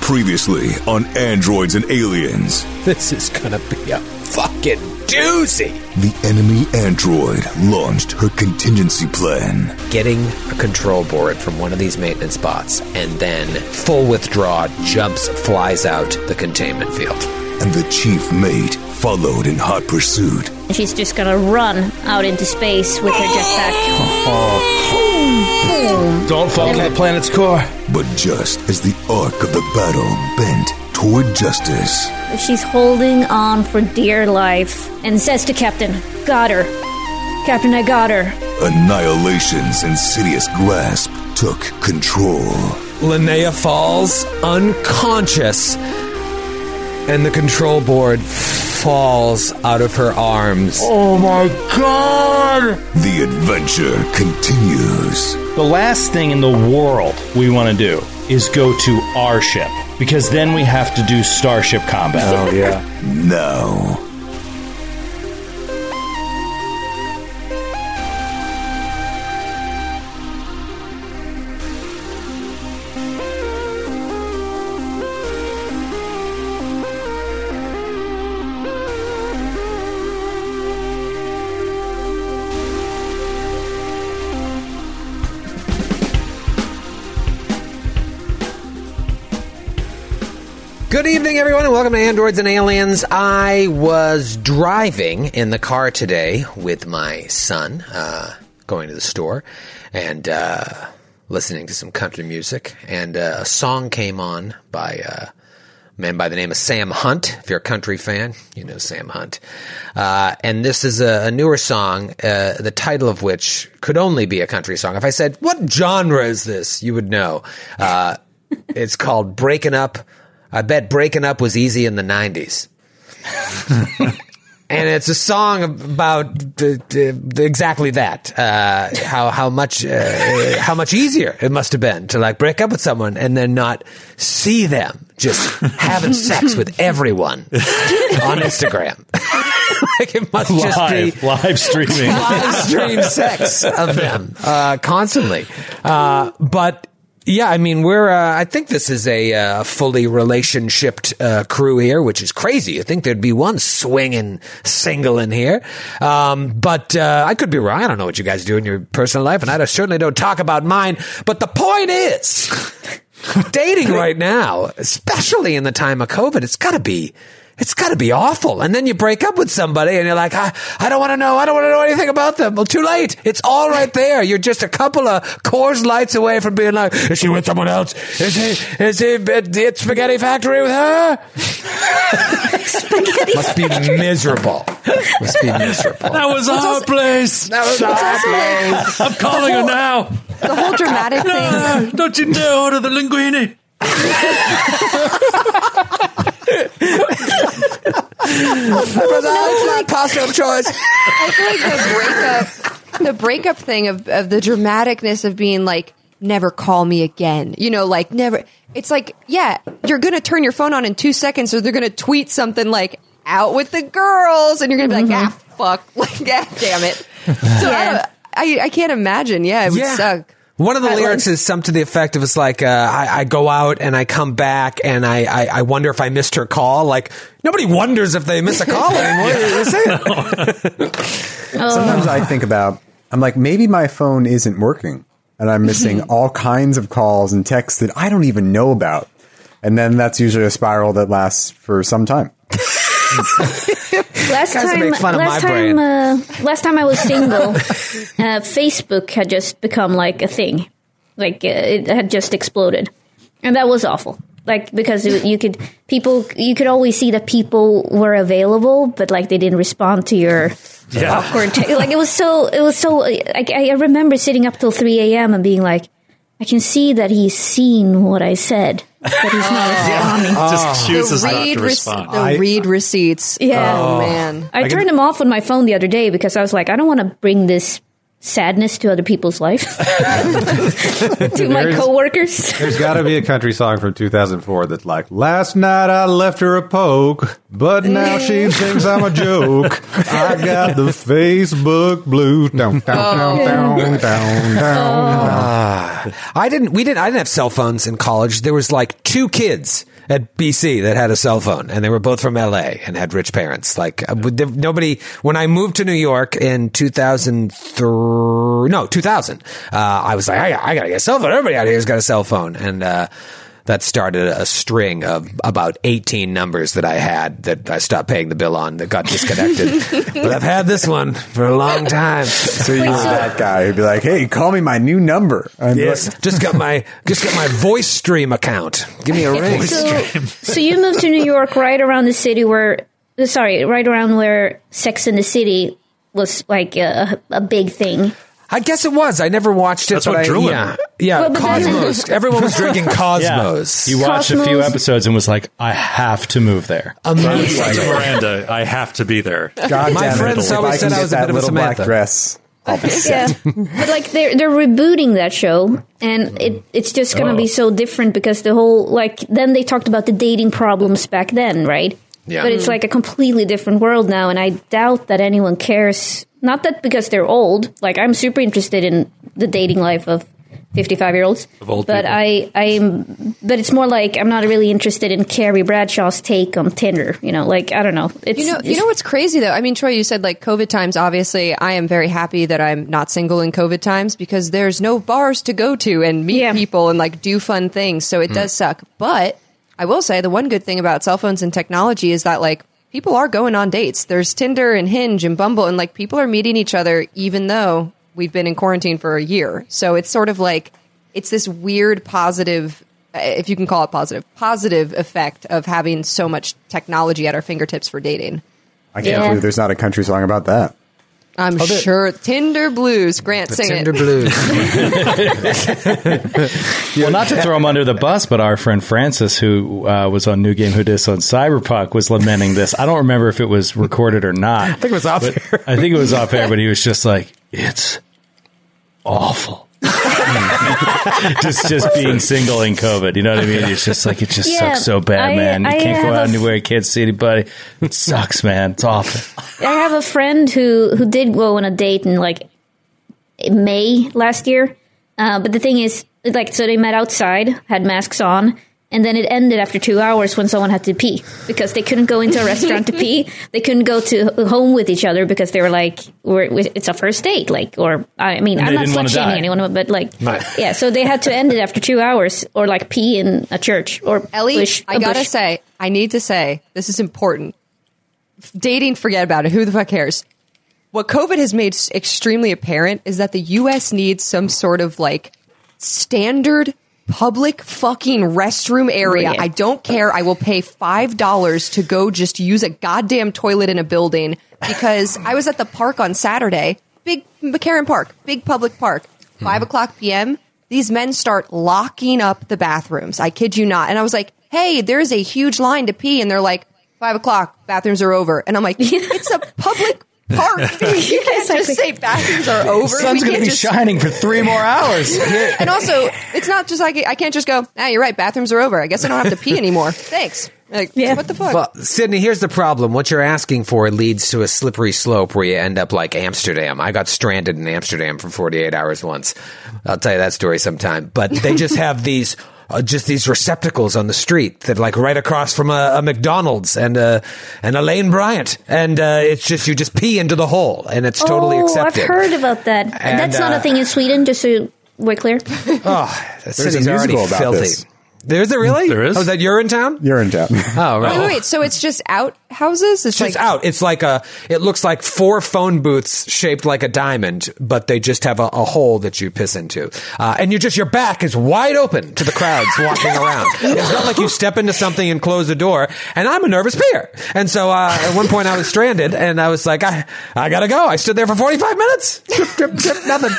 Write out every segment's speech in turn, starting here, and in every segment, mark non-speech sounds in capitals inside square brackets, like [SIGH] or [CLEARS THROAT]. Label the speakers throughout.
Speaker 1: Previously on Androids and Aliens,
Speaker 2: This is gonna be a fucking doozy.
Speaker 1: the enemy android launched her contingency plan.
Speaker 2: Getting a control board from one of these maintenance bots and then full withdraw jumps, flies out the containment field.
Speaker 1: and the chief mate followed in hot pursuit.
Speaker 3: She's just gonna run out into space with her jetpack.
Speaker 4: Uh-huh. Don't fall to the planet's core.
Speaker 1: But just as the arc of the battle bent toward justice,
Speaker 3: She's holding on for dear life and says to Captain, Got her. Captain, I got her.
Speaker 1: Annihilation's insidious grasp took control.
Speaker 4: Linnea falls unconscious, and the control board falls out of her arms.
Speaker 5: Oh my god!
Speaker 1: The adventure continues.
Speaker 5: The last thing in the world we want to do is go to our ship because then we have to do starship combat.
Speaker 2: [LAUGHS]
Speaker 4: Oh, yeah.
Speaker 1: Now,
Speaker 2: Oh, Good evening, everyone, and welcome to Androids and Aliens. I was driving in the car today with my son, uh, going to the store and uh, listening to some country music, and uh, a song came on by. Uh, man by the name of Sam Hunt. If you're a country fan, you know Sam Hunt. Uh, and this is a, a newer song, uh, the title of which could only be a country song. If I said, What genre is this? you would know. Uh, it's called Breaking Up. I bet Breaking Up was easy in the 90s. And it's a song about the, the, the- exactly that. Uh, how how much uh, how much easier it must have been to like break up with someone and then not see them, just having sex with everyone on Instagram. [LAUGHS] like it must just be
Speaker 5: Live, live
Speaker 2: [LAUGHS]
Speaker 5: streaming.
Speaker 2: live stream sex of them uh, constantly. Uh, but yeah, I mean, we're. Uh, I think this is a uh, fully relationshiped uh, crew here, which is crazy. I think there'd be one swinging single in here, um, but uh, I could be wrong. I don't know what you guys do in your personal life, and I certainly don't talk about mine. But the point is, dating right now, especially in the time of COVID, it's got to be it's got to be awful. And then you break up with somebody and you're like, I, I don't want to know. I don't want to know anything about them. Well, too late. It's all right there. You're just a couple of Coors Lights away from being like, is she with someone else? Is he, is he at the Spaghetti Factory with her? Must be miserable. Must be miserable.
Speaker 4: That was our place.
Speaker 2: That was awful.
Speaker 4: I'm calling her now.
Speaker 6: The whole dramatic thing.
Speaker 4: Ah, don't you dare order the linguine.
Speaker 2: That was our pasta of choice.
Speaker 6: I feel like the breakup, the breakup thing of, of the dramaticness of being like, never call me again. You know, like never. It's like, yeah, you're gonna turn your phone on in two seconds, or they're gonna tweet something like "out with the girls," and you're gonna be like, ah, fuck, [LAUGHS] like, ah, damn it. So I, don't- I, I can't imagine. Yeah, it would suck.
Speaker 2: One of the
Speaker 6: I
Speaker 2: lyrics is something to the effect of it's like, uh, I, I go out and I come back and I, I, I wonder if I missed her call. Like, nobody wonders if they miss a call anymore. They say it. Oh.
Speaker 7: Sometimes I think about, I'm like, maybe my phone isn't working and I'm missing all kinds of calls and texts that I don't even know about. And then that's usually a spiral that lasts for some time.
Speaker 3: Last
Speaker 2: Guys
Speaker 3: time,
Speaker 2: make fun of
Speaker 3: last
Speaker 2: my
Speaker 3: time,
Speaker 2: brain.
Speaker 3: uh, last time I was single, [LAUGHS] uh, Facebook had just become like a thing, like uh, it had just exploded, and that was awful. Like because it- you could people, you could always see that people were available, but like they didn't respond to your awkward. Te- like it was so, it was so. Like I remember sitting up till three a.m. and being like, I can see that he's seen what I said, but he's not responding.
Speaker 8: just chooses
Speaker 6: the
Speaker 8: not
Speaker 6: read,
Speaker 8: to
Speaker 6: rece-
Speaker 8: respond.
Speaker 6: the read receipts.
Speaker 3: Yeah.
Speaker 6: oh, man.
Speaker 3: I, turned them off on my phone the other day because I was like, I don't want to bring this sadness to other people's life,
Speaker 6: [LAUGHS]
Speaker 3: to my
Speaker 8: There's-
Speaker 3: coworkers.
Speaker 8: There's got to be a country song from 2004 that's like, "Last night I left her a poke, But now she thinks I'm a joke. I got the Facebook blue. Down, down, down, down, down, down.
Speaker 2: I didn't. Ah, We didn't. I didn't have cell phones in college. There was like two kids at BC that had a cell phone, and they were both from LA and had rich parents. Like uh, would- there- nobody. When I moved to New York in two thousand three, no two thousand, uh, I was like, I, I gotta get a cell phone. Everybody out here's got a cell phone, and. uh that started a string of about 18 numbers that I had that I stopped paying the bill on that
Speaker 3: [LAUGHS]
Speaker 2: got disconnected. but I've had this one for a long time.
Speaker 7: So you were
Speaker 3: so-
Speaker 7: that guy who'd be like, "Hey, call me my new number." And [LAUGHS]
Speaker 2: Yes. just got my just got my voice stream account. Give me a ring.
Speaker 3: So, so you moved to New York right around the city where, uh, sorry, right around where Sex in the City was like a, a big thing.
Speaker 2: I guess it was. I never watched it.
Speaker 4: That's
Speaker 2: but
Speaker 4: what
Speaker 2: I,
Speaker 4: drew him.
Speaker 2: Yeah, yeah.
Speaker 3: Well, but that's- [LAUGHS]
Speaker 2: Cosmos. Everyone was drinking Cosmos.
Speaker 5: He watched a few
Speaker 3: Cosmos.
Speaker 5: episodes and was like, I have to move there.
Speaker 2: Amazing.
Speaker 4: Like Miranda, I have to be there.
Speaker 7: [LAUGHS] God
Speaker 2: My
Speaker 7: damn it.
Speaker 2: friends
Speaker 7: If I
Speaker 2: always
Speaker 7: can
Speaker 2: said I
Speaker 7: get
Speaker 2: was a
Speaker 7: that
Speaker 2: bit of a
Speaker 7: little black
Speaker 2: Samantha.
Speaker 7: dress.
Speaker 3: [LAUGHS] Yeah, but like they're they're rebooting that show, and it it's just gonna
Speaker 4: Oh.
Speaker 3: be so different because the whole like then they talked about the dating problems back then, right?
Speaker 2: Yeah.
Speaker 3: But
Speaker 6: Mm.
Speaker 3: it's like a completely different world now, and I doubt that anyone cares. Not that because they're old. Like I'm super interested in the dating life of fifty five year olds,
Speaker 4: old
Speaker 3: but
Speaker 4: people.
Speaker 3: I I'm but it's more like I'm not really interested in Carrie Bradshaw's take on Tinder. You know, like I don't know. It's
Speaker 6: You know, you know what's crazy though. I mean, Troy, you said like COVID times. Obviously, I am very happy that I'm not single in COVID times because there's no bars to go to and meet
Speaker 3: Yeah.
Speaker 6: people and like do fun things. So it does suck. But I will say the one good thing about cell phones and technology is that like people are going on dates. There's Tinder and Hinge and Bumble, and like people are meeting each other even though we've been in quarantine for a year. So it's sort of like it's this weird positive if you can call it positive positive effect of having so much technology at our fingertips for dating
Speaker 7: I can't
Speaker 3: Yeah.
Speaker 7: believe Oh, there's not a country song about that.
Speaker 6: i'm sure tinder blues grant sing
Speaker 2: Tinder
Speaker 6: it
Speaker 2: blues.
Speaker 5: Well, not to throw him under the bus, but our friend Francis, who uh, was on New Game Who Dis on Cyberpunk, was lamenting this. I don't remember if it was recorded or not.
Speaker 7: [LAUGHS]
Speaker 5: I
Speaker 2: it
Speaker 5: think
Speaker 2: was off air.
Speaker 5: I think it was off air, but he was just like, "It's
Speaker 3: [LAUGHS]
Speaker 5: awful." just just being single in COVID, you know what I mean? It's just like it just
Speaker 3: Yeah,
Speaker 5: sucks so bad,
Speaker 3: I-
Speaker 5: man. You
Speaker 3: I
Speaker 5: can't
Speaker 3: have
Speaker 5: go
Speaker 3: a
Speaker 5: out
Speaker 3: f-
Speaker 5: anywhere, you can't see anybody. It sucks, man. It's awful.
Speaker 3: I have a friend who who did go on a date in like May last year. Uh, but the thing is, like, so they met outside, had masks on, and then it ended after two hours when someone had to pee because they couldn't go into a
Speaker 5: [LAUGHS]
Speaker 3: restaurant to pee. They couldn't go to home with each other because they were like, we're, we- "It's a first date," like, or I mean, I'm not
Speaker 5: didn't wanna
Speaker 3: slut shaming
Speaker 5: die.
Speaker 3: anyone, but like,
Speaker 2: No.
Speaker 3: yeah. So they had to end it after two hours, or like pee in a church, or
Speaker 6: ellie
Speaker 3: bush-
Speaker 6: i
Speaker 3: a
Speaker 6: gotta
Speaker 3: bush.
Speaker 6: say i need to say this is important F- dating forget about it who the fuck cares what covid has made s- extremely apparent is that the us needs some sort of like standard public fucking restroom area.
Speaker 3: Yeah.
Speaker 6: I don't care. I will pay $5 to go just use a goddamn toilet in a building because I was at the park on Saturday, big McCarran Park, big public park, 5 o'clock p.m. These men start locking up the bathrooms. I kid you not. And I was like, hey, there's a huge line to pee. And they're like, five o'clock, bathrooms are over. And I'm like, it's a public park. You can't just say bathrooms
Speaker 5: [LAUGHS]
Speaker 6: are over.
Speaker 5: sun's
Speaker 6: We
Speaker 5: going to
Speaker 6: can't
Speaker 5: be
Speaker 6: just-
Speaker 5: shining for three
Speaker 3: [LAUGHS]
Speaker 5: more hours.
Speaker 6: [LAUGHS] and also, it's not just like I can't just go. Ah, you're right. Bathrooms are over. I guess I don't have to pee anymore. Thanks. Like, what the fuck?
Speaker 2: Well, Sydney, here's the problem. What you're asking for leads to a slippery slope where you end up like Amsterdam. I got stranded in Amsterdam for 48 hours once. I'll tell you that story sometime. But they
Speaker 6: [LAUGHS]
Speaker 2: just have these. Uh, just these receptacles on the street that like right across from a, a McDonald's and a and Elaine Bryant and uh, it's just you just pee into the hole and it's totally
Speaker 3: oh,
Speaker 2: accepted.
Speaker 3: I've heard about that.
Speaker 2: And,
Speaker 3: That's not
Speaker 2: uh,
Speaker 3: a thing in Sweden. Just so we're
Speaker 2: [LAUGHS]
Speaker 3: clear.
Speaker 2: There's
Speaker 7: a musical about this.
Speaker 2: There's a really?
Speaker 4: There is?
Speaker 2: Oh, is that you're in town?
Speaker 7: You're in doubt.
Speaker 2: Oh, right.
Speaker 6: wait, wait, wait, So it's just outhouses. It's
Speaker 2: It's just
Speaker 6: like
Speaker 2: out. It's like a. It looks like four phone booths shaped like a diamond, but they just have a, a hole that you piss into, uh, and you just your back is wide open to the crowds
Speaker 6: [LAUGHS]
Speaker 2: walking around. It's not like you step into something and close the door. And I'm a nervous peer, and so uh, at one point I was stranded, and I was like, I, I gotta go. I stood there for 45 minutes. Drip, drip, drip, nothing.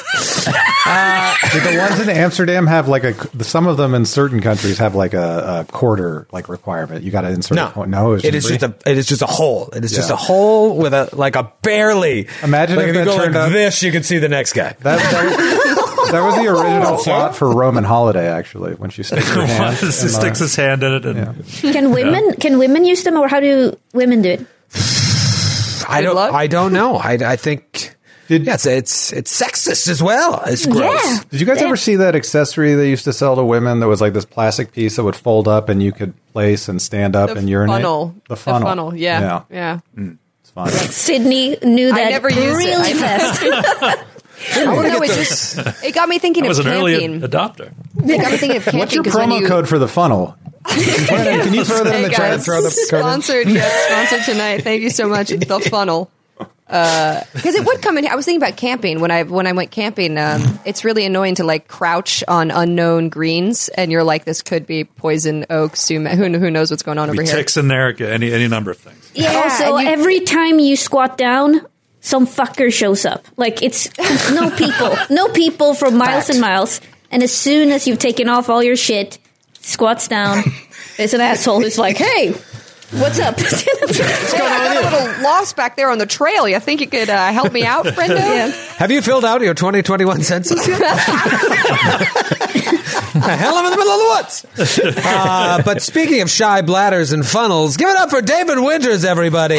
Speaker 2: Uh,
Speaker 8: Did the ones in Amsterdam have like a? Some of them in certain countries have like a, a quarter like requirement. You got to insert.
Speaker 2: No,
Speaker 8: a, quarter- no.
Speaker 2: it is just a it is just a hole. It is just
Speaker 8: Yeah.
Speaker 2: a hole with a like a barely.
Speaker 8: Imagine
Speaker 2: like
Speaker 8: if
Speaker 2: you
Speaker 8: that
Speaker 2: go
Speaker 8: turned
Speaker 2: like
Speaker 8: out-
Speaker 2: this, you can see the next guy.
Speaker 8: That, that was, That
Speaker 2: [LAUGHS]
Speaker 8: was the original plot for Roman Holiday, actually, when she sticks
Speaker 2: [LAUGHS]
Speaker 8: her hand.
Speaker 4: he
Speaker 8: in the-
Speaker 4: sticks his hand in it and
Speaker 3: Can women can women use them, or how do women do it?
Speaker 2: I
Speaker 6: Good
Speaker 2: don't.
Speaker 6: luck.
Speaker 2: I don't know. I, I think.
Speaker 8: Did-
Speaker 2: yes, it's it's sexist as well. It's gross.
Speaker 3: Yeah.
Speaker 8: Did you guys
Speaker 3: Damn.
Speaker 8: ever see that accessory they used to sell to women that was like this plastic piece that would fold up and you could place and stand up
Speaker 6: The
Speaker 8: and urinate?
Speaker 6: funnel.
Speaker 8: The funnel.
Speaker 6: The funnel. Yeah.
Speaker 8: Yeah.
Speaker 6: Yeah.
Speaker 8: It's fine.
Speaker 3: Sydney knew
Speaker 6: I
Speaker 3: that
Speaker 6: never used it.
Speaker 3: really
Speaker 6: I-
Speaker 3: fast.
Speaker 6: I don't know. It
Speaker 2: [LAUGHS]
Speaker 6: just it [LAUGHS] got me thinking
Speaker 4: it
Speaker 6: of
Speaker 4: was an early
Speaker 6: camping. [LAUGHS]
Speaker 4: adopter.
Speaker 6: It got me thinking of camping.
Speaker 8: What's your
Speaker 6: 'cause when
Speaker 8: promo
Speaker 6: you-
Speaker 8: code for
Speaker 6: [LAUGHS]
Speaker 8: the funnel? Brandon, can you throw that in
Speaker 6: Hey
Speaker 8: the chat?
Speaker 6: guys,
Speaker 8: Throw the code in?
Speaker 6: sponsored, yeah, sponsored tonight. Thank you so much.
Speaker 8: [LAUGHS]
Speaker 6: The funnel, because it would come in. I was thinking about camping when I when I went camping. Um, it's really annoying to like crouch on unknown greens, and you're like, this could be poison oak, sumac. Who, who knows what's going on over
Speaker 4: He
Speaker 6: here?
Speaker 4: ticks in there, any any number of things.
Speaker 3: Yeah. Also,
Speaker 6: and you-
Speaker 3: every time you squat down, some fucker shows up.
Speaker 6: [LAUGHS]
Speaker 3: Like it's no people, no people for miles
Speaker 6: Fact.
Speaker 3: and miles. And as soon as you've taken off all your shit, squats down.
Speaker 6: [LAUGHS]
Speaker 3: There's an asshole who's like, "Hey, what's up?"
Speaker 6: Hey, I got a little lost back there on the trail. You think you could uh, help me
Speaker 8: [LAUGHS]
Speaker 6: out,
Speaker 2: [LAUGHS]
Speaker 6: Brenda?
Speaker 2: Have you filled out your 2021 census yet? the hell, I'm in the middle of the woods. Uh, but speaking of shy bladders and funnels, give it up for David Winters, everybody.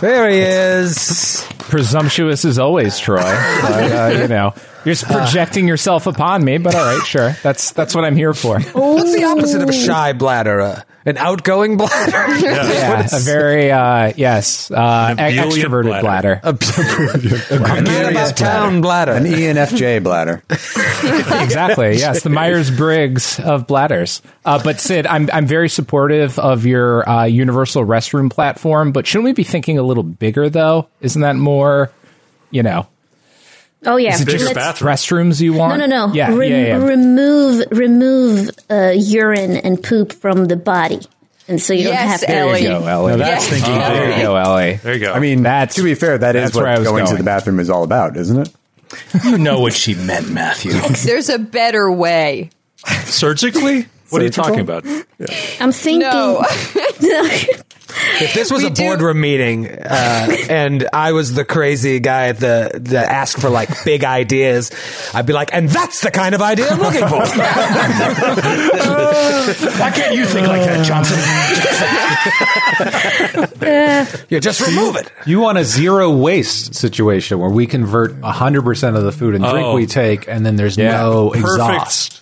Speaker 2: There he is.
Speaker 9: Presumptuous as always,
Speaker 2: [LAUGHS]
Speaker 9: Troy. But, uh, you know, you're just projecting yourself upon me. But all right, sure. That's that's what I'm here for.
Speaker 2: What's the opposite of a shy bladder? Uh, an outgoing bladder? [LAUGHS]
Speaker 9: Yeah, a very uh, yes, uh,
Speaker 4: An
Speaker 9: ex-
Speaker 4: ebullient
Speaker 9: extroverted bladder.
Speaker 4: bladder.
Speaker 2: A, [LAUGHS] a man about town bladder.
Speaker 7: An ENFJ bladder.
Speaker 9: [LAUGHS]
Speaker 3: [LAUGHS]
Speaker 9: exactly. Yes, the Myers Briggs of bladders. Uh, but Sid, I'm I'm very supportive of your uh, universal restroom platform. But shouldn't we be thinking a little bigger though? Isn't that more, you know,
Speaker 3: oh yeah,
Speaker 4: Bigger
Speaker 3: Let's-
Speaker 4: bathroom.
Speaker 9: restrooms you want?
Speaker 3: No, no, no.
Speaker 9: Yeah,
Speaker 3: Re-
Speaker 9: yeah, yeah.
Speaker 3: Remove remove uh, urine and poop from the body, and so you don't
Speaker 6: Yes,
Speaker 3: have
Speaker 6: Ellie.
Speaker 9: There you go, Ellie.
Speaker 6: No, that's
Speaker 9: thinking. There you go, Ellie.
Speaker 4: There you go.
Speaker 7: I mean,
Speaker 9: That's-
Speaker 7: to be fair, that is
Speaker 9: that's where I
Speaker 7: what
Speaker 9: was
Speaker 7: going, to
Speaker 9: going.
Speaker 7: the bathroom is all about, isn't it?
Speaker 5: You know what she meant, Matthew.
Speaker 6: [LAUGHS] There's a better way.
Speaker 4: surgically? What are you
Speaker 7: Surgical?
Speaker 4: talking about?
Speaker 3: I'm thinking.
Speaker 6: No.
Speaker 3: [LAUGHS]
Speaker 6: [LAUGHS]
Speaker 2: If this was
Speaker 6: We
Speaker 2: a
Speaker 6: do-
Speaker 2: boardroom meeting uh, [LAUGHS] and I was the crazy guy at the, the ask for like big ideas, I'd be like, and that's the kind of idea I'm looking for.
Speaker 5: [LAUGHS] Why can't you think like that,
Speaker 3: [LAUGHS]
Speaker 5: Johnson? [LAUGHS]
Speaker 2: you just remove it.
Speaker 8: You want a zero waste situation where we convert 100% of the food and drink
Speaker 4: Oh.
Speaker 8: we take, and then there's
Speaker 9: Yeah.
Speaker 8: no
Speaker 4: Perfect.
Speaker 8: exhaust.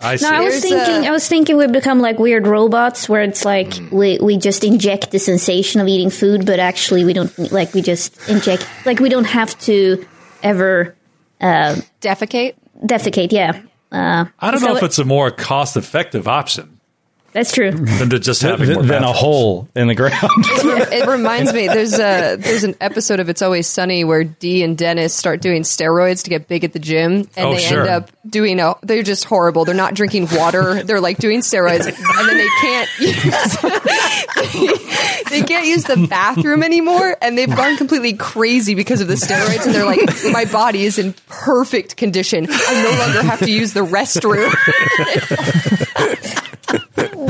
Speaker 4: I see.
Speaker 3: No, I was
Speaker 6: There's a-
Speaker 3: thinking. I was thinking we become like weird robots, where it's like
Speaker 4: Mm.
Speaker 3: we we just inject the sensation of eating food, but actually we don't like we just inject like we don't have to ever uh,
Speaker 6: Defecate.
Speaker 3: defecate. Yeah, Uh,
Speaker 4: I don't
Speaker 3: So
Speaker 4: know if
Speaker 3: it-
Speaker 4: it's a more cost effective option
Speaker 3: that's true.
Speaker 4: than to just having more
Speaker 5: Then a
Speaker 4: bathrooms.
Speaker 5: hole in the ground.
Speaker 2: [LAUGHS]
Speaker 6: it reminds me there's a there's an episode of It's Always Sunny where Dee and Dennis start doing steroids to get big at the gym, and
Speaker 4: Oh,
Speaker 6: they
Speaker 4: sure.
Speaker 6: end up doing a. They're just horrible. They're not drinking water.
Speaker 2: [LAUGHS]
Speaker 6: They're like doing steroids, and then they can't use, they can't use the bathroom anymore, and they've gone completely crazy because of the steroids. And they're like, my body is in perfect condition. I no longer have to use the restroom. [LAUGHS]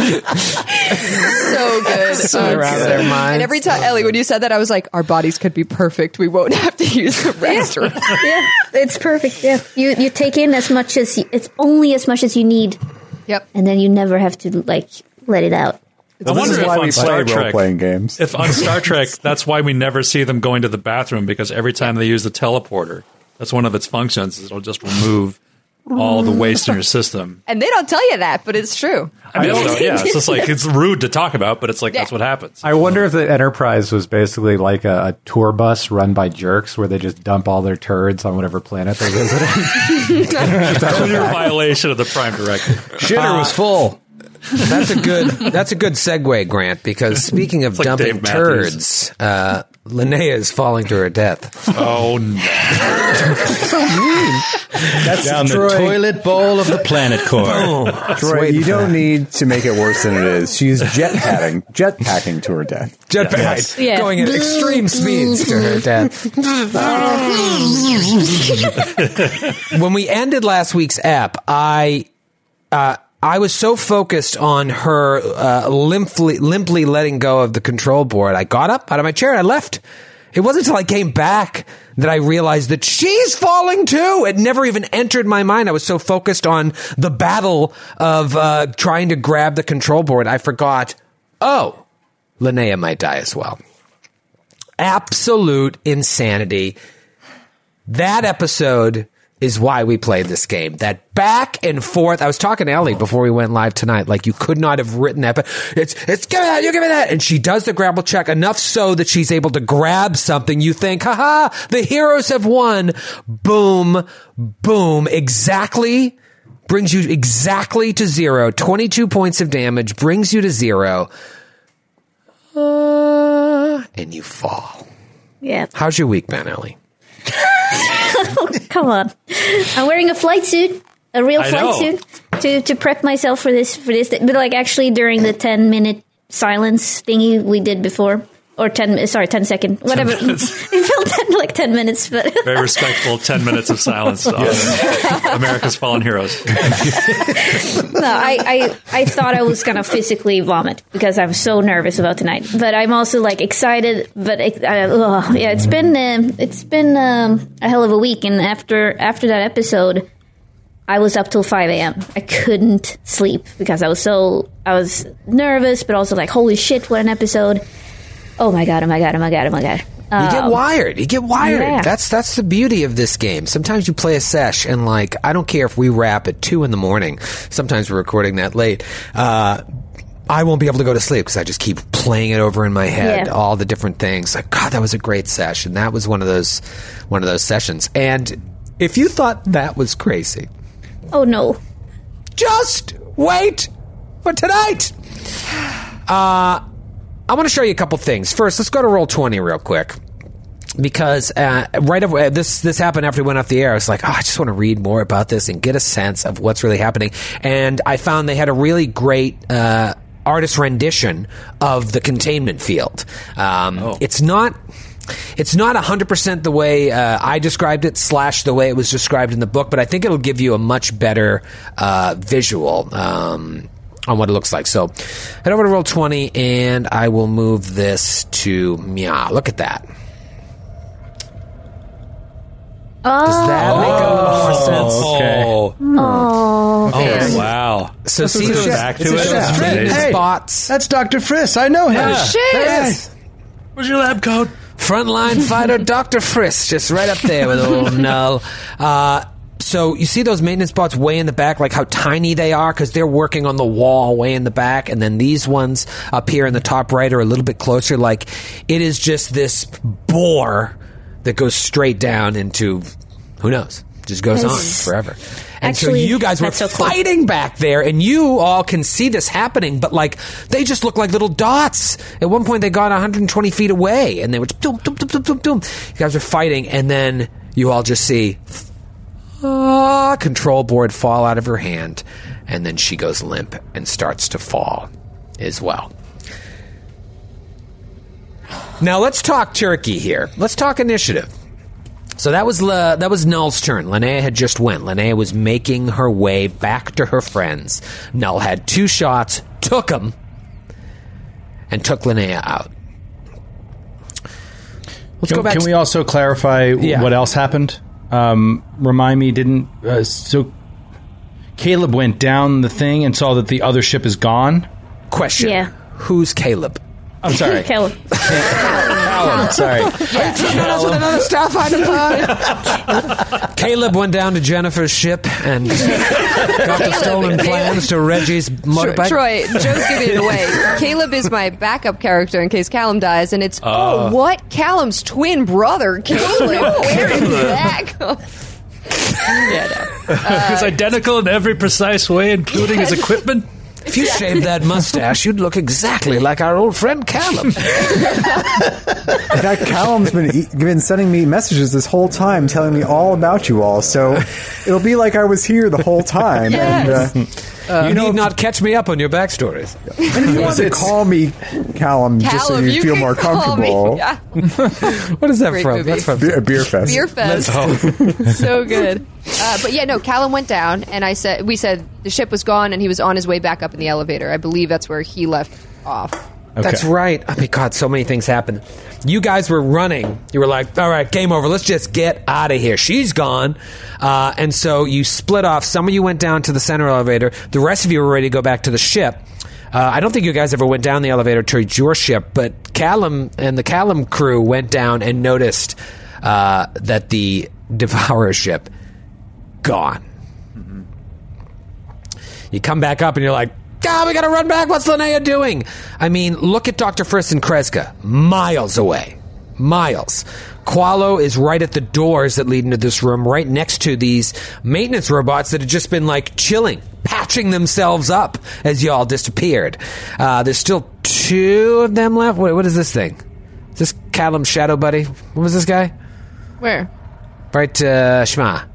Speaker 6: so good.
Speaker 2: They're out of their minds.
Speaker 6: And every time, Ellie, when you said that, I was like, our bodies could be perfect. We won't have to use the restroom.
Speaker 3: yeah, it's perfect. Yeah, you you take in as much as you, it's only as much as you need,
Speaker 6: yep.
Speaker 3: and then you never have to like let it out. [LAUGHS]
Speaker 4: I
Speaker 7: This
Speaker 4: wonder
Speaker 7: is
Speaker 4: if
Speaker 7: why
Speaker 4: on
Speaker 7: we play
Speaker 4: Star
Speaker 7: role
Speaker 4: Trek,
Speaker 7: playing games.
Speaker 4: if on Star Trek, that's why we never see them going to the bathroom because every time they use the teleporter, that's one of its functions. Is it'll just remove all the waste in your system.
Speaker 2: [LAUGHS]
Speaker 6: And they don't tell you that, but it's true.
Speaker 4: I mean, also, yeah, it's just like it's rude to talk about, but it's like that's what
Speaker 2: [LAUGHS]
Speaker 4: happens.
Speaker 8: I wonder if the Enterprise was basically like a, a tour bus run by jerks where they just dump all their turds on whatever planet they're visiting.
Speaker 4: [LAUGHS] Clear violation of the prime directive.
Speaker 2: Shitter was full. Uh, That's a good. That's a good segue, Grant. Because speaking of
Speaker 4: like
Speaker 2: dumping
Speaker 4: Dave Matthews.
Speaker 2: turds, uh, Linnea is falling to her death.
Speaker 4: Oh, no.
Speaker 5: That's down
Speaker 7: Troy.
Speaker 5: the toilet bowl of the planet core.
Speaker 7: Troy, you don't need to make it worse than it is. She's jetpacking, jetpacking to her death.
Speaker 2: Jetpack
Speaker 3: Yeah.
Speaker 2: going at [LAUGHS] extreme speeds to her death.
Speaker 5: [LAUGHS]
Speaker 2: [LAUGHS] when we ended last week's app, I uh, I was so focused on her uh, limply limply letting go of the control board. I got up out of my chair. I left. It wasn't until I came back that I realized that she's falling too. It never even entered my mind. I was so focused on the battle of uh, trying to grab the control board, I forgot, oh, Linnea might die as well. Absolute insanity. That episode is why we played this game. That back and forth. I was talking to Ellie before we went live tonight. Like you could not have written that. But it's it's give me that. You give me that. And she does the grapple check enough so that she's able to grab something. You think, haha, the heroes have won. Boom, boom. Exactly brings you exactly to zero. Twenty two points of damage brings you to zero. Uh, and you fall.
Speaker 3: Yeah.
Speaker 2: How's your week been, Ellie?
Speaker 3: Come on. I'm wearing a flight suit, a real
Speaker 4: I
Speaker 3: flight
Speaker 4: know.
Speaker 3: suit, to, to prep myself for this for this. But like actually during the 10 minute silence thingy we did before, or 10 sorry 10 second whatever. [LAUGHS] it felt 10, like 10 minutes, but [LAUGHS]
Speaker 4: Very respectful 10 minutes of silence on America's Fallen
Speaker 2: [LAUGHS]
Speaker 4: Heroes.
Speaker 3: no, I, I I thought I was gonna physically vomit because I'm so nervous about tonight. But I'm also like excited. But it, I, ugh, yeah, it's been um, it's been um, a hell of a week. And after after that episode, I was up till five a.m. I couldn't sleep because I was so I was nervous, but also like holy shit, what an episode! Oh my god! Oh my god! Oh my god! Oh my god!
Speaker 2: You get wired. You get wired.
Speaker 3: Yeah.
Speaker 2: That's that's the beauty of this game. Sometimes you play a sesh and like I don't care if we wrap at two in the morning. Sometimes we're recording that late. Uh, I won't be able to go to sleep because I just keep playing it over in my head.
Speaker 3: Yeah.
Speaker 2: All the different things. Like God, that was a great sesh, and that was one of those one of those sessions. And if you thought that was crazy,
Speaker 3: Oh no!
Speaker 2: just wait for tonight. Uh, I want to show you a couple things. First, let's go to roll twenty real quick because uh, right away this this happened after we went off the air. I was like, oh, I just want to read more about this and get a sense of what's really happening. And I found they had a really great. Uh, Artist rendition of the containment field. Um, It's not, it's not hundred percent the way uh, I described it, slash the way it was described in the book, but I think it'll give you a much better uh, visual. Um, on what it looks like. So head over to roll 20 and I will move this to Mia. Look at that. Does that make a little more sense?
Speaker 5: Oh. Okay.
Speaker 3: Oh,
Speaker 4: Oh, wow.
Speaker 2: So see
Speaker 5: It's a
Speaker 2: who's
Speaker 5: shaft.
Speaker 2: back
Speaker 5: It's
Speaker 2: to
Speaker 5: a
Speaker 2: it.
Speaker 5: shaft.
Speaker 2: Hidden
Speaker 5: Hey.
Speaker 2: spots.
Speaker 5: That's Dr. Friss. I know him.
Speaker 6: Shit.
Speaker 4: Oh, Where's your lab coat? [LAUGHS]
Speaker 2: Frontline fighter Dr. Frisk, just right up there with old Null. Uh, so you see those maintenance bots way in the back, like how tiny they are, because they're working on the wall way in the back, and then these ones up here in the top right are a little bit closer. Like it is just this bore that goes straight down into who knows, just goes on
Speaker 3: Nice.
Speaker 2: forever. And
Speaker 3: Actually,
Speaker 2: so you guys were
Speaker 3: that's so cool.
Speaker 2: fighting back there, and you all can see this happening, but like they just look like little dots. At one point, they got 120 feet away, and they were just doom, doom, doom, doom, doom, doom. You guys are fighting, and then you all just see ah, control board fall out of her hand, and then she goes limp and starts to fall as well. Now let's talk turkey here. Let's talk initiative. So that was Le- that was Null's turn. Linnea had just went. Linnea was making her way back to her friends. Null had two shots, took them, and took Linnea out. Let's
Speaker 5: Can,
Speaker 2: go back.
Speaker 5: can
Speaker 2: to-
Speaker 5: we also clarify
Speaker 2: Yeah.
Speaker 5: what else happened? Um, remind me, didn't. Uh, so Caleb went down the thing and saw that the other ship is gone?
Speaker 2: question?
Speaker 3: Yeah.
Speaker 2: Who's Caleb?
Speaker 5: I'm sorry.
Speaker 3: [LAUGHS] Kel-
Speaker 5: Alan, sorry.
Speaker 2: another
Speaker 3: [LAUGHS]
Speaker 2: Caleb went down to Jennifer's ship and got the stolen plans to Reggie's motorbike.
Speaker 6: Troy, Joe's giving it away. [LAUGHS] Caleb is my backup character in case Callum dies, and it's
Speaker 4: Uh.
Speaker 6: oh what Callum's twin
Speaker 4: [LAUGHS]
Speaker 6: brother, Caleb. Where is that?
Speaker 2: Uh,
Speaker 4: It's identical in every precise way,
Speaker 2: [LAUGHS]
Speaker 4: including his equipment.
Speaker 2: If you shaved that mustache, you'd
Speaker 4: [LAUGHS]
Speaker 2: look exactly like our old friend Caleb.
Speaker 7: In fact, Callum's been e- been sending me messages this whole time, telling me all about you all. So it'll be like I was here the whole time. And uh,
Speaker 2: you need not catch me up on your backstories.
Speaker 7: you want to call me Callum, just so
Speaker 6: Callum,
Speaker 7: you,
Speaker 6: you
Speaker 7: feel
Speaker 6: can
Speaker 7: more
Speaker 6: call me.
Speaker 7: comfortable. [LAUGHS]
Speaker 6: Yeah.
Speaker 2: What is that
Speaker 6: Great
Speaker 2: from?
Speaker 6: movie.
Speaker 2: That's from
Speaker 7: Beer, beer fest.
Speaker 6: Beer fest.
Speaker 7: [LAUGHS]
Speaker 6: so good. Uh, but yeah, no. Callum went down, and I said we said the ship was gone, and he was on his way back up in the elevator. I believe that's where he left off.
Speaker 2: That's right. I mean, God, so many things happened. You guys were running. You were like, all right, game over. Let's just get out of here. She's gone. Uh, and so you split off. Some of you went down to the center elevator. The rest of you were ready to go back to the ship. Uh, I don't think you guys ever went down the elevator to reach your ship, but Callum and the Callum crew went down and noticed uh, that the [LAUGHS] Devourer ship gone. You come back up and you're like, God, we gotta run back. What's Linnea doing? I mean, look at Dr. Frisk and Kreska. Miles away. Miles. Qualo is right at the doors that lead into this room, right next to these maintenance robots that had just been like chilling, patching themselves up as y'all disappeared. Uh, there's still two of them left. Wait, what is this thing? Is this Callum Shadow Buddy? What was this guy?
Speaker 6: Where?
Speaker 2: [LAUGHS] Right, uh, Shma.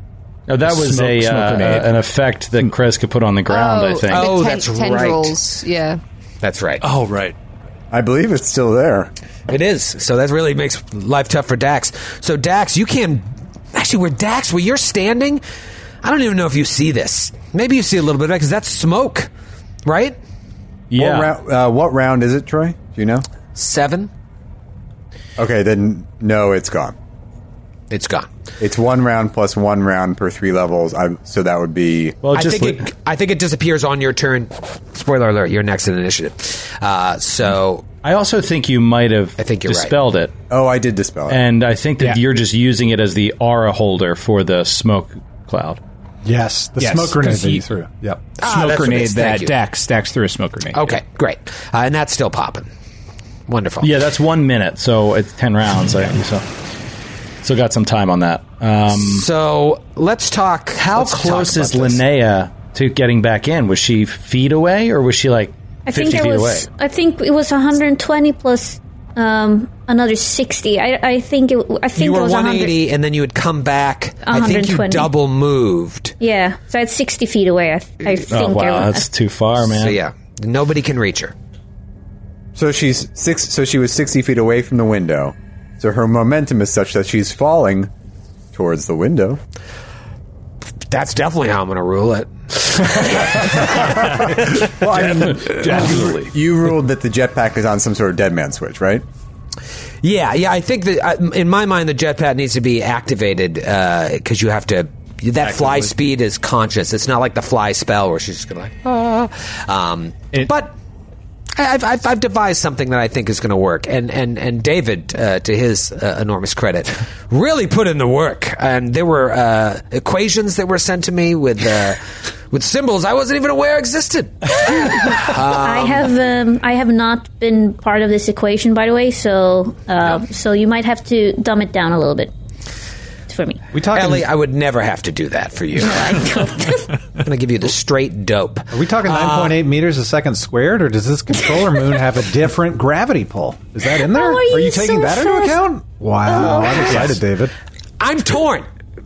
Speaker 5: No, that was
Speaker 9: Smoke-
Speaker 5: a
Speaker 9: smoke
Speaker 5: uh,
Speaker 9: grenade.
Speaker 5: an effect that Kreska put on the ground. I think.
Speaker 2: Oh,
Speaker 6: the
Speaker 2: that's right.
Speaker 6: tendrils. Yeah.
Speaker 2: That's right.
Speaker 4: Oh, right.
Speaker 7: I believe it's still there.
Speaker 2: It is. So that really makes life tough for Dax. So Dax, you can actually where Dax, where you're standing, I don't even know if you see this. Maybe you see a little bit of it because that's smoke, right?
Speaker 5: yeah.
Speaker 7: What, round, uh, what round is it, Troy? Do you know?
Speaker 2: Seven,
Speaker 7: Okay, then no, it's gone.
Speaker 2: it's gone.
Speaker 7: It's one round plus one round per three levels. I, so that would be
Speaker 5: well,
Speaker 2: I
Speaker 5: just
Speaker 2: think
Speaker 5: li-
Speaker 2: it, I think it disappears on your turn. Spoiler alert: you're next in initiative. Uh, so
Speaker 5: I also think you might have.
Speaker 2: I think you're right.
Speaker 5: dispelled it,
Speaker 7: oh, I did dispel it.
Speaker 5: and I think that
Speaker 9: Yeah.
Speaker 5: you're just using it as the aura holder for the smoke cloud.
Speaker 8: Yes, [LAUGHS] the
Speaker 9: Yes,
Speaker 8: smoke grenade
Speaker 9: because
Speaker 8: that
Speaker 9: he-
Speaker 8: you threw. Yep.
Speaker 2: Ah, that's
Speaker 9: smoke
Speaker 2: what it
Speaker 8: [LAUGHS]
Speaker 9: grenade
Speaker 2: is. Thank
Speaker 9: that
Speaker 2: you.
Speaker 9: Dax Dax through a smoke grenade.
Speaker 2: okay, great, uh, and that's still popping. Wonderful.
Speaker 5: Yeah, that's one minute, so it's ten rounds. I, so, so got some time on that. Um,
Speaker 2: So let's talk. How
Speaker 5: how close is
Speaker 2: Lynette?
Speaker 5: Linnea to getting back in? Was she feet away, or was she like
Speaker 3: I
Speaker 5: fifty
Speaker 3: think
Speaker 5: feet
Speaker 3: it was.
Speaker 5: away?
Speaker 3: I think it was 120 plus um, another 60. I, I think it. I think
Speaker 2: you
Speaker 3: it
Speaker 2: were
Speaker 3: was 100.
Speaker 2: 180 and then you had come back i think you
Speaker 3: 120.
Speaker 2: double moved
Speaker 3: Yeah, so it's 60 feet away. I, th- I think.
Speaker 5: Oh wow,
Speaker 3: I,
Speaker 5: that's too far, man.
Speaker 2: so yeah nobody can reach her
Speaker 7: So she's six. So she was sixty feet away from the window. So her momentum is such that she's falling towards the window.
Speaker 2: that's definitely how i'm gonna rule it
Speaker 7: [LAUGHS] Well, I mean,
Speaker 5: Absolutely.
Speaker 7: you ruled that the jetpack is on some sort of dead man switch, right?
Speaker 2: yeah yeah i think that I, in my mind the jetpack needs to be activated because you have to that fly speed is conscious it's not like the fly spell where she's just gonna like ah. um, but I- I've, I've, I've devised something that I think is going to work, and and and David, uh, to his uh, enormous credit, really put in the work. And there were uh, equations that were sent to me with uh, with symbols I wasn't even aware existed.
Speaker 3: [LAUGHS] I have. Um, I have not been part of this equation, by the way. So, uh, so you might have to dumb it down a little bit for me.
Speaker 8: We talking?
Speaker 2: Ellie, I would never have to do that for
Speaker 3: [LAUGHS]
Speaker 2: you. I'm going to give you the straight dope.
Speaker 8: are we talking 9.8 meters a second squared, or does this controller moon have a different gravity pull? Is that in there?
Speaker 3: How are you
Speaker 8: you taking
Speaker 3: Oh, so
Speaker 8: that into
Speaker 3: fast?
Speaker 8: account? Wow,
Speaker 3: Oh.
Speaker 8: I'm excited, David.
Speaker 2: I'm torn.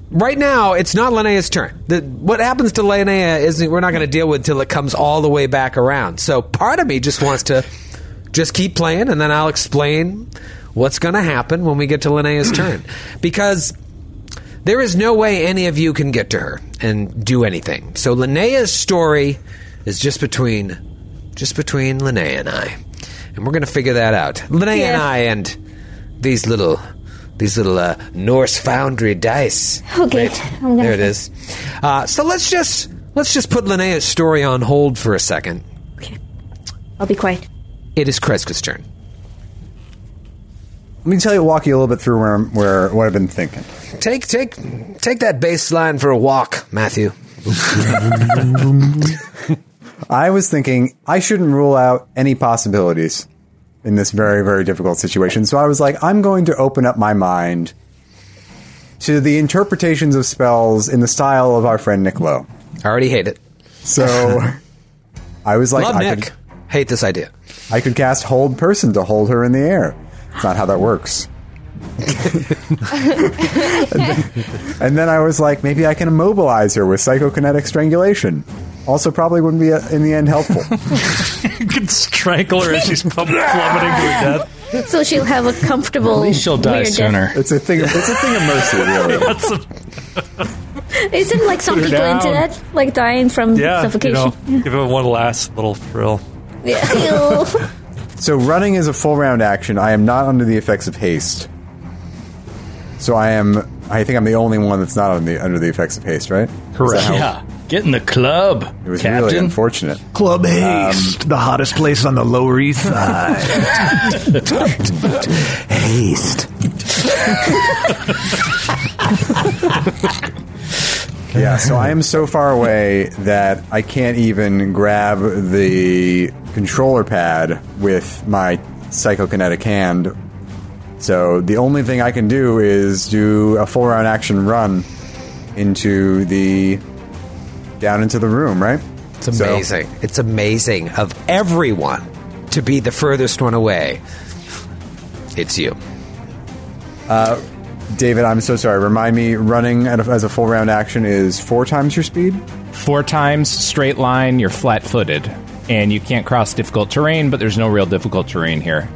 Speaker 2: Right now, it's not Linnea's turn. The, what happens to Linnea isn't we're not going to deal with till it comes all the way back around. So part of me just wants to just keep playing, and then I'll explain what's going to happen when we get to Linnea's turn because there is no way any of you can get to her and do anything. So Linnea's story is just between just between Linnea and I, and we're going to figure that out. Linnea and
Speaker 3: Yeah.
Speaker 2: I and these little these little uh, Norse foundry dice.
Speaker 3: Okay, I'm gonna-
Speaker 2: there it is. Uh, so let's just let's just put Linnea's story on hold for a second.
Speaker 3: I'll be quiet.
Speaker 2: It is Kreska's turn.
Speaker 7: Let me tell you, walk you a little bit through where, I'm- where what I've been thinking.
Speaker 2: Take take take that baseline for a walk, Matthew. [LAUGHS]
Speaker 7: I was thinking I shouldn't rule out any possibilities in this very, very difficult situation. So I was like, I'm going to open up my mind to the interpretations of spells in the style of our friend Nick Lowe.
Speaker 2: I already hate it. [LAUGHS]
Speaker 7: So I was like,
Speaker 2: Love
Speaker 7: I
Speaker 2: Nick.
Speaker 7: could,
Speaker 2: Hate this [LAUGHS] idea.
Speaker 7: I could cast Hold Person to hold her in the air. It's not how that
Speaker 2: [LAUGHS]
Speaker 7: works. and, then, and then I was like, maybe I can immobilize her with psychokinetic strangulation. Also, probably wouldn't be uh, in the end helpful.
Speaker 4: You can strangle her as she's plum- plummeting to her death.
Speaker 3: [LAUGHS] So she'll have a comfortable.
Speaker 5: At least she'll die
Speaker 3: weird death.
Speaker 5: sooner.
Speaker 7: It's a thing. It's a thing of mercy, really.
Speaker 5: [LAUGHS]
Speaker 4: That's a,
Speaker 3: [LAUGHS] Isn't like some
Speaker 9: Put her
Speaker 3: people into
Speaker 9: down.
Speaker 3: that, like dying from
Speaker 4: yeah, you
Speaker 3: suffocation?
Speaker 4: know, give it one last little thrill.
Speaker 3: Yeah. Ew.
Speaker 7: So running is a full round action. I am not under the effects of haste. So I am. I think I'm the only one that's not on the, under the effects of haste, right? Correct.
Speaker 5: Yeah, get in the club,
Speaker 7: It was
Speaker 5: Captain.
Speaker 7: really unfortunate.
Speaker 10: Club
Speaker 5: Uh,
Speaker 10: Haste, the hottest place on the Lower East Side.
Speaker 8: [LAUGHS]
Speaker 10: Haste.
Speaker 2: [LAUGHS]
Speaker 7: Yeah, so I am so far away that I can't even grab the controller pad with my psychokinetic hand. So the only thing I can do is do a full round action run into the down into the room, right?
Speaker 2: It's amazing. it's amazing of everyone to be the furthest one away. It's you.
Speaker 7: Uh, David, I'm so sorry. Remind me, running at a, as a full round action is four times your speed.
Speaker 9: Four times straight line, you're flat footed. And you can't cross difficult terrain, but there's no real difficult terrain here.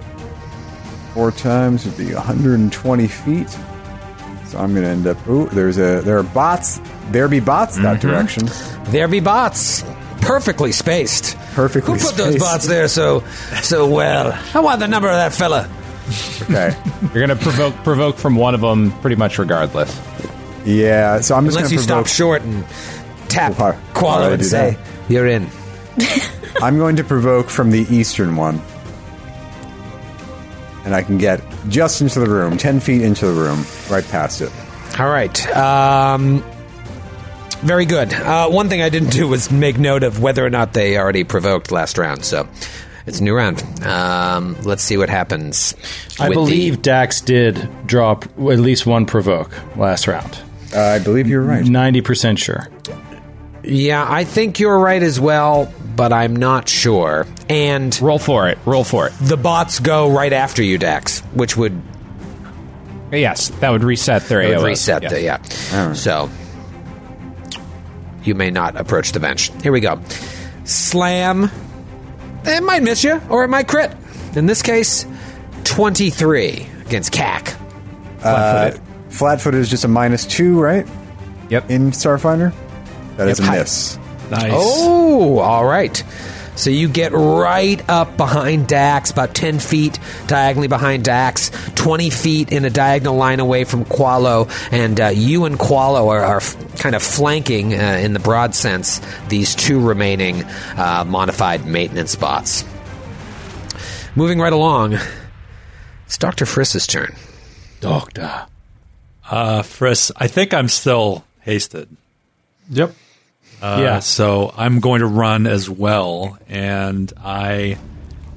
Speaker 7: Four times would be 120 feet. So I'm going to end up. Ooh, there's a there are bots. There be bots that
Speaker 2: Mm-hmm.
Speaker 7: direction.
Speaker 2: There be bots, perfectly spaced.
Speaker 7: Perfectly.
Speaker 2: Who put those
Speaker 7: spaced.
Speaker 2: bots there so so well? I want the number of that fella.
Speaker 7: Okay.
Speaker 9: [LAUGHS] You're going to provoke provoke from one of them pretty much regardless.
Speaker 7: Yeah. So I'm just
Speaker 2: Unless
Speaker 7: gonna
Speaker 2: you
Speaker 7: provoke-
Speaker 2: stop short and tap
Speaker 7: Well, how- how do I
Speaker 2: Qualo and
Speaker 7: do
Speaker 2: say you're in.
Speaker 7: [LAUGHS] I'm going to provoke from the eastern one, and I can get just into the room, ten feet into the room, right past it.
Speaker 2: All right. Um, very good. Uh, one thing I didn't do was make note of whether or not they already provoked last round. So it's a new round. Um, let's see what happens.
Speaker 5: I
Speaker 2: with the-
Speaker 5: believe Dax did draw p- at least one provoke last round.
Speaker 7: I believe you're right.
Speaker 5: Ninety percent sure.
Speaker 2: yeah, I think you're right as well, but I'm not sure. And
Speaker 9: roll for it. Roll for it.
Speaker 2: The bots go right after you, Dax, which would
Speaker 9: Yes, that would reset their
Speaker 2: It would
Speaker 9: AOS.
Speaker 2: reset
Speaker 9: Yeah.
Speaker 2: the- yeah. So you may not approach the bench. Here we go. Slam. It might miss you, or it might crit. In this case, twenty-three against CAC.
Speaker 7: Flat-footed. Uh, flat-footed is just a minus two, right?
Speaker 9: Yep.
Speaker 7: In Starfinder, that is
Speaker 2: Yep.
Speaker 7: a miss.
Speaker 5: Nice.
Speaker 2: Oh, all right. So you get right up behind Dax, about 10 feet diagonally behind Dax, 20 feet in a diagonal line away from Qualo, and uh, you and Qualo are, are f- kind of flanking, uh, in the broad sense, these two remaining uh, modified maintenance bots. Moving right along, it's Dr. Friss's turn.
Speaker 5: Doctor.
Speaker 4: Uh, Friss, I think I'm still hasted.
Speaker 8: Yep.
Speaker 4: Uh,
Speaker 5: Yeah.
Speaker 4: So I'm going to run as well, and I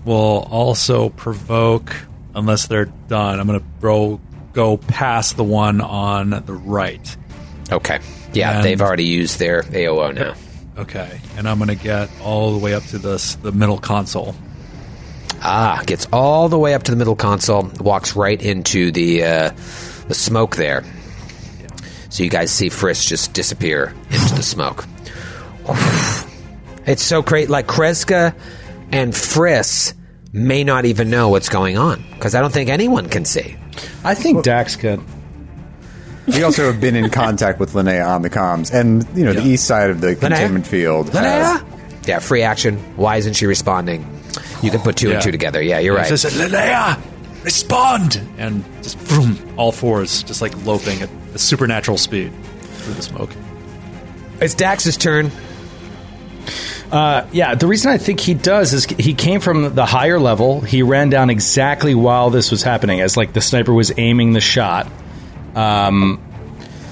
Speaker 4: will also provoke unless they're done. I'm going to bro go past the one on the right.
Speaker 2: Okay. Yeah,
Speaker 4: And-
Speaker 2: they've already used their AOO now.
Speaker 4: Okay, and I'm going to get all the way up to this the middle console.
Speaker 2: Ah, gets all the way up to the middle console, walks right into the uh, the smoke there. So you guys see Frisk just disappear into the smoke. It's so great. Like Kreska and Frisk may not even know what's going on because I don't think anyone can see.
Speaker 5: I think Dax could.
Speaker 7: We also have been in contact with Linnea on the comms, and you know the east side of the containment field. has-
Speaker 2: Yeah, free action. Why isn't she responding? You can put two
Speaker 4: Yeah.
Speaker 2: and two together. Yeah, you're
Speaker 4: I
Speaker 2: right.
Speaker 4: just said, Linnea, respond! And just vroom, all fours, just like loping at a supernatural speed through the smoke.
Speaker 2: It's Dax's turn.
Speaker 5: Uh, yeah, the reason I think he does is he came from the higher level. He ran down exactly while this was happening, as like the sniper was aiming the shot. Um,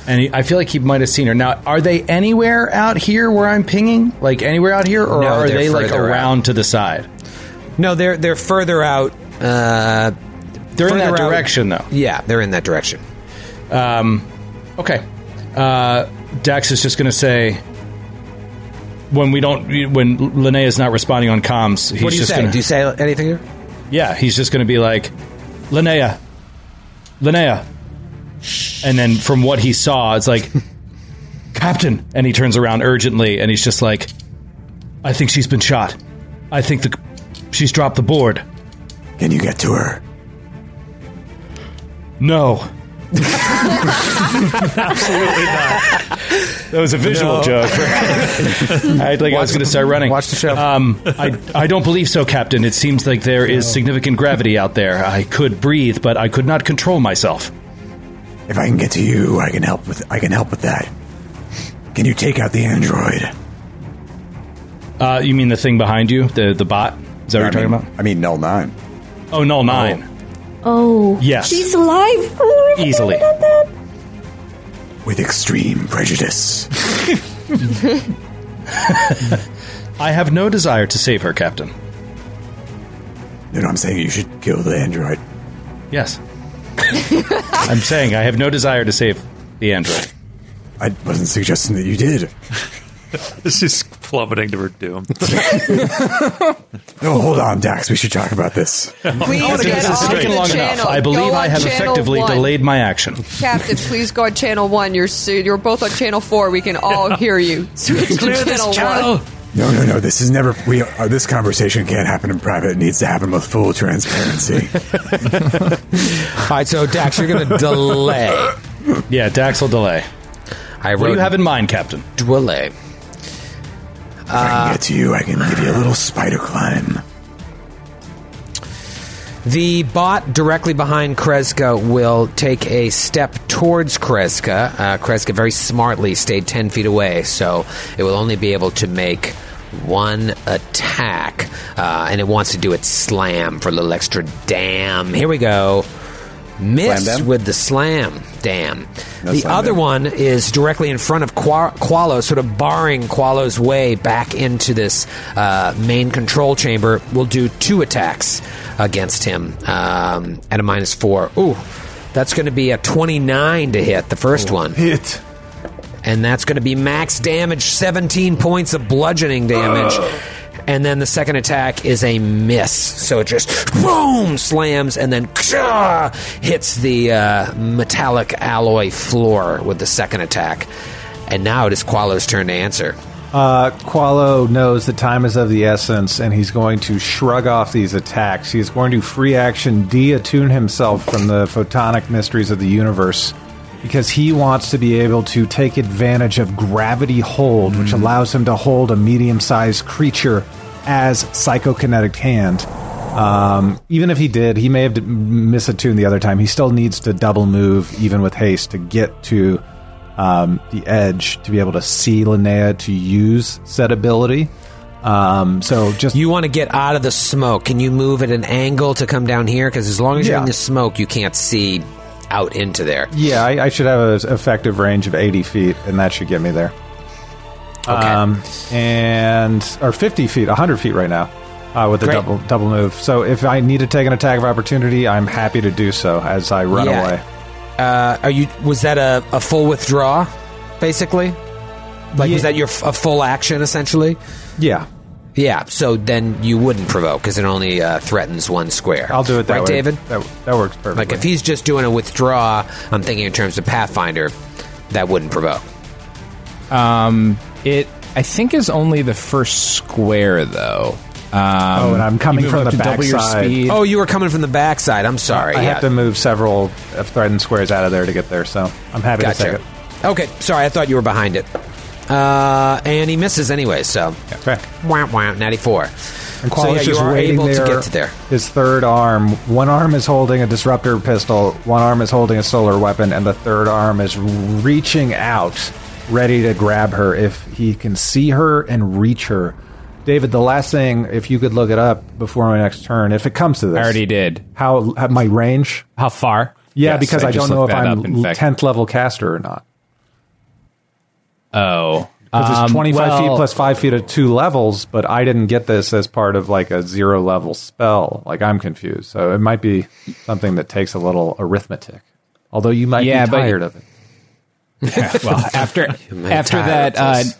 Speaker 5: and he, I feel like he might have seen her. Now, are they anywhere out here where I'm pinging? Like anywhere out here, or
Speaker 2: No,
Speaker 5: are
Speaker 2: they're
Speaker 5: they like
Speaker 2: further out.
Speaker 5: around to the side?
Speaker 2: No, they're they're further out. Uh,
Speaker 5: They're in
Speaker 2: further
Speaker 5: that
Speaker 2: out-
Speaker 5: direction, though.
Speaker 2: Yeah, they're in that direction.
Speaker 5: Um, okay. Uh, Dax is just going to say when we don't when Linnea is not responding on comms, he's
Speaker 2: what do you
Speaker 5: just
Speaker 2: say?
Speaker 5: going
Speaker 2: Do you say anything? Here?
Speaker 5: yeah, he's just going to be like Linnea, Linnea, and then from what he saw,
Speaker 2: [LAUGHS]
Speaker 5: it's like Captain, and he turns around urgently, and he's just like, I think she's been shot. I think the she's dropped the board.
Speaker 10: Can you get to her?
Speaker 5: No. Absolutely not. That was a visual
Speaker 1: [LAUGHS]
Speaker 4: No.
Speaker 5: joke. I think I was going to start running. Watch the show. Um, I, I don't believe so, Captain. It seems like there is significant gravity out there. I could breathe, but I could not control myself.
Speaker 1: If I can get to you, I can help with I can help with that. Can you take out the
Speaker 2: [LAUGHS]
Speaker 1: android?
Speaker 5: Uh, you mean the thing behind you, the the bot? Is that what
Speaker 7: I
Speaker 5: you're
Speaker 7: mean,
Speaker 5: talking
Speaker 7: I mean, null nine.
Speaker 5: about? Oh, null nine.
Speaker 3: [LAUGHS] Oh,
Speaker 5: Yes.
Speaker 3: she's alive.
Speaker 6: [LAUGHS]
Speaker 3: Oh, I
Speaker 5: Easily.
Speaker 3: forgot about that.
Speaker 1: With extreme prejudice.
Speaker 5: [LAUGHS] I have no desire to save her, Captain.
Speaker 1: You know what I'm saying? You should kill the android.
Speaker 5: Yes. I'm saying I have no desire to save the android.
Speaker 1: I wasn't suggesting that you
Speaker 4: [LAUGHS]
Speaker 1: did.
Speaker 4: She's plummeting to her doom.
Speaker 1: No, hold on, Dax. We should talk about this.
Speaker 6: Please
Speaker 5: I think
Speaker 6: get
Speaker 5: this is
Speaker 6: on
Speaker 5: taking
Speaker 6: the
Speaker 5: long
Speaker 6: channel.
Speaker 5: enough. I believe
Speaker 6: Go
Speaker 5: I
Speaker 6: on
Speaker 5: have
Speaker 6: channel
Speaker 5: effectively
Speaker 6: one.
Speaker 5: delayed my action.
Speaker 6: Captain, please go on channel one. You're so- you're both on channel four. We can all hear
Speaker 5: [LAUGHS]
Speaker 6: you. Switch to channel one.
Speaker 1: No, no, no. This is never. We uh, this conversation can't happen in private. It needs to happen with full transparency.
Speaker 2: All right, so Dax, you're [LAUGHS] going to delay.
Speaker 5: Yeah, Dax will delay.
Speaker 2: I
Speaker 5: What do
Speaker 2: wrote
Speaker 5: you have in mind, Captain?
Speaker 2: delay.
Speaker 1: if I can get to you, I can give you a little spider climb.
Speaker 2: The bot directly behind Kreska will take a step towards Kreska. Uh, Kreska very smartly stayed 10 feet away, so it will only be able to make one attack. Uh, and it wants to do its slam for a little extra damn. Here we go. Miss
Speaker 7: Slam dam?
Speaker 2: with the slam damn.
Speaker 7: No
Speaker 2: the
Speaker 7: slam
Speaker 2: other
Speaker 7: dam.
Speaker 2: one is directly in front of Qua- Qualo, sort of barring Qualo's way back into this uh, main control chamber. Will do two attacks against him um, at a minus four. Ooh, that's going to be a 29 to hit, the first one.
Speaker 10: Hit.
Speaker 2: And that's going to be max damage, 17 points of bludgeoning damage. And then the second attack is a miss. So it just boom slams and then ksha, hits the uh, metallic alloy floor with the second attack. And now it is Qualo's turn to answer.
Speaker 8: Uh, Qualo knows that time is of the essence, and he's going to shrug off these attacks. He is going to free action deattune himself from the photonic mysteries of the universe because he wants to be able to take advantage of gravity hold, which allows him to hold a medium sized creature as psychokinetic hand. Um, even if he did, he may have d- m- misattuned the other time. He still needs to double move, even with haste, to get to um, the edge to be able to see Linnea to use said ability. Um, so just
Speaker 2: You want to get out of the smoke. Can you move at an angle to come down here? Because as long as you're
Speaker 8: Yeah.
Speaker 2: in the smoke, you can't see out into there.
Speaker 8: yeah, I, I should have an effective range of eighty feet, and that should get me there.
Speaker 2: Okay.
Speaker 8: Um, and or fifty feet, hundred feet right now. Uh, with a
Speaker 2: Great.
Speaker 8: double double move, so if I need to take an attack of opportunity, I'm happy to do so as I run
Speaker 2: Yeah.
Speaker 8: away.
Speaker 2: Uh, are you? Was that a, a full withdraw, basically? Like,
Speaker 8: Ye-
Speaker 2: was that your f- a full action [LAUGHS] essentially?
Speaker 8: Yeah,
Speaker 2: Yeah. So then you wouldn't provoke because it only uh, threatens one square.
Speaker 8: I'll do it that
Speaker 2: right,
Speaker 8: way.
Speaker 2: David?
Speaker 8: That, that works perfectly.
Speaker 2: Like, if he's just doing a withdraw, I'm thinking in terms of Pathfinder, that wouldn't provoke.
Speaker 9: Um, It, I think, is only the first square though. Um,
Speaker 8: Oh, and I'm coming
Speaker 9: you move
Speaker 8: from
Speaker 9: up
Speaker 8: the
Speaker 9: to double your
Speaker 8: backside.
Speaker 9: speed.
Speaker 2: Oh, you were coming from the backside. I'm sorry.
Speaker 8: I
Speaker 2: yeah.
Speaker 8: have to move several uh, threatened squares out of there to get there, so I'm happy to
Speaker 2: Gotcha.
Speaker 8: take it.
Speaker 2: Okay. Sorry, I thought you were behind it. Uh, and he misses anyway. So.
Speaker 8: Okay.
Speaker 2: Wah, wah, 94.
Speaker 8: And
Speaker 2: so
Speaker 8: Qual
Speaker 2: yeah,
Speaker 8: is
Speaker 2: you
Speaker 8: just
Speaker 2: are
Speaker 8: waiting
Speaker 2: able
Speaker 8: there.
Speaker 2: to get to there.
Speaker 8: His third arm. One arm is holding a disruptor pistol. One arm is holding a solar weapon, and the third arm is reaching out, ready to grab her if he can see her and reach her. David, the last thing, if you could look it up before my next turn, if it comes to this,
Speaker 9: I already did.
Speaker 8: How, how my range?
Speaker 9: How far?
Speaker 8: Yeah,
Speaker 9: Yes,
Speaker 8: because I,
Speaker 9: just
Speaker 8: don't know if
Speaker 9: looked that up, in
Speaker 8: I'm
Speaker 9: fact.
Speaker 8: tenth level caster or not.
Speaker 9: Oh,
Speaker 8: Because it's
Speaker 9: Um,
Speaker 8: 25 feet
Speaker 9: well,
Speaker 8: plus 5 feet at two levels, but I didn't get this as part of like a zero level spell. Like I'm confused. So it might be something that takes a little arithmetic. Although you might
Speaker 9: Yeah,
Speaker 8: be
Speaker 9: but-
Speaker 8: tired of it.
Speaker 2: [LAUGHS]
Speaker 9: well, after
Speaker 8: [LAUGHS]
Speaker 2: may
Speaker 9: after
Speaker 2: tire
Speaker 9: that
Speaker 2: of
Speaker 9: uh,
Speaker 2: this.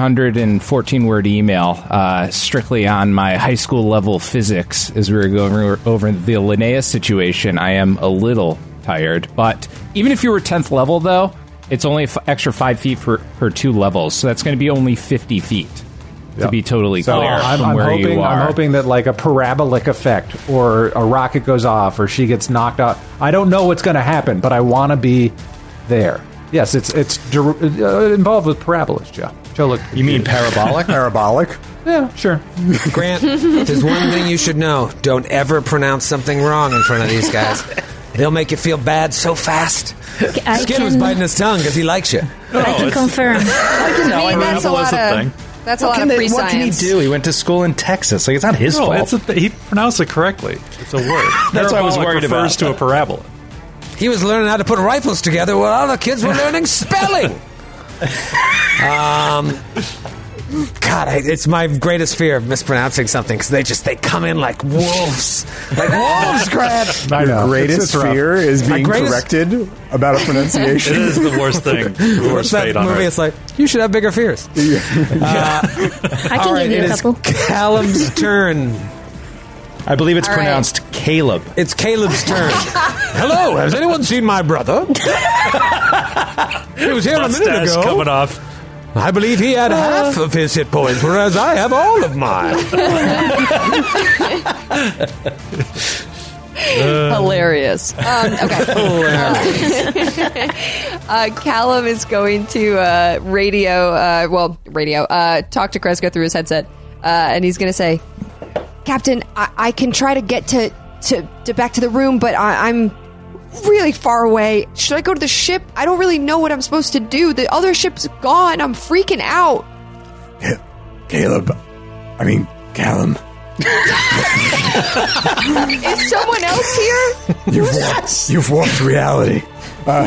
Speaker 9: 1914 word email, uh, strictly on my high school level physics, as we were going over, over the Linnea situation, I am a little tired. But even if you were 10th level, though, it's only f- extra five feet for, per two levels, so that's going to be only 50 feet. to be totally
Speaker 8: So
Speaker 9: clear
Speaker 8: I'm,
Speaker 9: from
Speaker 8: I'm
Speaker 9: where
Speaker 8: hoping,
Speaker 9: you are.
Speaker 8: I'm hoping that like a parabolic effect or a rocket goes off or she gets knocked out. I don't know what's going to happen, but I want to be there. Yes, it's it's dir- uh, involved with parabolas, Joe. Joe, look.
Speaker 5: You mean parabolic?
Speaker 7: Parabolic.
Speaker 8: Yeah, sure.
Speaker 2: Grant, if there's one thing you should know, don't ever pronounce something wrong in front of these guys. They'll make you feel bad so fast.
Speaker 3: I
Speaker 2: Skid
Speaker 3: can,
Speaker 2: was biting his tongue because he likes
Speaker 3: [LAUGHS]
Speaker 2: you.
Speaker 3: I can
Speaker 4: Oh, it's-
Speaker 3: confirm.
Speaker 6: Oh. I mean,
Speaker 4: I mean,
Speaker 6: that's a
Speaker 4: that was
Speaker 6: lot
Speaker 4: a
Speaker 6: of
Speaker 4: thing.
Speaker 6: that's a
Speaker 5: What
Speaker 6: lot
Speaker 5: can,
Speaker 6: of
Speaker 5: they-
Speaker 6: pre
Speaker 5: what can he
Speaker 6: science.
Speaker 5: do? He went to school in Texas. Like it's not his
Speaker 4: No,
Speaker 5: fault.
Speaker 4: it's a th- he pronounced it correctly. It's a word.
Speaker 5: That's what I was
Speaker 4: Parabolic
Speaker 5: worried
Speaker 4: refers
Speaker 5: about.
Speaker 4: to a parabola.
Speaker 2: He was learning how to put rifles together while other kids were learning spelling. Um, God, I, it's my greatest fear of mispronouncing something because they just they come in like wolves, [LAUGHS] like wolves, Grant.
Speaker 5: [LAUGHS]
Speaker 7: My
Speaker 8: Yeah, it's-
Speaker 7: greatest
Speaker 8: it's rough.
Speaker 7: fear is
Speaker 2: My
Speaker 7: being
Speaker 2: greatest-
Speaker 7: corrected
Speaker 5: [LAUGHS]
Speaker 7: about a
Speaker 4: It
Speaker 7: pronunciation.
Speaker 4: is the worst thing. The worst
Speaker 2: that
Speaker 4: fate on
Speaker 2: movie?
Speaker 4: earth.
Speaker 2: It's like you should have bigger fears. [LAUGHS]
Speaker 3: [LAUGHS]
Speaker 2: Uh,
Speaker 3: I
Speaker 2: All
Speaker 3: can
Speaker 2: right,
Speaker 3: give you
Speaker 2: it
Speaker 3: a
Speaker 2: is
Speaker 3: couple. [LAUGHS]
Speaker 2: Callum's turn.
Speaker 5: I believe it's
Speaker 6: All right.
Speaker 5: pronounced Caleb.
Speaker 2: It's Caleb's turn. [LAUGHS] Hello, has anyone seen my brother? he was here a minute
Speaker 4: Mustache
Speaker 2: ago.
Speaker 4: coming off.
Speaker 2: I believe he had half of his hit points, whereas I have all of mine.
Speaker 6: Hilarious. Um,
Speaker 5: [LAUGHS]
Speaker 6: okay. uh, Callum is going to uh, radio, uh, well, radio, uh, talk to Kreska through his headset, uh, and he's going to say, Captain, I-, I can try to get to, to, to back to the room, but I- I'm really far away. Should I go to the ship? I don't really know what I'm supposed to do. The other ship's gone. I'm freaking out.
Speaker 1: Caleb, I mean,
Speaker 5: [LAUGHS]
Speaker 1: Callum,
Speaker 6: Is someone else here?
Speaker 1: you've warped, you've warped reality. Uh,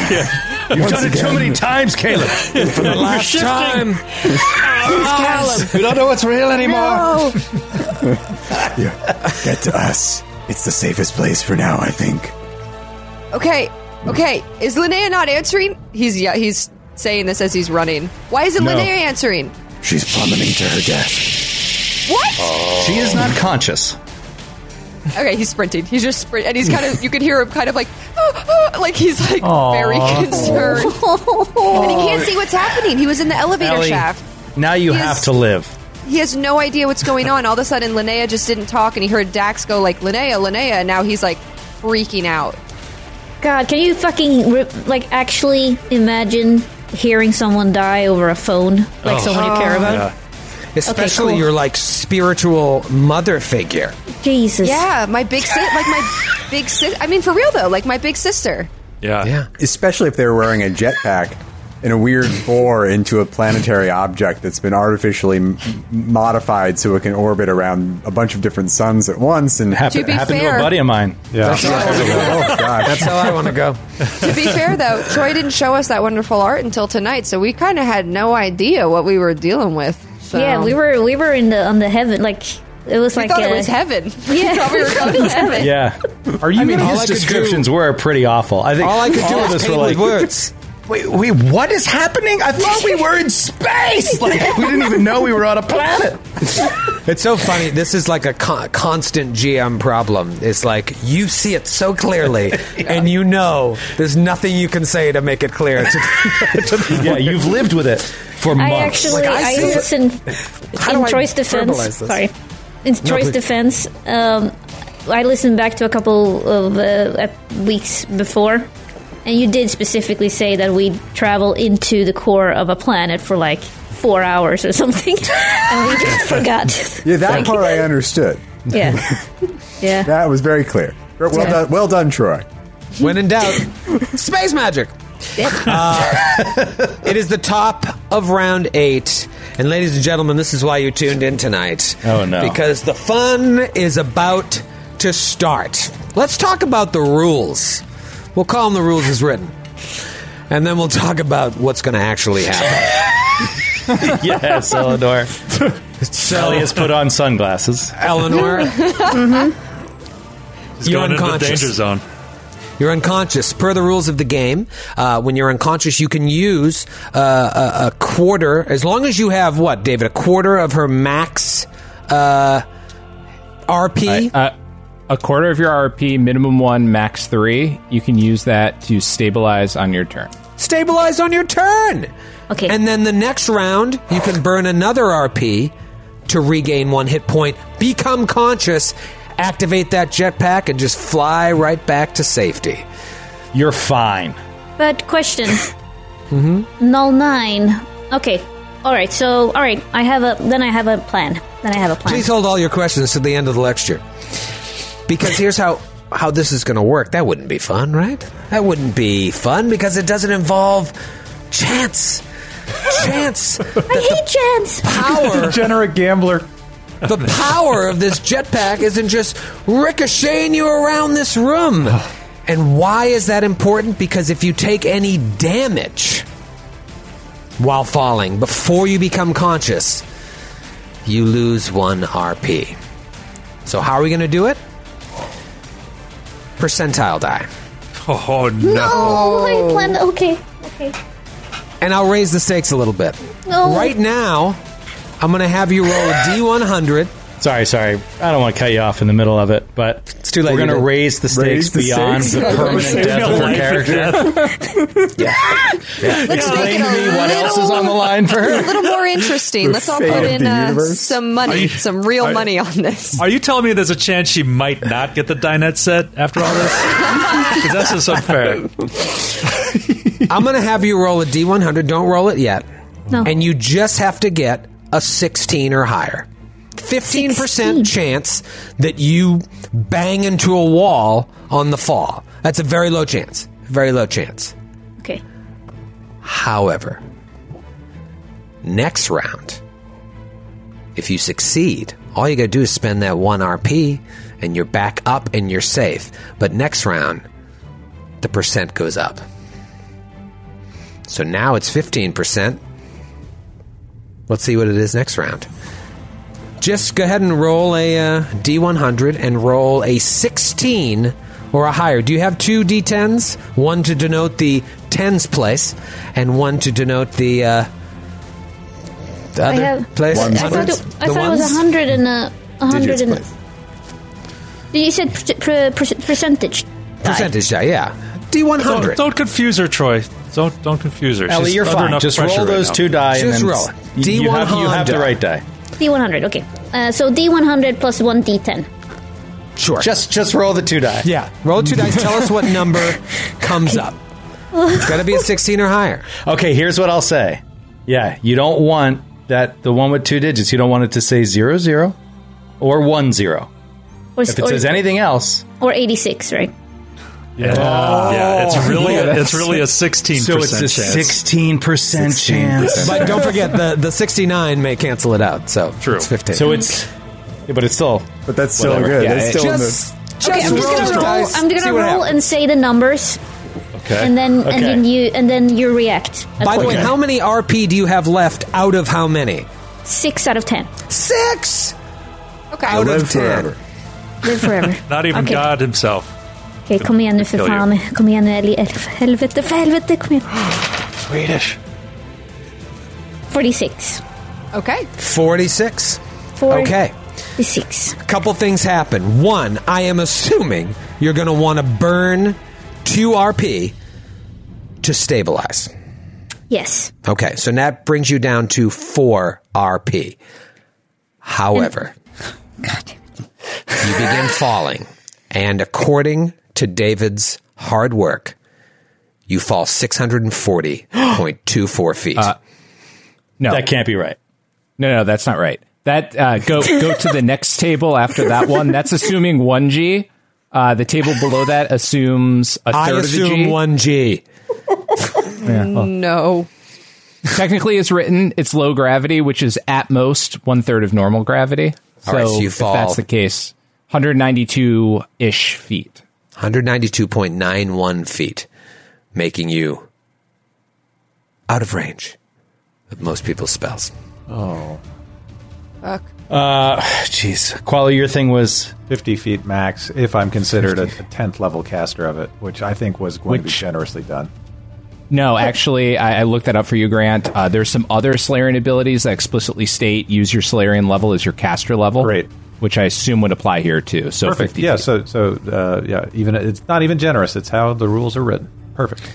Speaker 1: [LAUGHS]
Speaker 5: You've done it too
Speaker 1: again.
Speaker 5: many times,
Speaker 1: [LAUGHS]
Speaker 2: [LAUGHS]
Speaker 5: Caleb.
Speaker 2: For the last
Speaker 5: [LAUGHS]
Speaker 2: time. Callum.
Speaker 5: we don't know what's real anymore.
Speaker 1: [LAUGHS] Get to us. It's the safest place for now, I think.
Speaker 6: Okay, okay. Is Linnea not answering? He's yeah, he's saying this as he's running. Why isn't
Speaker 5: No.
Speaker 6: Linnea answering?
Speaker 1: She's plummeting to her death.
Speaker 6: What?
Speaker 5: She is not conscious.
Speaker 6: Okay, he's sprinting. He's just sprint, and he's kind of. You can hear him kind of like, [GASPS] like he's like very concerned, and he can't see what's happening. He was in the elevator
Speaker 5: Ellie,
Speaker 6: shaft.
Speaker 5: Now you
Speaker 6: He
Speaker 5: have
Speaker 6: is-
Speaker 5: to live.
Speaker 6: He has no idea what's going on. All of a sudden, Linnea just didn't talk, and he heard Dax go like, "Linnea, Linnea," and now he's like freaking out.
Speaker 3: God, can you fucking re- like actually imagine hearing someone die over a phone?
Speaker 6: Oh.
Speaker 3: Like someone you care about.
Speaker 2: Oh. Especially
Speaker 3: cool.
Speaker 2: your like spiritual mother figure.
Speaker 3: Jesus.
Speaker 6: Yeah, my big sis, like my big sis. I mean, for real though, like my big sister.
Speaker 4: Yeah.
Speaker 7: Especially if they're wearing a jetpack and a weird bore into a planetary object that's been artificially m- modified so it can orbit around a bunch of different suns at once and
Speaker 5: Hap-
Speaker 6: To be
Speaker 5: happened to
Speaker 6: fair-
Speaker 5: a buddy of mine.
Speaker 8: Yeah.
Speaker 7: Oh gosh.
Speaker 2: That's how I want to go.
Speaker 6: to be fair though, Troy didn't show us that wonderful art until tonight, so we kind of had no idea what we were dealing with. So.
Speaker 3: Yeah, we were we were in the on the heaven like it was
Speaker 6: We
Speaker 3: like
Speaker 6: thought
Speaker 3: uh,
Speaker 6: it was heaven. [LAUGHS]
Speaker 3: Yeah,
Speaker 6: we thought we were going
Speaker 3: [LAUGHS]
Speaker 6: to heaven.
Speaker 5: Yeah. Are you? I mean,
Speaker 2: all
Speaker 5: his
Speaker 2: I could
Speaker 5: descriptions were pretty awful. I think
Speaker 2: All I could do
Speaker 5: all of
Speaker 2: is
Speaker 5: us
Speaker 2: paint
Speaker 5: were like,
Speaker 2: with words.
Speaker 5: Wait, wait, what is happening? I thought we were in space. [LAUGHS] Like we didn't even know we were on a planet.
Speaker 2: It's so funny. This is like a con- constant GM problem. It's like you see it so
Speaker 5: [LAUGHS]
Speaker 2: clearly, and you know there's nothing you can say to make it clear. To, to the [LAUGHS]
Speaker 5: Yeah, you've lived with it for
Speaker 3: I
Speaker 5: months.
Speaker 3: actually
Speaker 2: Like, I
Speaker 3: I,
Speaker 2: see it.
Speaker 3: was in
Speaker 2: How do
Speaker 3: in
Speaker 2: I
Speaker 3: Troy's defense.
Speaker 2: verbalize this?
Speaker 3: Sorry, in Troy's
Speaker 2: please.
Speaker 3: defense, um, I listened back to a couple of uh, ep- weeks before, and you did specifically say that we travel into the core of a planet for like four hours or something, [LAUGHS] and we
Speaker 2: [LAUGHS]
Speaker 3: just forgot.
Speaker 7: Yeah, that part I understood.
Speaker 3: [LAUGHS] yeah, yeah.
Speaker 7: That was very clear. Well
Speaker 3: Yeah.
Speaker 7: done, well done, Troy.
Speaker 2: when in doubt, space magic. Uh, [LAUGHS] it is the top of round eight. And ladies and gentlemen, this is why you tuned in tonight.
Speaker 5: Oh, no.
Speaker 2: Because the fun is about to start. Let's talk about the rules. We'll call them the rules as written. And then we'll talk about what's going to actually happen.
Speaker 5: [LAUGHS] yes, Eleanor. Ellie
Speaker 2: So,
Speaker 5: has put on sunglasses.
Speaker 2: Eleanor,
Speaker 4: He's
Speaker 2: You're
Speaker 4: going into the
Speaker 2: unconscious.
Speaker 4: danger zone.
Speaker 2: You're unconscious. Per the rules of the game, uh, when you're unconscious, you can use uh, a, a quarter, as long as you have what, David? A quarter of her max uh, RP.
Speaker 9: Uh, a quarter of your RP, minimum one, max three. You can use that to stabilize on your turn.
Speaker 2: stabilized on your turn.
Speaker 3: Okay.
Speaker 2: And then the next round, you can burn another RP to regain one hit point, become conscious, activate that jetpack, and just fly right back to safety.
Speaker 5: You're fine.
Speaker 3: But question.
Speaker 2: Mm-hmm.
Speaker 3: Null nine. Okay. All right. So all right. I have a then I have a plan. Then I have a plan.
Speaker 2: Please hold all your questions to the end of the lecture. Because here's how how this is going to work. That wouldn't be fun, right? That wouldn't be fun because it doesn't involve chance.
Speaker 3: [LAUGHS]
Speaker 2: Chance.
Speaker 3: I hate chance.
Speaker 2: [LAUGHS] Power.
Speaker 8: [LAUGHS] Degenerate gambler.
Speaker 2: the power of this jetpack isn't just ricocheting you around this room. And why is that important? Because if you take any damage while falling before you become conscious, you lose one RP. So, how are we going to do it? Percentile die.
Speaker 4: Oh no!
Speaker 3: Oh, I planned. Okay. Okay.
Speaker 2: And I'll raise the stakes a little bit.
Speaker 3: No.
Speaker 2: Right now, I'm going to have you roll a D100.
Speaker 5: Sorry, sorry. I don't want to cut you off in the middle of it, but it's
Speaker 2: too late,
Speaker 5: We're going to
Speaker 2: you did.
Speaker 5: raise the stakes
Speaker 7: Raise the
Speaker 5: beyond [LAUGHS]
Speaker 7: stakes?
Speaker 5: the permanent death of her [LAUGHS] character.
Speaker 6: Let's make
Speaker 5: Explain
Speaker 6: it
Speaker 5: to
Speaker 6: a
Speaker 5: me
Speaker 6: little,
Speaker 5: what else is on the line for
Speaker 6: a
Speaker 5: her.
Speaker 6: little more interesting. Let's all
Speaker 7: fate
Speaker 6: put
Speaker 7: of
Speaker 6: in
Speaker 7: the
Speaker 6: uh,
Speaker 7: universe.
Speaker 6: some money, some real money on this.
Speaker 4: Are you telling me there's a chance she might not get the dinette set after all this? Because that's just unfair.
Speaker 2: I'm going to have you roll a D100. Don't roll it yet.
Speaker 3: No.
Speaker 2: And you just have to get a 16 or higher. 15%
Speaker 3: 16.
Speaker 2: chance that you bang into a wall on the fall. That's a very low chance. Very low chance.
Speaker 3: Okay.
Speaker 2: However, next round, if you succeed, all you gotta do is spend that one RP and you're back up and you're safe. But next round, the percent goes up. So now it's 15%. Let's see what it is next round. Just go ahead and roll a uh, D100 and roll a 16 or a higher. Do you have two D10s? One to denote the tens place, and one to denote the, uh, the
Speaker 3: I
Speaker 2: other
Speaker 3: have.
Speaker 2: place.
Speaker 3: I thought it, I
Speaker 2: The
Speaker 3: thought it was
Speaker 2: ones?
Speaker 3: a hundred and a a hundred
Speaker 7: Digits,
Speaker 3: and.
Speaker 7: please.
Speaker 3: You said per, per, percentage.
Speaker 2: percentage. die, yeah, D100.
Speaker 4: Don't, don't confuse her, Troy. Don't don't confuse her.
Speaker 5: Ellie,
Speaker 4: She's
Speaker 5: you're
Speaker 4: under
Speaker 5: fine.
Speaker 4: enough
Speaker 5: Just
Speaker 4: pressure
Speaker 5: roll
Speaker 4: right
Speaker 5: those
Speaker 4: now.
Speaker 5: two die and
Speaker 2: Just
Speaker 5: then
Speaker 2: roll it.
Speaker 5: You, you
Speaker 2: D1
Speaker 5: have, you have the
Speaker 2: Honda.
Speaker 5: right die.
Speaker 3: D one hundred. Okay. Uh, so D one hundred plus one D ten.
Speaker 2: sure.
Speaker 5: Just just roll the two die.
Speaker 2: yeah. Roll two dice. Tell us what number
Speaker 3: [LAUGHS]
Speaker 2: comes up. It's got to be a 16 or higher.
Speaker 5: Okay, here's what I'll say. Yeah, you don't want that the one with two digits. You don't want it to say zero zero or one zero.
Speaker 3: Or,
Speaker 5: If it
Speaker 3: or,
Speaker 5: says anything else,
Speaker 3: or eighty six, right?
Speaker 4: Yeah, yeah it's really it's really a sixteen
Speaker 5: Oh, so it's a
Speaker 4: percent chance.
Speaker 5: sixteen percent chance.
Speaker 2: But don't forget the the 69 may cancel it out. So
Speaker 4: True.
Speaker 2: it's 15.
Speaker 5: So it's, yeah, but it's still
Speaker 7: But that's still
Speaker 5: Whatever.
Speaker 7: good.
Speaker 5: Yeah,
Speaker 7: that's
Speaker 5: it-
Speaker 7: still
Speaker 2: just, just
Speaker 3: Okay, I'm just
Speaker 2: roll
Speaker 3: gonna
Speaker 2: the
Speaker 3: roll.
Speaker 2: dice,
Speaker 3: I'm
Speaker 2: see
Speaker 3: gonna
Speaker 2: what
Speaker 3: roll
Speaker 2: happens.
Speaker 3: and say the numbers,
Speaker 5: okay.
Speaker 3: and then
Speaker 5: okay.
Speaker 3: and then you and then you react. That's
Speaker 2: By the
Speaker 3: what-
Speaker 2: way,
Speaker 5: Okay.
Speaker 2: how many RP do you have left out of how many?
Speaker 3: six out of ten
Speaker 2: Six
Speaker 6: Okay.
Speaker 2: out
Speaker 7: live
Speaker 2: of ten.
Speaker 7: forever.
Speaker 3: live forever.
Speaker 4: [LAUGHS] Not even
Speaker 3: Okay.
Speaker 4: God himself.
Speaker 3: Okej, kom igen nu för
Speaker 4: Kill you.
Speaker 3: fan. Kom igen nu Ellie. Elf- Helvete, för helvete, kom igen.
Speaker 10: Swedish.
Speaker 3: 46.
Speaker 6: Okay.
Speaker 2: 46.
Speaker 3: 46.
Speaker 2: Okay. A couple things happen. One, I am assuming you're going to want to burn 2 RP to stabilize.
Speaker 3: Yes.
Speaker 2: Okay, so that brings you down to 4 RP. However, you begin falling, and according to David's hard work, you fall 640.24 feet.
Speaker 5: Uh,
Speaker 9: No,
Speaker 5: that can't be right.
Speaker 9: no, no, that's not right. That uh, go go to the next table after that one. That's assuming one G. Uh, the table below that assumes a third
Speaker 2: I
Speaker 9: of the G.
Speaker 2: assume 1G.
Speaker 6: No.
Speaker 9: Technically, it's written it's low gravity, which is at most one third of normal gravity. So,
Speaker 2: All right, so you
Speaker 9: if
Speaker 2: fall.
Speaker 9: that's the case, 192 ish feet.
Speaker 2: 192.91 feet, making you out of range of most people's spells.
Speaker 6: Fuck.
Speaker 5: Uh, Jeez, Qualo, your thing was
Speaker 8: 50 feet max, if I'm considered a 10th level caster of it, which I think was going to be
Speaker 9: Which-
Speaker 8: generously done.
Speaker 9: No, actually, I, I looked that up for you, Grant. Uh, there's some other Salarian abilities that explicitly state use your Salarian level as your caster level.
Speaker 8: Great.
Speaker 9: Which I assume would apply here too. So
Speaker 8: Perfect.
Speaker 9: 50
Speaker 8: Yeah.
Speaker 9: feet.
Speaker 8: So, so uh, yeah. Even it's not even generous. It's how the rules are written. Perfect.
Speaker 7: So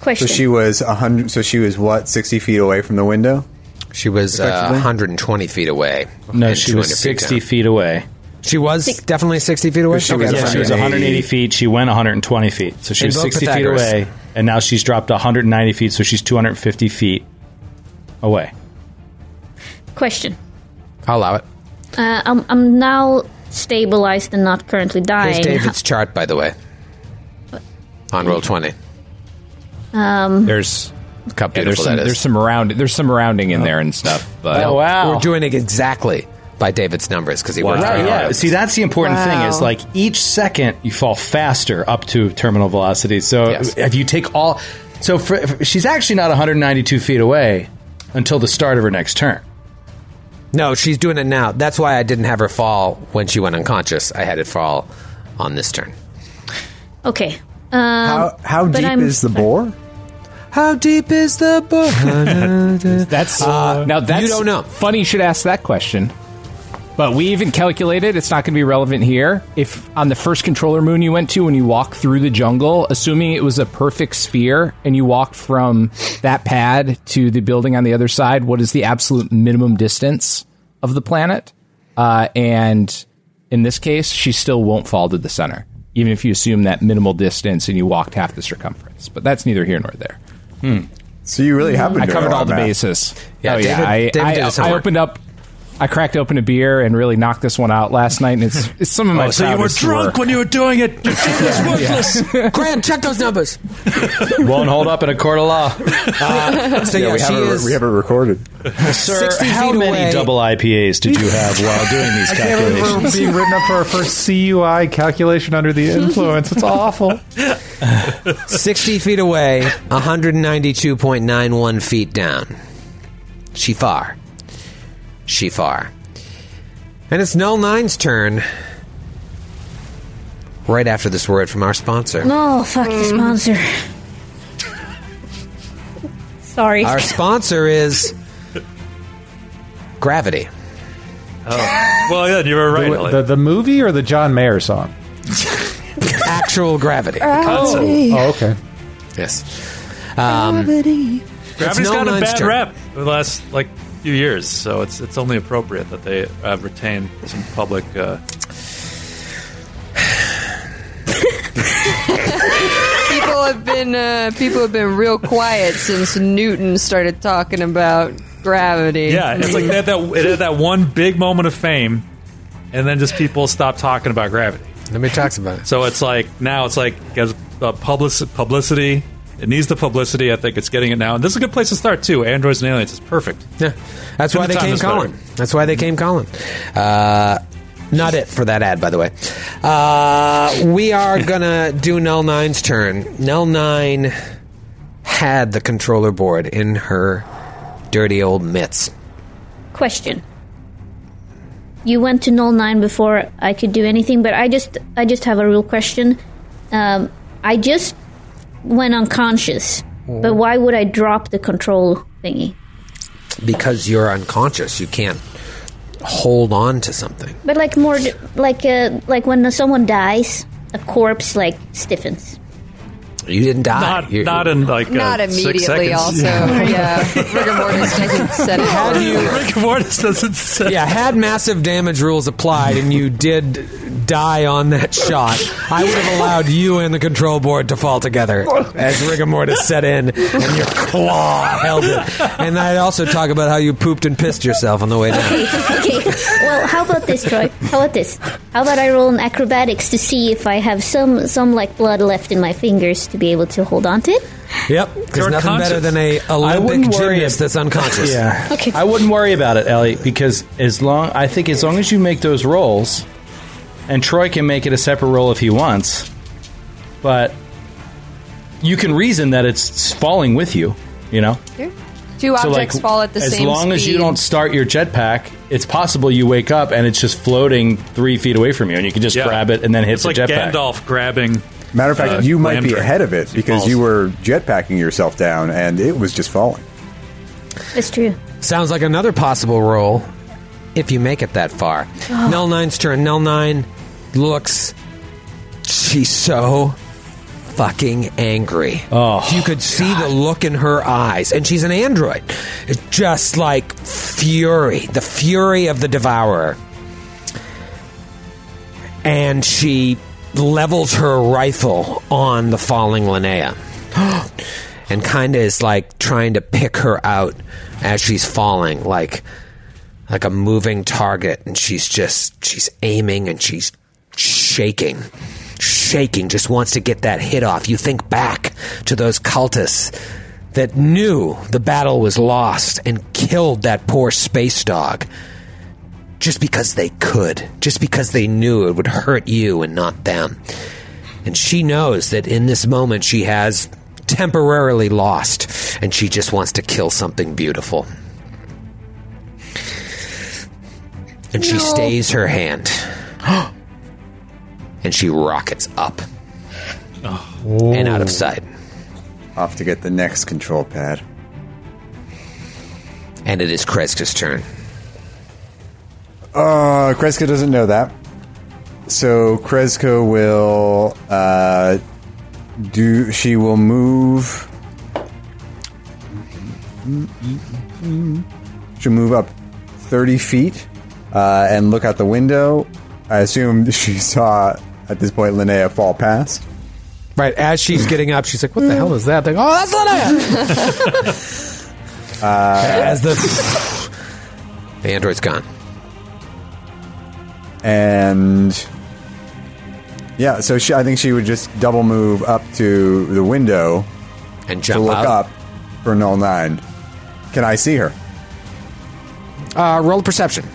Speaker 3: Question.
Speaker 7: she was a hundred. So she was what sixty feet away from the window.
Speaker 2: She was uh, 120 feet away.
Speaker 5: No,
Speaker 2: and
Speaker 5: she
Speaker 2: 200
Speaker 5: was
Speaker 2: feet
Speaker 5: sixty
Speaker 2: down.
Speaker 5: feet away.
Speaker 2: She was definitely 60 feet away.
Speaker 5: Yeah, she was 180 feet. She went 120 feet, so she
Speaker 2: In
Speaker 5: was
Speaker 2: both
Speaker 5: 60 feet
Speaker 2: Pythagoras.
Speaker 5: away, and now she's dropped 190 feet, so she's 250 feet away.
Speaker 3: Question.
Speaker 2: I'll allow it.
Speaker 3: Uh, I'm, I'm now stabilized and not currently
Speaker 2: Here's
Speaker 3: dying.
Speaker 2: David's chart, by the way. On roll 20.
Speaker 3: Um,
Speaker 9: There's
Speaker 2: How
Speaker 9: yeah, there's
Speaker 2: beautiful
Speaker 9: some
Speaker 2: that is.
Speaker 9: there's some round there's some rounding
Speaker 8: Oh.
Speaker 9: in there and stuff. But
Speaker 5: Oh, wow.
Speaker 2: We're doing it exactly by David's numbers because he worked
Speaker 5: Right,
Speaker 2: very hard.
Speaker 5: yeah. See, that's the important thing is
Speaker 6: Wow.
Speaker 5: like each second you fall faster up to terminal velocity. So
Speaker 2: Yes.
Speaker 5: if you take all, so for, she's actually not 192 feet away until the start of her
Speaker 2: [LAUGHS]
Speaker 5: next turn.
Speaker 2: No, she's doing it now. That's why I didn't have her fall when she went unconscious. I had it fall on this turn.
Speaker 3: okay. Um,
Speaker 7: How, how
Speaker 3: but
Speaker 7: deep
Speaker 3: I'm-
Speaker 7: is the bore?
Speaker 2: How deep is the [LAUGHS]
Speaker 5: [LAUGHS]
Speaker 2: book?
Speaker 9: That's Uh,
Speaker 5: Uh,
Speaker 9: now that's
Speaker 2: uh, you don't know.
Speaker 9: Funny you should ask that question. But we even calculated it's not going to be relevant here. If on the first controller moon you went to when you walked through the jungle, assuming it was a perfect sphere and you walked from that pad to the building on the other side, what is the absolute minimum distance of the planet? Uh, and in this case, she still won't fall to the center, even if you assume that minimal distance and you walked half the circumference. But that's neither here nor there.
Speaker 5: hmm.
Speaker 7: So you really have been.
Speaker 9: I
Speaker 7: doing
Speaker 9: covered
Speaker 7: a lot
Speaker 9: all
Speaker 7: of
Speaker 9: the
Speaker 7: math.
Speaker 9: bases.
Speaker 2: Yeah,
Speaker 9: oh, yeah.
Speaker 2: David-
Speaker 9: I,
Speaker 2: David did his
Speaker 9: I, I
Speaker 2: homework.
Speaker 9: opened up, I cracked open a beer and really knocked this one out last night, and
Speaker 4: [LAUGHS]
Speaker 9: it's, it's some of my.
Speaker 4: Oh, so you were
Speaker 9: proudest
Speaker 4: drunk
Speaker 9: work.
Speaker 4: when you were doing it. Your data
Speaker 9: [LAUGHS]
Speaker 4: is worthless.
Speaker 2: Grant, check those numbers.
Speaker 5: Won't hold up in a court of
Speaker 2: [LAUGHS]
Speaker 5: law,
Speaker 2: Uh, So
Speaker 7: Yeah,
Speaker 2: yeah,
Speaker 7: we have,
Speaker 2: she
Speaker 7: it,
Speaker 2: is.
Speaker 7: we have it recorded.
Speaker 5: sir.
Speaker 2: 60
Speaker 5: How
Speaker 2: feet
Speaker 5: many
Speaker 2: away.
Speaker 5: double IPAs did you have while doing these
Speaker 8: [LAUGHS]
Speaker 5: calculations?
Speaker 8: We're being written up for our first CUI calculation under the influence. It's awful.
Speaker 2: 60 feet away, 192.91 feet down. She far. She far. And it's Null Nine's turn. Right after this word from our sponsor.
Speaker 3: oh, fuck the sponsor. Sorry. [LAUGHS]
Speaker 2: Our sponsor is Gravity.
Speaker 4: well, yeah, you were right.
Speaker 8: Oh. The,
Speaker 4: Ellie.
Speaker 8: the, the movie or the John Mayer song?
Speaker 2: [LAUGHS] Actual gravity.
Speaker 8: Oh, okay.
Speaker 2: Yes.
Speaker 9: Um,
Speaker 4: Gravity's
Speaker 2: It's no
Speaker 4: got a
Speaker 2: man's
Speaker 4: bad
Speaker 2: turn.
Speaker 4: rep for the last like few years, so it's it's only appropriate that they uh, retain some public. Uh,
Speaker 6: people have been uh, people have been real quiet since Newton started talking about gravity.
Speaker 4: yeah, it's like they had that it had that one big moment of fame, and then just people stopped talking about gravity.
Speaker 2: Nobody talks about it.
Speaker 4: So it's like now it's like because uh, public publicity. It needs the publicity. I think it's getting it now, and this is a good place to start too. Androids and aliens is perfect.
Speaker 2: Yeah. That's why
Speaker 4: Couldn't
Speaker 2: they
Speaker 4: time
Speaker 2: came
Speaker 4: this better.
Speaker 2: calling. That's why they came calling. Uh, not it for that ad, by the way. Uh, we
Speaker 4: [LAUGHS]
Speaker 2: are gonna do Nell Nine's turn. Nell Nine had the controller board in her dirty old mitts.
Speaker 3: Question. You went to null nine before I could do anything, but I just I just have a real question. Um, I just went unconscious,
Speaker 2: Oh.
Speaker 3: but why would I drop the control thingy?
Speaker 2: Because you're unconscious, you can't hold on to something.
Speaker 3: But like more d- like uh, like when someone dies, a corpse like stiffens.
Speaker 2: You didn't die.
Speaker 4: Not
Speaker 2: You-
Speaker 4: not in like
Speaker 6: Not
Speaker 4: uh, six
Speaker 6: immediately.
Speaker 4: seconds. [LAUGHS]
Speaker 6: Also, yeah, rigor
Speaker 5: [LAUGHS]
Speaker 6: mortis doesn't set it.
Speaker 2: Had
Speaker 6: for
Speaker 2: you-
Speaker 4: Rick and Mortis doesn't say.
Speaker 2: yeah, had massive damage rules applied and you did die on that shot, I would have allowed you and the control board to fall together as rigor mortis set in and your claw held it. And I'd also talk about how you pooped and pissed yourself on the way down.
Speaker 3: okay. Well, how about this, Troy? How about this? How about I roll an acrobatics to see if I have some some like blood left in my fingers to be able to hold on to it?
Speaker 2: Yep, there's
Speaker 4: You're
Speaker 2: nothing better
Speaker 4: unconscious.
Speaker 2: than a Olympic
Speaker 5: wouldn't worry
Speaker 2: gymnast
Speaker 5: ab-
Speaker 2: that's unconscious.
Speaker 5: Yeah.
Speaker 3: Okay.
Speaker 5: I wouldn't worry about it, Ellie, because as long I think as long as you make those rolls, and Troy can make it a separate roll if he wants, but you can reason that it's falling with you. You know,
Speaker 6: you. Two objects fall at the
Speaker 5: as
Speaker 6: same.
Speaker 5: long as you
Speaker 6: speed.
Speaker 5: don't start your jetpack, it's possible you wake up and it's just floating three feet away from you, and you can just
Speaker 4: Yeah.
Speaker 5: grab it and then hit
Speaker 4: It's
Speaker 5: the
Speaker 4: like
Speaker 5: jetpack.
Speaker 4: Gandalf grabbing.
Speaker 7: Matter of fact,
Speaker 4: uh,
Speaker 7: you might
Speaker 4: land
Speaker 7: be
Speaker 4: train.
Speaker 7: ahead of it
Speaker 4: He
Speaker 7: because
Speaker 4: falls.
Speaker 7: you were jetpacking yourself down, and it was just falling.
Speaker 3: That's true.
Speaker 2: Sounds like another possible roll if you make it that far. Nell Nine's turn. Nell Nine looks. She's so fucking angry. Oh, you could see the look in her eyes, and she's an android. It's just like fury, the fury of the devourer. And she levels her rifle on the falling Linnea. [GASPS] and kinda is like trying to pick her out as she's falling, like like a moving target, and she's just she's aiming and she's shaking, shaking, just wants to get that hit off. You think back to those cultists that knew the battle was lost and killed that poor space dog just because they could, just because they knew it would hurt you and not them. And she knows that in this moment she has temporarily lost, and she just wants to kill something beautiful. And she
Speaker 11: No.
Speaker 2: stays her hand. [GASPS] and she rockets up
Speaker 4: oh,
Speaker 2: and out of sight.
Speaker 7: Off to get the next
Speaker 4: Oh,
Speaker 7: control pad.
Speaker 2: And it is Kreska's turn.
Speaker 7: Uh, Kreska doesn't know that. So Kreska will uh, do. She will move. She'll move up thirty feet uh, and look out the window. I assume [LAUGHS] she saw at this point Linnea fall past. Mm.
Speaker 2: Right as she's getting up, she's like, "What the hell is that?" They go, "Oh, that's Linnea."
Speaker 7: [LAUGHS] Uh, [LAUGHS]
Speaker 2: as the [LAUGHS] the android's gone.
Speaker 7: and yeah, so she, I think she would just double move up to the window
Speaker 2: and
Speaker 7: to
Speaker 2: jump
Speaker 7: look
Speaker 2: out?
Speaker 7: up for null nine. Can I see her?
Speaker 2: Uh, roll a perception.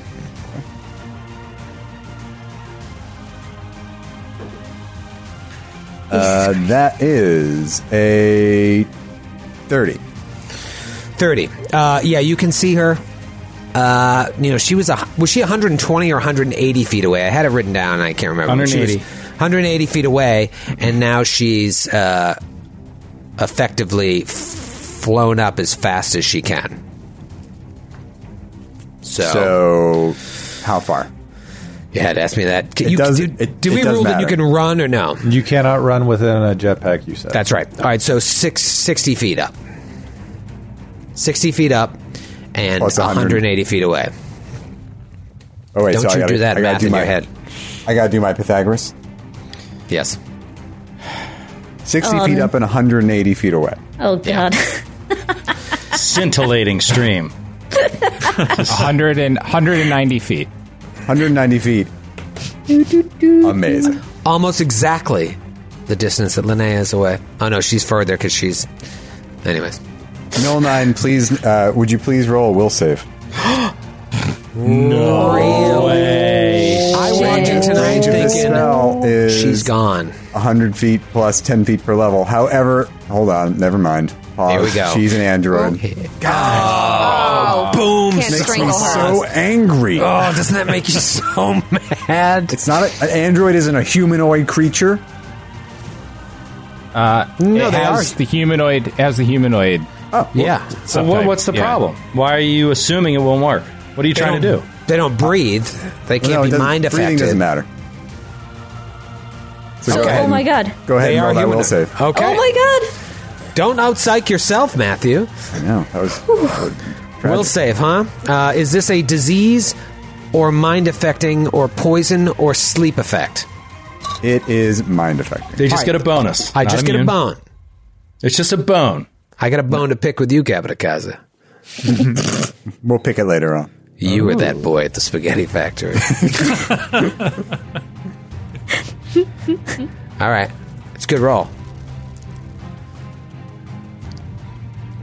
Speaker 7: Uh, that is a thirty.
Speaker 2: 30. Uh, yeah, you can see her. Uh, you know, she was a was she 120 or 180 feet away? I had it written down. and I can't remember. She was
Speaker 5: 180.
Speaker 2: 180 feet away, and now she's uh, effectively f- flown up as fast as she can. So,
Speaker 7: So, how far?
Speaker 2: you had to ask me that. Can
Speaker 8: It
Speaker 2: you-
Speaker 8: does-
Speaker 2: do
Speaker 8: it-
Speaker 2: do
Speaker 8: it
Speaker 2: we
Speaker 8: does
Speaker 2: rule that you
Speaker 8: matter.
Speaker 2: can run or no?
Speaker 8: You cannot run within a jetpack. You said
Speaker 2: That's right. All right, so six, 60 feet up. 60 feet up and
Speaker 7: Plus 100.
Speaker 2: 180 feet away.
Speaker 7: Oh wait,
Speaker 2: Don't
Speaker 7: so I
Speaker 2: you
Speaker 7: gotta,
Speaker 2: do that
Speaker 7: I gotta
Speaker 2: math
Speaker 7: do
Speaker 2: in
Speaker 7: my,
Speaker 2: your head.
Speaker 7: I gotta do my Pythagoras.
Speaker 2: Yes,
Speaker 7: sixty
Speaker 3: Oh,
Speaker 7: feet
Speaker 3: no.
Speaker 7: up and one hundred and eighty feet away.
Speaker 3: Oh god.
Speaker 5: Scintillating stream.
Speaker 9: 100 and, 190 feet.
Speaker 7: 190 feet. Amazing.
Speaker 2: Almost exactly the distance that Linnea is away. Oh no, she's further because she's. Anyways.
Speaker 7: Null nine, please. Uh, would you please roll? Will save.
Speaker 2: [GASPS] no way. I walked in tonight
Speaker 7: range of this
Speaker 2: thinking
Speaker 7: spell is
Speaker 2: she's gone.
Speaker 7: 100 feet plus 10 feet per level. However, hold on, never mind. Pause.
Speaker 2: Here we go.
Speaker 7: She's an android.
Speaker 6: Oh,
Speaker 2: boom!
Speaker 6: Can't
Speaker 7: Makes
Speaker 6: strangle
Speaker 7: me
Speaker 6: her.
Speaker 7: so angry.
Speaker 2: Oh, doesn't that make
Speaker 7: [LAUGHS]
Speaker 2: you so [LAUGHS] mad?
Speaker 7: It's not a, an android isn't a humanoid creature.
Speaker 9: Uh,
Speaker 2: No,
Speaker 9: it
Speaker 2: they
Speaker 9: has
Speaker 2: are.
Speaker 9: the humanoid. it Has the humanoid.
Speaker 7: Oh,
Speaker 2: Yeah.
Speaker 5: So what, what's the
Speaker 9: Yeah.
Speaker 5: problem? Why are you assuming it won't work? What are you
Speaker 2: They
Speaker 5: trying to
Speaker 2: don't-
Speaker 5: do?
Speaker 2: They don't breathe. They can't
Speaker 7: no, it
Speaker 2: be
Speaker 7: doesn't-
Speaker 2: mind
Speaker 7: breathing
Speaker 2: affected.
Speaker 7: doesn't matter. So go
Speaker 3: [LAUGHS]
Speaker 7: ahead
Speaker 3: oh
Speaker 7: and-
Speaker 3: my god.
Speaker 7: Go ahead
Speaker 2: They
Speaker 7: and
Speaker 2: are
Speaker 7: roll that
Speaker 2: human.
Speaker 7: will save.
Speaker 2: Okay.
Speaker 3: Oh my god.
Speaker 2: Don't outpsych yourself, Matthew.
Speaker 7: I know. That was. that was tragic.
Speaker 2: Will save, huh? Uh, is this a disease or mind affecting or poison or sleep effect?
Speaker 7: It is mind affecting.
Speaker 5: They just get a bonus.
Speaker 2: I
Speaker 5: Not
Speaker 2: just get a
Speaker 5: immune.
Speaker 2: bone.
Speaker 5: It's just a bone.
Speaker 2: I got a bone to pick with you, Capitakaza.
Speaker 7: We'll pick it later on.
Speaker 2: You were that boy at the spaghetti [LAUGHS] factory. All right. It's a good roll.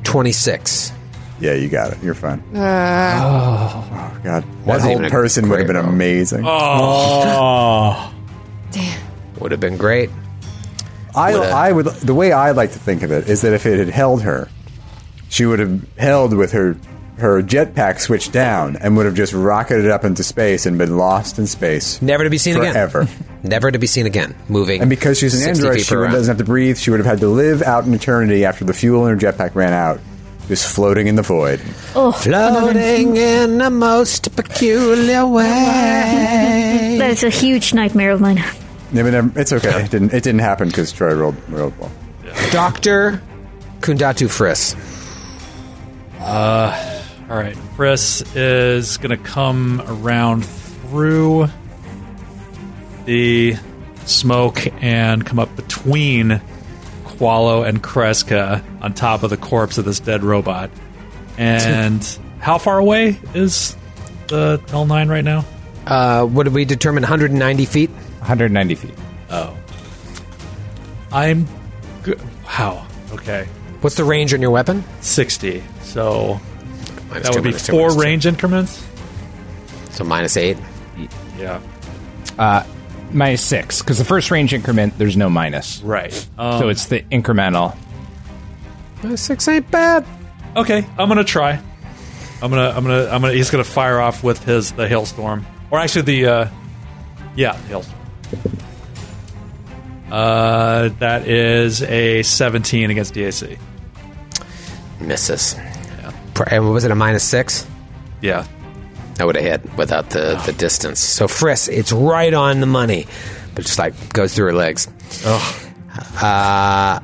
Speaker 2: 26.
Speaker 7: Yeah, you got it. [LAUGHS] You're fine. oh God, that
Speaker 2: Wasn't
Speaker 7: whole
Speaker 2: even a
Speaker 7: person would have
Speaker 2: great
Speaker 7: been
Speaker 2: roll.
Speaker 7: amazing.
Speaker 2: Oh, Would have been great.
Speaker 7: I,
Speaker 2: Woulda.
Speaker 7: I would the way I like to think of it is that if it had held her, she would have held with her her jetpack switched down and would have just rocketed up into space and been lost in space
Speaker 2: Never to be seen
Speaker 7: forever.
Speaker 2: again. Never to be seen again. Moving.
Speaker 7: and because she's an
Speaker 2: 60
Speaker 7: android,
Speaker 2: feet
Speaker 7: she
Speaker 2: per round.
Speaker 7: doesn't have to breathe. She would have had to live out in eternity after the fuel in her jetpack ran out, just floating in the void.
Speaker 3: Oh.
Speaker 2: Floating in the most peculiar way.
Speaker 3: That's a huge nightmare of mine.
Speaker 7: Yeah, but um, it's okay. It didn't, it didn't happen because Troy rolled, rolled well.
Speaker 2: Doctor Kundatu Friss.
Speaker 4: Uh, all right. Friss is going to come around through the smoke and come up between Qualo and Kreska on top of the corpse of this dead robot. And how far away is the L9 right now?
Speaker 2: Uh, what did we determine? 190 feet?
Speaker 9: 190 feet.
Speaker 4: Oh. I'm. G- wow. Okay.
Speaker 2: What's the range on your weapon?
Speaker 4: 60. So that
Speaker 2: two,
Speaker 4: would be
Speaker 2: minus two,
Speaker 4: four
Speaker 2: minus two.
Speaker 4: range increments?
Speaker 2: So minus eight.
Speaker 4: Yeah.
Speaker 9: Uh, minus six, because the first range increment, there's no minus.
Speaker 4: Right. Um,
Speaker 9: so it's the incremental.
Speaker 2: Minus six ain't bad.
Speaker 4: Okay, I'm gonna try. I'm gonna, I'm gonna, I'm gonna. He's gonna fire off with his the hailstorm, or actually the, uh, yeah, the hailstorm. Uh, that is a 17 against DAC.
Speaker 2: Misses. Pr- And what was it, a minus six?
Speaker 4: Yeah, Oh.
Speaker 2: That would have hit without the, the distance. So Friss, it's right on the money, but just like goes through her legs. Oh, uh,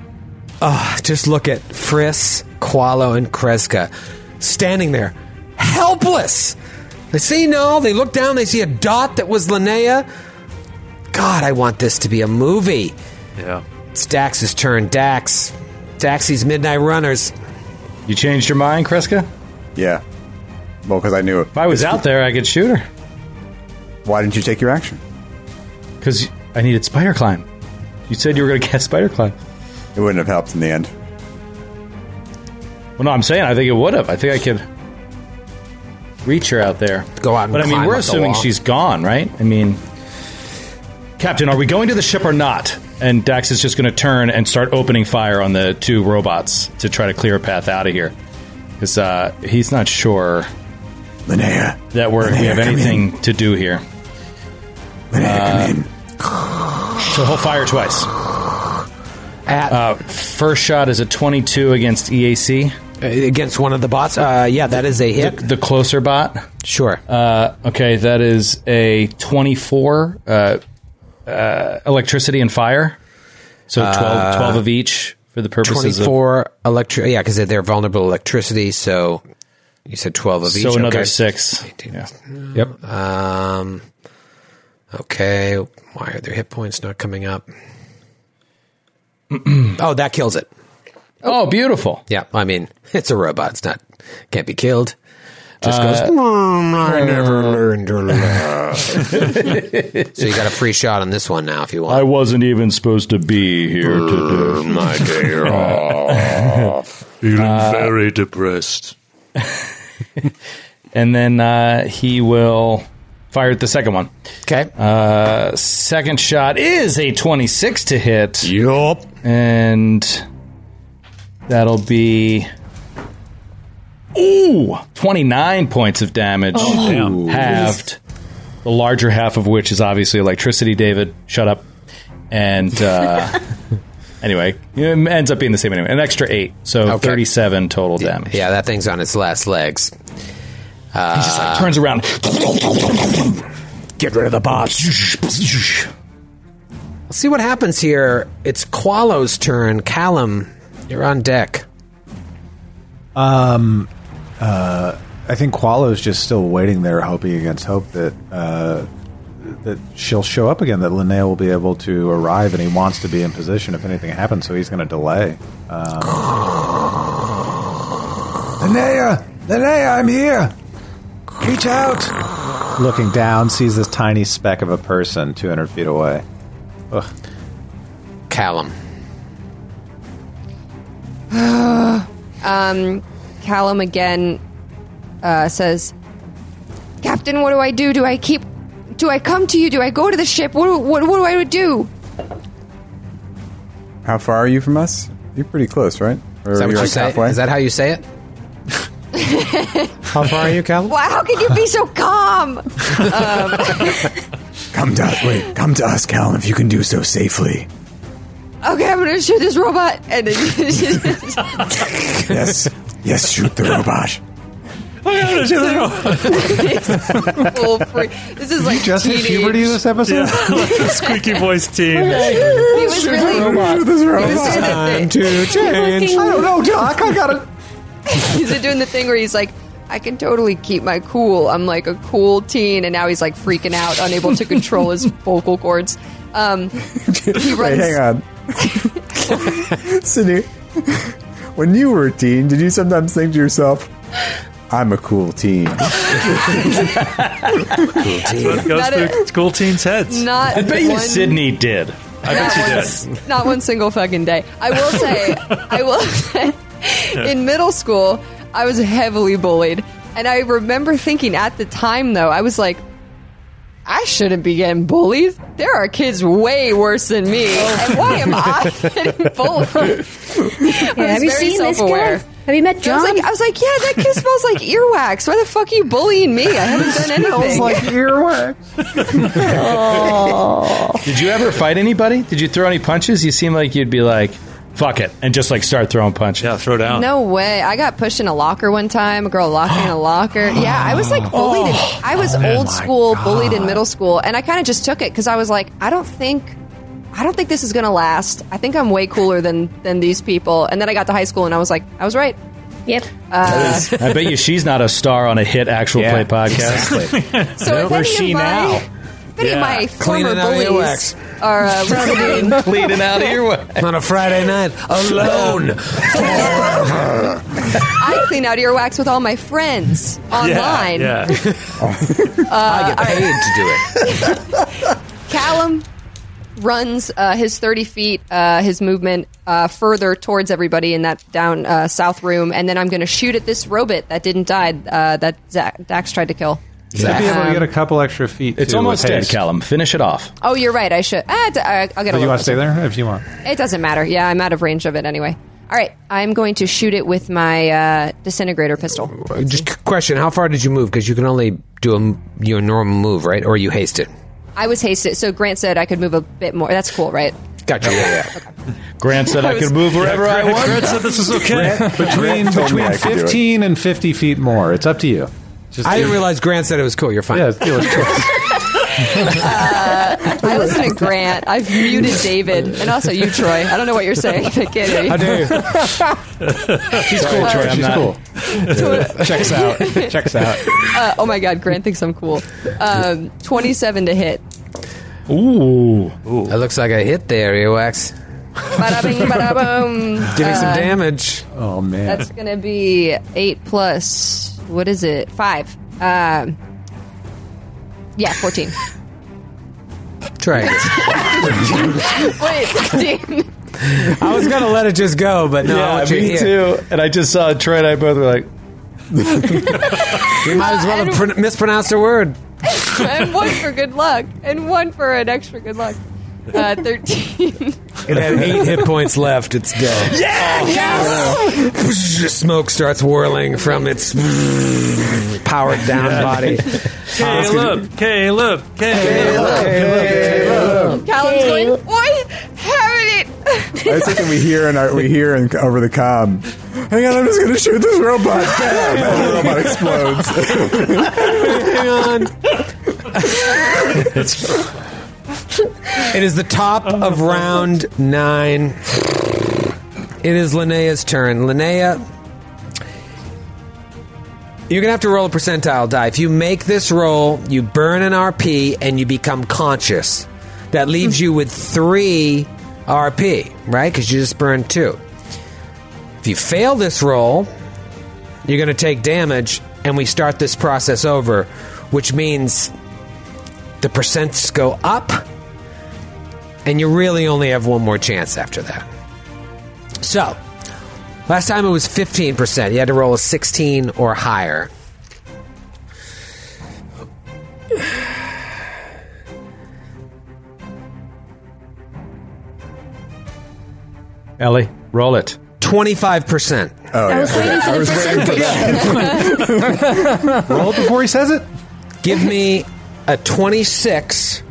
Speaker 2: oh just look at Friss, Qualo, and Kreska standing there, helpless. They see no. They look down. They see a dot that was Linnea. God, I want this to be a movie.
Speaker 4: yeah.
Speaker 2: It's Dax's turn. Dax, Daxy's Midnight Runners.
Speaker 5: You changed your mind, Kreska?
Speaker 7: Yeah. Well, because I knew it.
Speaker 5: If I was out [SIGHS] there, I could shoot her.
Speaker 7: Why didn't you take your action?
Speaker 5: Because I needed spider climb. You said you [LAUGHS] were going to cast spider climb.
Speaker 7: It wouldn't have helped in the end.
Speaker 5: Well, no, I'm saying I think it would have. I think I could reach her out there.
Speaker 2: Go out and
Speaker 5: But I mean,
Speaker 2: climb
Speaker 5: we're
Speaker 2: up the
Speaker 5: assuming
Speaker 2: wall.
Speaker 5: she's gone, right? I mean, Captain, are we going to the ship or not? And Dax is just going to turn and start opening fire on the two robots to try to clear a path out of here. Because uh, he's not sure
Speaker 1: Linnea.
Speaker 5: that we're, we have
Speaker 1: Come in.
Speaker 5: anything to do here. Uh,
Speaker 1: Linnea, come in.
Speaker 5: So he'll fire twice.
Speaker 2: At,
Speaker 5: Uh, first shot is a 22 against E EAC,
Speaker 2: Uh, against one of the bots. Uh, yeah, that is a hit.
Speaker 5: the closer bot.
Speaker 2: Sure.
Speaker 5: Uh, okay, that is a 24 uh, uh, electricity and fire. So 12,
Speaker 2: Uh,
Speaker 5: 12 of each for the purposes of.
Speaker 2: 24 electric yeah because they're vulnerable to electricity so you said 12 of each
Speaker 5: So another
Speaker 2: okay.
Speaker 5: six. Yeah.
Speaker 9: Yep.
Speaker 2: um okay why are their hit points not coming up [CLEARS THROAT] oh that kills it
Speaker 5: Oh, beautiful.
Speaker 2: yeah i mean [LAUGHS] it's a robot it's not can't be killed just
Speaker 3: Uh,
Speaker 2: goes
Speaker 5: Uh,
Speaker 2: "Mm, i never learned to love." [LAUGHS] so you got a free shot on this one now if you want
Speaker 5: wasn't even supposed to be here today.
Speaker 2: my
Speaker 5: [LAUGHS]
Speaker 2: dear
Speaker 4: Feeling
Speaker 5: Uh,
Speaker 4: very depressed.
Speaker 5: And then uh, he will fire at the second one.
Speaker 2: okay
Speaker 5: Uh, second shot is a 26 to hit.
Speaker 2: yup
Speaker 5: and that'll be ooh 29 points of damage
Speaker 4: Damn.
Speaker 5: halved the larger half of which is obviously electricity david shut up
Speaker 2: [LAUGHS]
Speaker 5: and uh, anyway it ends up being the same anyway an extra 8 so
Speaker 2: Okay.
Speaker 5: 37 total damage
Speaker 2: yeah that thing's on its last legs
Speaker 5: he just like, turns around
Speaker 1: Get rid of the bots.
Speaker 2: Let's see what happens here. It's Qualo's turn. Callum, you're on deck.
Speaker 8: Um, uh, I think Qualo's just still waiting there, hoping against hope that uh, that she'll show up again, that Linnea will be able to arrive, and he wants to be in position if anything happens, so he's going to delay. Um,
Speaker 10: Linnea! Linnea, I'm here! Reach out!
Speaker 8: Looking down, sees this tiny speck of a person 200 feet away.
Speaker 2: Callum.
Speaker 6: [SIGHS] Um, Callum again uh, says, "Captain, what do I do? Do I keep? Do I come to you? Do I go to the ship? What do- what, what do I
Speaker 5: [LAUGHS]
Speaker 6: do?" [LAUGHS]
Speaker 7: How far are you from us? You're pretty close, right? Or
Speaker 2: Is that what
Speaker 7: you're
Speaker 2: you
Speaker 7: like
Speaker 2: say?
Speaker 7: halfway?
Speaker 2: Is that how you say it? how far are you, Callum?
Speaker 6: Wow, how can you
Speaker 7: [LAUGHS]
Speaker 6: be so
Speaker 5: [LAUGHS]
Speaker 6: calm? Um,
Speaker 1: Come to us. Wait, come to us, Callum, if you can do so safely.
Speaker 6: [LAUGHS] Okay, I'm gonna shoot this robot. And then [LAUGHS]
Speaker 5: [LAUGHS]
Speaker 1: Yes. yes, shoot the robot.
Speaker 6: [LAUGHS]
Speaker 5: [LAUGHS]
Speaker 6: full free. This is like
Speaker 8: Just hit
Speaker 6: teenage.
Speaker 8: puberty this episode?
Speaker 4: [LAUGHS] the squeaky voice
Speaker 6: [LAUGHS]
Speaker 4: team.
Speaker 6: He was really.
Speaker 8: This
Speaker 6: He was, doing the thing.
Speaker 2: to change.
Speaker 8: I don't know, Doc. I gotta.
Speaker 6: he was doing the thing where [LAUGHS] he's like, I can totally keep my cool. I'm like a cool teen, and now he's like freaking out, unable to control his vocal cords. Um, he
Speaker 7: Wait,
Speaker 6: runs.
Speaker 7: hang on.
Speaker 6: [LAUGHS]
Speaker 7: Sydney, when you were a teen, did you sometimes think to yourself, I'm a
Speaker 6: [LAUGHS]
Speaker 7: cool teen? [LAUGHS]
Speaker 4: It goes
Speaker 6: Not
Speaker 4: through cool teens' heads.
Speaker 6: Not
Speaker 5: I bet you
Speaker 6: one-
Speaker 5: Sydney did.
Speaker 4: I bet you did.
Speaker 6: one, not one single fucking day. I will
Speaker 4: [LAUGHS]
Speaker 6: say, I will say, in middle school, I was heavily bullied. And I remember thinking at the time, though, I was like, I shouldn't be getting bullied. There are kids way worse than me. And why am I getting bullied?
Speaker 3: Oh. Yeah, have
Speaker 6: very
Speaker 3: you seen this
Speaker 6: self-aware.
Speaker 3: guy? Have you met
Speaker 6: I
Speaker 3: John?
Speaker 6: was, like, I was like, yeah, that kid smells like earwax. Why the fuck are you bullying me? I haven't
Speaker 3: [LAUGHS]
Speaker 6: done anything. [LAUGHS]
Speaker 8: like earwax.
Speaker 7: [LAUGHS]
Speaker 3: Oh.
Speaker 5: Did you ever fight anybody? Did you throw any punches? You seem like you'd be like, fuck it, and just like start throwing punches.
Speaker 4: Yeah, throw
Speaker 2: Oh.
Speaker 4: down.
Speaker 6: No way. I got pushed in a locker one time. A girl locked
Speaker 2: [GASPS]
Speaker 6: me in a locker. Yeah, I was like bullied. In,
Speaker 2: Oh.
Speaker 6: I was old school bullied in middle school, and I kind of just took it because I was like, I don't think, I don't think this is gonna last. I think I'm way cooler than than these people. And then I got to high school, and I was like, I was right. Uh,
Speaker 3: yep.
Speaker 5: I bet you she's not a star on a hit actual
Speaker 9: Yeah,
Speaker 5: play podcast.
Speaker 6: So if any
Speaker 9: she
Speaker 6: of my,
Speaker 9: now?
Speaker 6: if any of my former
Speaker 2: Cleaning out
Speaker 6: bullies
Speaker 2: earwax.
Speaker 6: are uh,
Speaker 2: [LAUGHS]
Speaker 6: listening,
Speaker 5: Bleeding out of your way.
Speaker 2: on a Friday night [LAUGHS] alone.
Speaker 6: I clean out earwax with all my
Speaker 2: [LAUGHS]
Speaker 6: friends online. Uh,
Speaker 4: Yeah. yeah.
Speaker 2: I get paid to do it.
Speaker 6: Callum runs uh, his 30 feet, uh, his movement uh, further towards everybody in that down uh, south room, and then I'm going to shoot at this robot that didn't die uh, that Zach, Dax tried to kill.
Speaker 8: Should be able to get a couple extra feet.
Speaker 5: It's
Speaker 8: too,
Speaker 5: almost
Speaker 8: with
Speaker 5: dead,
Speaker 8: haste.
Speaker 5: Callum. Finish it off.
Speaker 6: Oh, you're right. I should. Ah, d- I- I'll get a
Speaker 8: But Oh, you
Speaker 6: little
Speaker 8: want to stay there if you want.
Speaker 6: It doesn't matter. Yeah, I'm out of range of it anyway. All right, I'm going to shoot it with my uh, disintegrator pistol.
Speaker 2: Uh, Just c- question: How far did you move? Because you can only do a m your normal move, right? Or you haste it.
Speaker 6: I was hasted, so Grant said I could move a bit more. That's cool, right?
Speaker 2: Gotcha. Yeah, yeah.
Speaker 5: Grant said I could move wherever I want.
Speaker 4: Grant said this is okay.
Speaker 8: Between
Speaker 7: told me
Speaker 8: between
Speaker 7: I could do it.
Speaker 8: fifteen and fifty feet more. It's up to you. Just
Speaker 2: I didn't realize Grant said it was cool. You're fine.
Speaker 8: Yeah, it's your choice.
Speaker 6: I listen to Grant. I've muted David, and also you, Troy. I don't know what you're saying. I can't hear you.
Speaker 5: [LAUGHS] She's cool, Troy. I'm
Speaker 8: She's
Speaker 5: not.
Speaker 8: cool.
Speaker 5: [LAUGHS]
Speaker 9: Checks out. Checks out.
Speaker 2: [LAUGHS]
Speaker 6: Uh, oh my god, Grant thinks I'm cool. Um, 27 to hit.
Speaker 5: Ooh.
Speaker 2: That looks like a hit there, E Earwax.
Speaker 6: Bada bing, bada boom.
Speaker 2: Getting some damage.
Speaker 8: Oh man,
Speaker 6: Uh, That's gonna be eight plus. What is it? Five. Um, yeah, 14.
Speaker 2: Try again.
Speaker 6: [LAUGHS] Wait, 15.
Speaker 2: [LAUGHS] I was gonna let it just go, but no, I
Speaker 5: Yeah,
Speaker 2: want you
Speaker 5: me
Speaker 2: here.
Speaker 5: too. And I just saw Troy and I both were like,
Speaker 2: We might as well have pron- mispronounced a word.
Speaker 6: and one for good luck, and one for an extra good luck. Uh, 13.
Speaker 2: It had eight hit points left. It's dead. [LAUGHS] Yeah, [LAUGHS] Smoke starts whirling from its powered down [LAUGHS] body.
Speaker 4: Caleb, Caleb, Caleb.
Speaker 6: Callum's
Speaker 3: Okay.
Speaker 6: going, What? Having it.
Speaker 7: I was thinking we hear and we hear and over the com. Hang on, I'm just gonna shoot this robot.
Speaker 6: [LAUGHS]
Speaker 7: Bam! And the robot explodes.
Speaker 2: Hang on. [LAUGHS] it is the top of round nine. It is Linnea's turn. Linnea, you're going to have to roll a percentile die. If you make this roll, you burn an RP and you become conscious. That leaves you with three RP, right? Because you just burned two. If you fail this roll, you're going to take damage, and we start this process over, which means the percents go up, and you really only have one more chance after that. So, last time it was 15%. You had to roll a 16 or higher.
Speaker 5: Ellie, roll it.
Speaker 2: 25%.
Speaker 3: I was waiting for the percentage. [LAUGHS]
Speaker 8: roll it before he says it.
Speaker 2: Give me a 26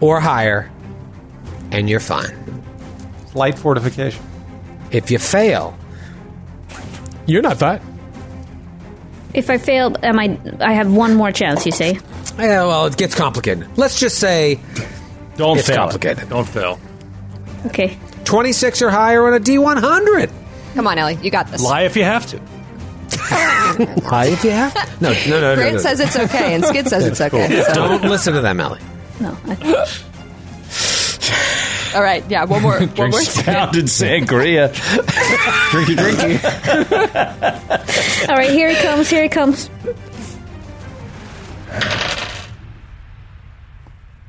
Speaker 2: or higher, and you're fine.
Speaker 8: Light fortification.
Speaker 2: eh, If you fail, you're not fine.
Speaker 3: If I fail, am I? I have one more chance. You say?
Speaker 2: Yeah, well, it gets complicated. Let's just say
Speaker 5: Don't
Speaker 2: it's
Speaker 5: fail.
Speaker 2: complicated.
Speaker 4: Don't fail.
Speaker 3: Okay.
Speaker 2: 26 or higher on a D100.
Speaker 6: Come on, Ellie, you got this.
Speaker 4: Lie if you
Speaker 2: [LAUGHS]
Speaker 4: have to.
Speaker 2: High if you have? No, no, no, no.
Speaker 6: Grant
Speaker 2: no.
Speaker 6: says it's okay, and Skid
Speaker 2: [LAUGHS]
Speaker 6: says it's okay. So,
Speaker 2: Don't listen to them, Ellie.
Speaker 3: No. I-
Speaker 6: all right, yeah, one more, one more.
Speaker 5: Sounded sangria. drinky, drinky.
Speaker 3: All right. Here it comes. Here it comes.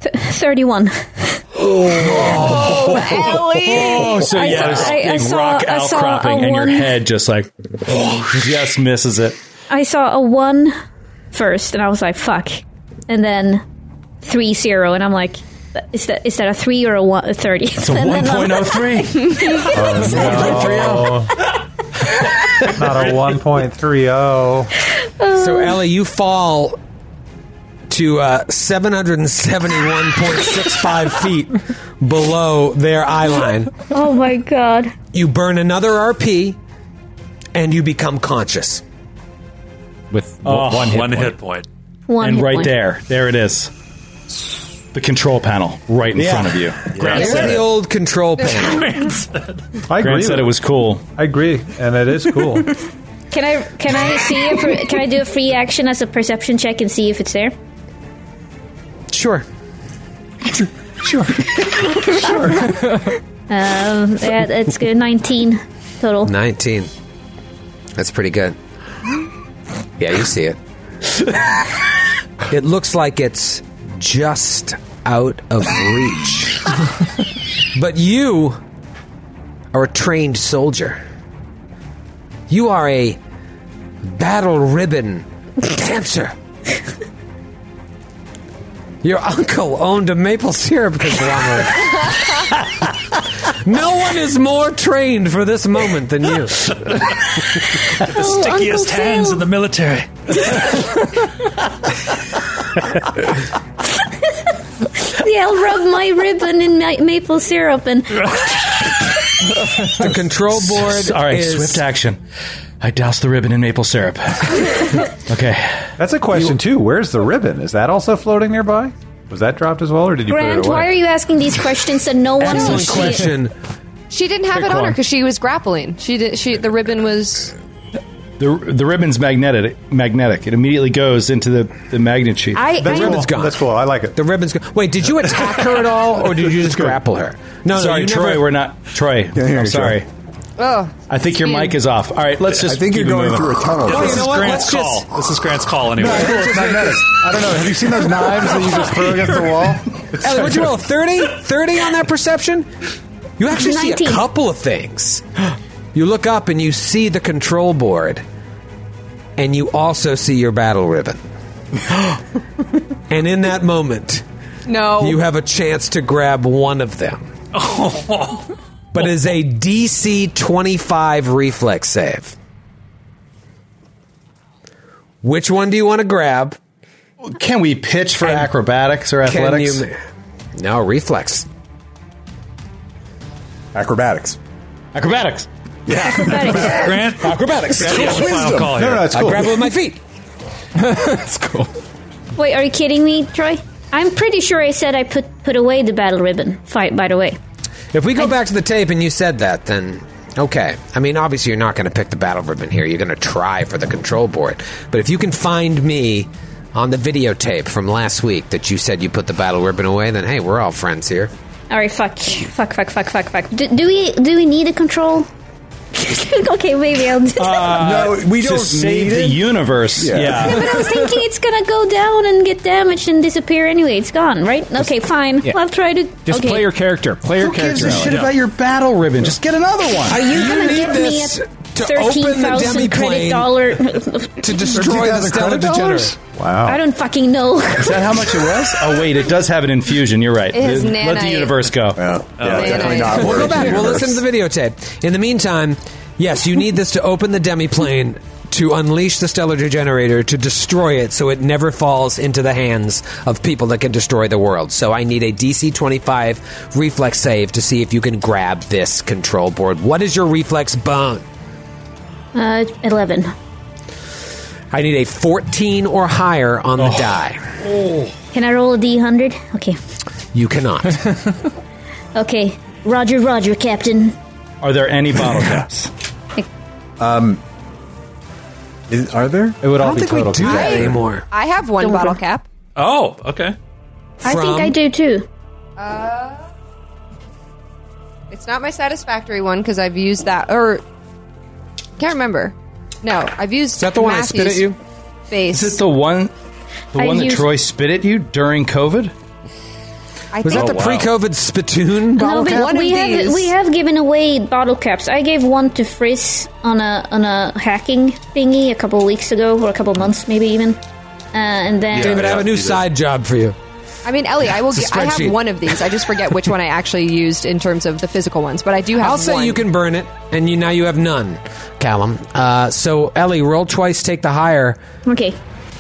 Speaker 3: Th- Thirty-one. [LAUGHS]
Speaker 5: Oh, so
Speaker 3: I
Speaker 5: yeah,
Speaker 3: saw-
Speaker 5: this
Speaker 3: I- I
Speaker 5: big
Speaker 3: saw-
Speaker 5: rock
Speaker 3: I saw
Speaker 5: outcropping,
Speaker 3: a
Speaker 5: and your
Speaker 3: one-
Speaker 5: head just like [LAUGHS] just misses it.
Speaker 3: I saw a one first, and I was like, "Fuck," and then three zero, and I'm like, "Is that is that a three or a one a 30?
Speaker 5: It's
Speaker 3: [LAUGHS]
Speaker 5: a one point oh three.
Speaker 8: "Oh, [LAUGHS] Not a 1.30.
Speaker 2: So, Ellie, you fall to uh, 771.65 [LAUGHS] feet below their eye line.
Speaker 3: Oh my god!
Speaker 2: You burn another RP, and you become conscious.
Speaker 9: with
Speaker 5: Oh,
Speaker 9: one hit.
Speaker 4: One
Speaker 9: point.
Speaker 4: hit point.
Speaker 3: One
Speaker 5: and
Speaker 3: hit
Speaker 5: right
Speaker 3: point.
Speaker 5: there, there it is. The control panel right in
Speaker 2: [LAUGHS]
Speaker 5: front of you. Grant,
Speaker 2: It's
Speaker 5: said,
Speaker 2: the
Speaker 5: it.
Speaker 2: old [LAUGHS]
Speaker 5: [LAUGHS]
Speaker 2: control panel.
Speaker 8: I agree.
Speaker 5: Grant said it
Speaker 8: with-
Speaker 5: was cool.
Speaker 8: I agree, and it is [LAUGHS] cool.
Speaker 5: oh.
Speaker 3: Can I can I see a per- can I do a free action as a perception check and see if it's there?
Speaker 2: Sure.
Speaker 3: [LAUGHS] Um, yeah, it's good. Nineteen total.
Speaker 2: 19. That's pretty good. Yeah, you see it. [LAUGHS] it looks like it's just out of reach. [LAUGHS] but you are a trained soldier. You are a battle ribbon dancer. Your uncle owned a maple syrup conglomerate. no one is more trained for this moment than you.
Speaker 4: [LAUGHS] The stickiest hands in the military.
Speaker 3: Yeah, I'll rub my ribbon in ma- maple syrup and [LAUGHS]
Speaker 2: The control board.
Speaker 5: All right,
Speaker 2: is,
Speaker 5: swift action. I doused the ribbon in maple
Speaker 2: [LAUGHS]
Speaker 5: syrup. okay.
Speaker 8: That's a question too. Where's the ribbon? Is that also floating nearby? Was that dropped as well, or did you
Speaker 3: Grant.
Speaker 8: put it away?
Speaker 3: Why are you asking these questions that no one will
Speaker 2: Excellent
Speaker 3: see?
Speaker 2: question.
Speaker 6: She didn't have it on her because she was grappling. She did. She the ribbon was.
Speaker 5: The, the ribbon's magnetic. Magnetic. It immediately goes into the, the magnet sheet.
Speaker 6: I,
Speaker 8: That's
Speaker 6: I
Speaker 8: cool.
Speaker 2: ribbon's gone.
Speaker 8: That's cool. I like it.
Speaker 2: The ribbon's go- Wait, did you attack her at all, or did you just grapple her? No,
Speaker 5: sorry,
Speaker 2: no, you
Speaker 5: Troy.
Speaker 2: never-
Speaker 5: We're not Troy.
Speaker 7: here,
Speaker 5: I'm
Speaker 7: Troy.
Speaker 5: sorry.
Speaker 6: oh,
Speaker 5: I think your
Speaker 6: Excuse-
Speaker 5: mic is off. All right, let's just.
Speaker 7: I think you're
Speaker 5: keep it
Speaker 7: going
Speaker 5: moving.
Speaker 7: through a tunnel.
Speaker 2: Well,
Speaker 4: This
Speaker 2: you know
Speaker 4: is
Speaker 2: what?
Speaker 4: Grant's
Speaker 2: Let's
Speaker 4: call.
Speaker 2: just-
Speaker 4: This is Grant's call anyway.
Speaker 7: It's magnetic. I don't know. Have you seen those knives that you just throw against the
Speaker 2: [LAUGHS]
Speaker 7: wall?
Speaker 2: Ellie, what'd you
Speaker 8: [LAUGHS]
Speaker 2: roll? 30? 30 on that perception? You actually see a
Speaker 3: 19.
Speaker 2: couple of things. You look up and you see the control board, and you also see your battle ribbon. and in that moment,
Speaker 9: Oh.
Speaker 6: no.
Speaker 2: you have a chance to grab one of them. But it's a DC 25 reflex save. Which one do you want to grab?
Speaker 5: Can we pitch for acrobatics or athletics?
Speaker 2: Can you No, reflex. [LAUGHS]
Speaker 7: Acrobatics.
Speaker 5: acrobatics.
Speaker 3: Acrobatics.
Speaker 4: Grant,
Speaker 2: Acrobatics.
Speaker 4: Grant gets the final call
Speaker 8: No,
Speaker 4: here.
Speaker 8: no, it's
Speaker 2: I
Speaker 8: cool.
Speaker 2: grab it with my feet.
Speaker 3: Wait, are you kidding me, Troy? I'm pretty sure I said I put put away the battle ribbon. Fight, by the way.
Speaker 2: If we go back to the tape and you said that, then okay. I mean, obviously, you're not going to pick the battle ribbon here. You're going to try for the control board. But if you can find me on the videotape from last week that you said you put the battle ribbon away, then hey, we're all friends here.
Speaker 3: All right, fuck, fuck, fuck, fuck, fuck, fuck. Do, do we do we need a [LAUGHS] control? okay, maybe I'll. Do [LAUGHS]
Speaker 7: no, we
Speaker 5: Uh, To
Speaker 7: don't
Speaker 5: save
Speaker 7: need
Speaker 5: the
Speaker 7: it.
Speaker 5: universe.
Speaker 7: Yeah.
Speaker 5: yeah.
Speaker 3: But I
Speaker 5: [LAUGHS]
Speaker 3: was thinking it's gonna go down and get damaged and disappear anyway. It's gone, right? Okay, fine.
Speaker 9: yeah.
Speaker 3: I'll try to.
Speaker 9: Just
Speaker 3: okay.
Speaker 9: play your character. Play your
Speaker 5: Who gives
Speaker 9: character.
Speaker 5: a shit about your battle ribbon? Just get another one.
Speaker 3: Are you gonna
Speaker 2: need
Speaker 3: give me a
Speaker 2: this to open the
Speaker 3: thirteen thousand
Speaker 2: demiplane
Speaker 3: credit dollar?
Speaker 2: [LAUGHS] To destroy
Speaker 7: 13,000
Speaker 2: the Stellar
Speaker 7: credit dollars?
Speaker 2: Degenerate.
Speaker 3: I don't fucking know.
Speaker 5: Oh. Is that how much it
Speaker 3: [LAUGHS]
Speaker 5: was? Oh wait, it does have an infusion. You're right.
Speaker 6: It has
Speaker 5: Let the
Speaker 6: nanite.
Speaker 5: universe go. Oh,
Speaker 7: Yeah, yeah,
Speaker 6: man,
Speaker 7: definitely
Speaker 6: I-
Speaker 7: not.
Speaker 2: [LAUGHS] We'll go
Speaker 7: worth
Speaker 2: back.
Speaker 7: it.
Speaker 2: We'll listen to the videotape. In the meantime, yes, you need this to open the demiplane to unleash the stellar degenerator to destroy it so it never falls into the hands of people that can destroy the world. So I need a DC 25 reflex save to see if you can grab this control board. What is your reflex bone?
Speaker 3: Uh, Eleven.
Speaker 2: I need a 14 or higher on
Speaker 7: Oh.
Speaker 2: the die.
Speaker 3: Can I roll a d100? Okay.
Speaker 2: You cannot.
Speaker 3: Okay. Roger, roger, Captain.
Speaker 5: Are there any bottle caps?
Speaker 7: Is, are there?
Speaker 8: It would all
Speaker 2: I don't
Speaker 8: be
Speaker 2: think
Speaker 8: total.
Speaker 2: we do that
Speaker 8: caps.
Speaker 2: anymore.
Speaker 6: I have one
Speaker 3: Don't
Speaker 6: bottle
Speaker 3: worry.
Speaker 6: cap.
Speaker 4: Oh, okay.
Speaker 3: I think
Speaker 2: From-
Speaker 3: I do too.
Speaker 6: It's not my satisfactory one because I've used that or can't remember. No, I've used.
Speaker 2: Is that the one I spit at you?
Speaker 6: Face.
Speaker 5: Is it the one, the
Speaker 3: I
Speaker 5: one that
Speaker 3: used-
Speaker 5: Troy spit at you during COVID?
Speaker 6: I
Speaker 2: Was that
Speaker 6: think
Speaker 2: the pre-COVID spittoon bottle
Speaker 3: no,
Speaker 2: cap?
Speaker 3: but
Speaker 6: One of
Speaker 3: we have
Speaker 6: these.
Speaker 3: we have given away bottle caps. I gave one to Frizz on a on a hacking thingy a couple weeks ago, or a couple months maybe even. Uh, and then
Speaker 2: David, I have a new side job for you.
Speaker 6: I mean, Ellie, I will.
Speaker 2: It's a
Speaker 6: G- I
Speaker 2: spreadsheet.
Speaker 6: have one of these. I just forget which one I actually used in terms of the physical ones, but I do have.
Speaker 2: I'll say
Speaker 6: one.
Speaker 2: you can burn it, and you now you have none, Callum. Uh, so Ellie, roll twice, take the higher.
Speaker 3: okay,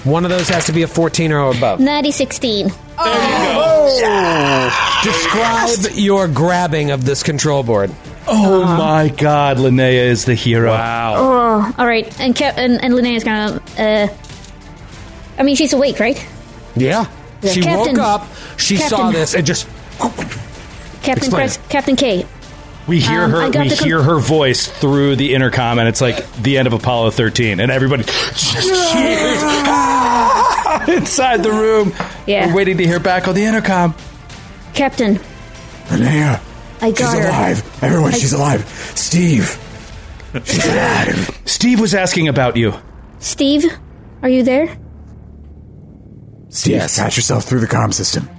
Speaker 2: One of those has to be a 14 or above.
Speaker 3: ninety sixteen.
Speaker 2: Oh, Describe your grabbing of this control board.
Speaker 5: Oh my God, Linnea is the hero. Wow.
Speaker 3: Oh, all right. And Ke- and, and Linnea's gonna. Uh, I mean, she's awake, right?
Speaker 2: Yeah. She
Speaker 3: Oh, Captain.
Speaker 2: woke up, she saw
Speaker 3: Captain.
Speaker 2: this, and just
Speaker 3: Captain
Speaker 2: Explain
Speaker 3: Press, Captain K.
Speaker 5: We hear
Speaker 3: Um, I
Speaker 5: her.
Speaker 3: got
Speaker 5: We
Speaker 3: the com-
Speaker 5: hear her voice through the intercom, and it's like the end of Apollo 13, and everybody [LAUGHS] inside the room.
Speaker 3: Yeah.
Speaker 5: we're waiting to hear back on the intercom.
Speaker 3: Captain,
Speaker 1: Linnea,
Speaker 3: I got
Speaker 1: she's
Speaker 3: her.
Speaker 1: alive. Everyone,
Speaker 3: I-
Speaker 1: she's alive. Steve, she's alive.
Speaker 5: Steve was asking about you.
Speaker 3: Steve, are you there?
Speaker 1: Steve, patch yourself through the comm system.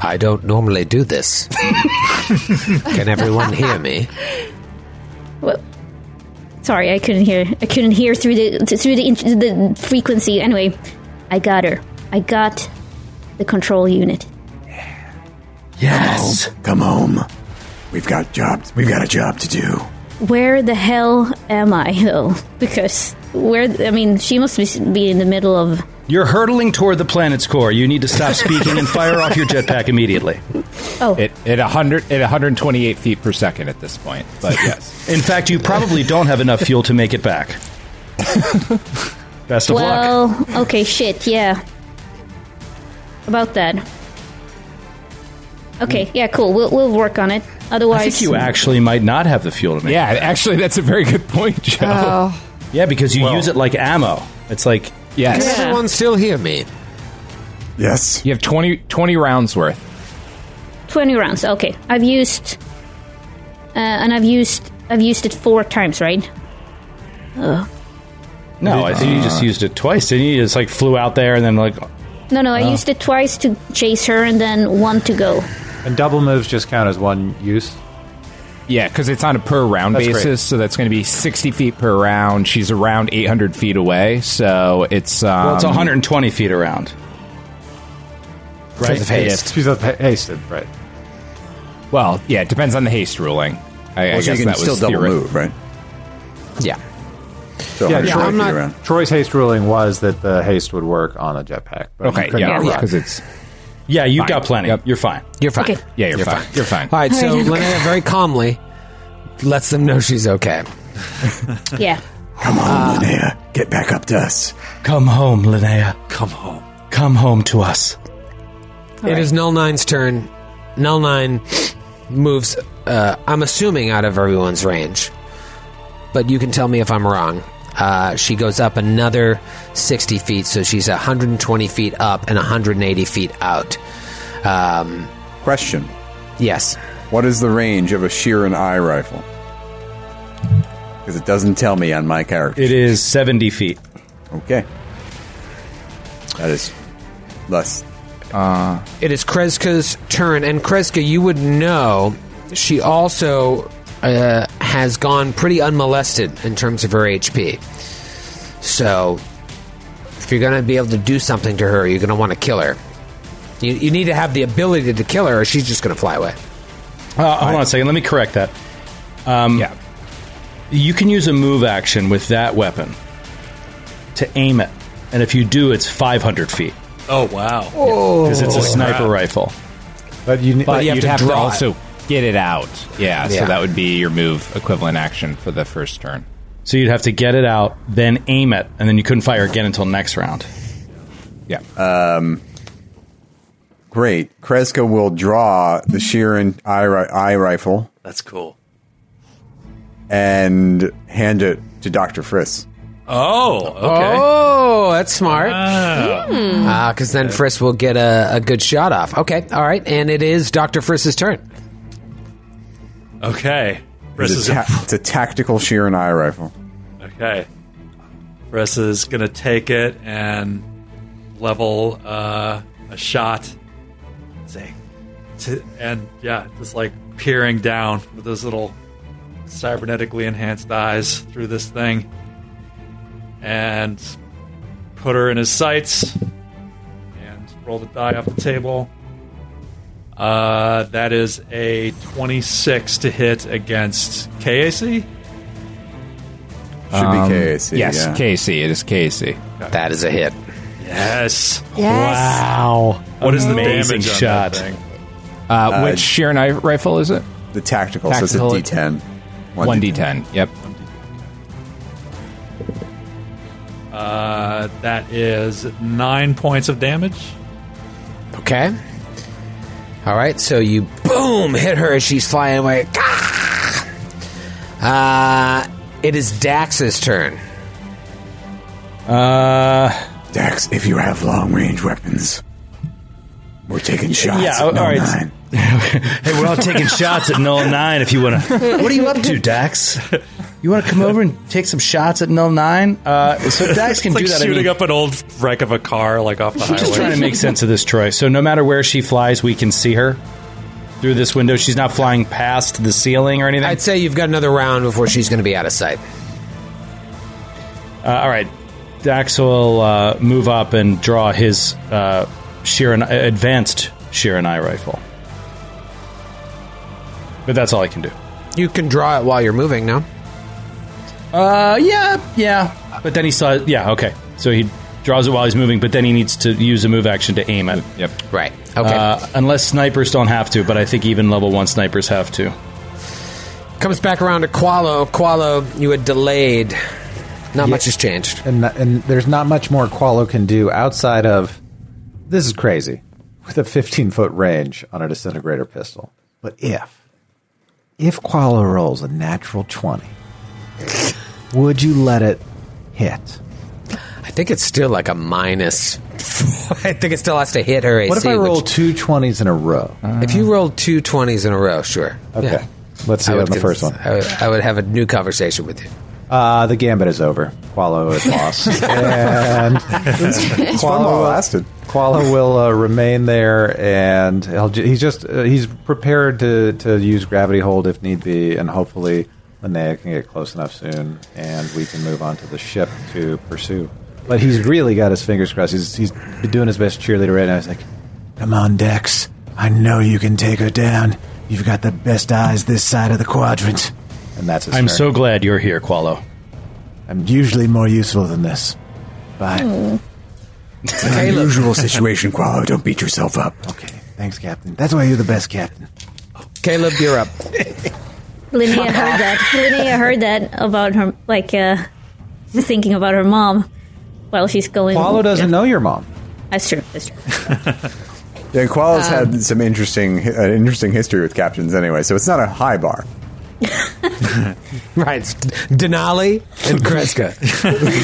Speaker 2: I don't normally do this.
Speaker 1: [LAUGHS]
Speaker 2: Can everyone hear me?
Speaker 3: Well, sorry, I couldn't hear. I couldn't hear through the th- through the int- the frequency. Anyway, I got her. I got the control unit.
Speaker 5: Yes.
Speaker 1: Come home. We've got jobs. We've got a job to do.
Speaker 3: Where the hell am I though? [LAUGHS] Because where I mean, she must be, be in the middle of.
Speaker 5: You're hurtling toward the planet's core. You need
Speaker 1: [LAUGHS]
Speaker 5: to stop speaking and fire off your jetpack immediately.
Speaker 3: Oh,
Speaker 9: It at 100 at 128 feet per second at this point.
Speaker 7: [LAUGHS]
Speaker 9: But yes,
Speaker 5: In fact, you probably don't have enough fuel to make it back. Best of luck.
Speaker 3: well, okay, shit, yeah. About that. Okay, yeah, cool. We'll we'll work on it. Otherwise,
Speaker 5: I think you actually might not have the fuel to make.
Speaker 9: yeah. Actually, that's a very good point, Joe.
Speaker 6: Oh,
Speaker 5: it. yeah, because you use it like ammo. It's like
Speaker 9: yes,
Speaker 2: Can everyone still hear me?
Speaker 1: Yes.
Speaker 9: you have 20, 20 rounds worth.
Speaker 3: 20 rounds okay i've used uh, and i've used i've used it four times right
Speaker 5: no. I think you
Speaker 9: Uh.
Speaker 5: just used it twice, didn't you? It's like flew out there and then like
Speaker 3: no no i used it twice to chase her and then one to go
Speaker 8: And double moves just count as one use.
Speaker 9: Yeah, because it's on a per round
Speaker 8: That's
Speaker 9: basis,
Speaker 8: great.
Speaker 9: so that's going to be 60 feet per round. She's around 800 feet away, so it's um,
Speaker 5: well, it's 120 feet around.
Speaker 9: right. Haste.
Speaker 8: She's up hasted, right?
Speaker 9: Well, yeah, it depends on the haste ruling. I, I
Speaker 1: so you
Speaker 9: guess
Speaker 1: can
Speaker 9: that was
Speaker 1: still double
Speaker 9: theoret-
Speaker 1: move, right?
Speaker 2: Yeah.
Speaker 1: So
Speaker 8: Yeah,
Speaker 1: 100
Speaker 8: Troy,
Speaker 1: feet
Speaker 2: I'm not-
Speaker 1: around.
Speaker 8: Troy's haste ruling was that the haste would work on a jetpack. but you
Speaker 9: Okay,
Speaker 8: couldn't
Speaker 9: yeah,
Speaker 8: do that.
Speaker 9: because it's
Speaker 5: Yeah, you've
Speaker 9: Fine.
Speaker 5: got plenty.
Speaker 9: Yep.
Speaker 5: You're fine.
Speaker 2: You're fine.
Speaker 3: Okay.
Speaker 9: yeah, you're, fine. You're fine.
Speaker 2: All right, so Linnea very calmly lets them know she's okay.
Speaker 3: yeah
Speaker 1: Come on, Linnea. Get back up to us.
Speaker 5: Come home, Linnea.
Speaker 4: Come home.
Speaker 5: Come home to us.
Speaker 2: It is Null Nine's turn. Null Nine moves, uh, I'm assuming, out of everyone's range. But you can tell me if I'm wrong. Uh, she goes up another 60 feet, so she's 120 feet up and 180 feet out. Um,
Speaker 7: Question:
Speaker 2: yes.
Speaker 7: What is the range of a shear and eye rifle? Because it doesn't tell me on my character.
Speaker 5: It is 70 feet.
Speaker 7: Okay. That is less.
Speaker 2: Uh, It is Kreska's turn, and Kreska, you would know she also uh, has gone pretty unmolested in terms of her HP. So, if you're going to be able to do something to her, you're going to want to kill her. You, you need to have the ability to kill her, or she's just going to fly away.
Speaker 5: Uh, hold on a second. Let me correct that. Um,
Speaker 9: yeah,
Speaker 5: You can use a move action with that weapon to aim it. And if you do, it's 500 feet
Speaker 4: Oh wow.
Speaker 5: because it's a sniper
Speaker 4: crap.
Speaker 5: rifle.
Speaker 8: But you,
Speaker 9: but
Speaker 2: you have
Speaker 9: you would
Speaker 2: to
Speaker 9: have to
Speaker 2: draw it.
Speaker 9: also get it out. Yeah,
Speaker 2: Yeah.
Speaker 9: so that would be your move equivalent action for the first turn.
Speaker 5: So you'd have to get it out, then aim it, and then you couldn't fire again until next round.
Speaker 8: Yeah.
Speaker 7: Um, Great. Kreska will draw the Sheeran eye, ri- eye rifle
Speaker 4: That's cool.
Speaker 7: and hand it to Dr. Friss.
Speaker 4: Oh, okay.
Speaker 2: Oh, that's smart.
Speaker 4: Ah.
Speaker 2: Because then Friss will get a, a good shot off. Okay, all right. And it is Dr. Friss's turn.
Speaker 4: Okay. Press
Speaker 7: It's
Speaker 4: is
Speaker 7: a, ta- it's a tactical Sheeran eye rifle.
Speaker 4: okay. Press is gonna take it and level uh, a shot. Say, to, and yeah, just like peering down with those little cybernetically enhanced eyes through this thing, and put her in his sights, and roll the die off the table. Uh, that is a 26 to hit against KAC.
Speaker 7: Should be KAC.
Speaker 9: Um, yes,
Speaker 7: yeah.
Speaker 9: Casey. It is Casey.
Speaker 2: That is a hit.
Speaker 4: Yes.
Speaker 6: Yes.
Speaker 5: Wow.
Speaker 4: What is the
Speaker 5: Amazing
Speaker 4: damage
Speaker 5: shot.
Speaker 4: On that thing?
Speaker 9: Uh, which Sheeran I- rifle is it?
Speaker 7: the tactical,
Speaker 9: Tactical-
Speaker 7: so it's a D10.
Speaker 9: One d ten. Yep.
Speaker 4: Uh, that is nine points of damage.
Speaker 2: Okay. All right, so you boom hit her as she's flying away. Ah! Uh, it is Dax's turn.
Speaker 1: Dax, if you have long range weapons, we're taking shots.
Speaker 5: yeah,
Speaker 1: at
Speaker 5: all
Speaker 1: no
Speaker 5: right.
Speaker 1: nine.
Speaker 4: [LAUGHS]
Speaker 5: Hey, we're all taking shots at
Speaker 4: oh
Speaker 5: Null Nine. If you want to, [LAUGHS] what are you up to, Dax? You want to come over and take some shots at Null Nine? Uh,
Speaker 4: [LAUGHS]
Speaker 5: so Dax can
Speaker 4: It's like
Speaker 5: do that. I
Speaker 4: shooting
Speaker 5: mean-
Speaker 4: up an old wreck of a car, like off the highway.
Speaker 5: I'm [LAUGHS] just trying to make sense of this, Troy. So no matter where she flies, we can see her through this window. She's not flying past the ceiling or anything.
Speaker 2: I'd say you've got another round before she's going to be out of sight.
Speaker 5: Uh, all right, Dax will uh, move up and draw his uh, Sheeran uh, advanced Sheeran eye rifle. But that's all I can do.
Speaker 2: You can draw it while you're moving, no?
Speaker 5: Uh, yeah, yeah. But then he saw. Yeah, okay. So he draws it while he's moving, but then he needs to use a move action to aim it.
Speaker 9: Yep.
Speaker 2: Right. Okay.
Speaker 5: Uh, unless snipers don't have to, but I think even level one snipers have to.
Speaker 2: Comes back around to Qualo. Qualo, you had delayed. Not much has changed.
Speaker 8: and and there's not much more Qualo can do outside of this is crazy with a 15 foot range on a disintegrator pistol. But if if Qualo rolls a natural 20, would you let it hit?
Speaker 2: I think it's still like a minus. [LAUGHS] I think it still has to hit her AC.
Speaker 8: What if I
Speaker 2: which-
Speaker 8: roll two 20s in a row?
Speaker 2: Uh-huh. if you rolled two 20s in a row, sure.
Speaker 8: Okay.
Speaker 2: Yeah.
Speaker 8: Let's see
Speaker 2: I
Speaker 8: on
Speaker 2: would
Speaker 8: the
Speaker 2: cons-
Speaker 8: first one.
Speaker 2: I would, I would have a new conversation with you.
Speaker 8: Uh, the gambit is over. Qualo
Speaker 2: [LAUGHS]
Speaker 8: is lost. and
Speaker 7: It's fun while it lasted.
Speaker 8: [LAUGHS] Qualo will uh, remain there, and he'll ju- he's just uh, he's prepared to to use gravity hold if need be, and hopefully Linnea can get close enough soon, and we can move on to the ship to pursue. But he's really got his fingers crossed. He's he's doing his best cheerleader right now. He's like,
Speaker 10: Come on, Dex. I know you can [LAUGHS] take her down. You've got the best eyes this side of the quadrant.
Speaker 8: and that's his
Speaker 5: I'm
Speaker 8: turn.
Speaker 5: so glad you're here, Qualo.
Speaker 10: I'm usually more useful than this. Bye.
Speaker 1: It's an unusual situation, Qualo. Don't beat yourself up.
Speaker 10: Okay, thanks, Captain. That's why you're the best captain.
Speaker 2: Caleb, you're
Speaker 8: [LAUGHS]
Speaker 2: up.
Speaker 3: Linnea heard that. Linnea heard that about her, like, uh, thinking about her mom while she's going.
Speaker 8: Qualo doesn't
Speaker 3: Yeah.
Speaker 8: know your mom.
Speaker 3: That's true. That's true.
Speaker 7: Yeah, Qualo's had some interesting, uh, interesting history with captains anyway, so it's not a high [LAUGHS] bar.
Speaker 2: right. it's Denali and
Speaker 8: [LAUGHS]
Speaker 2: Kreska.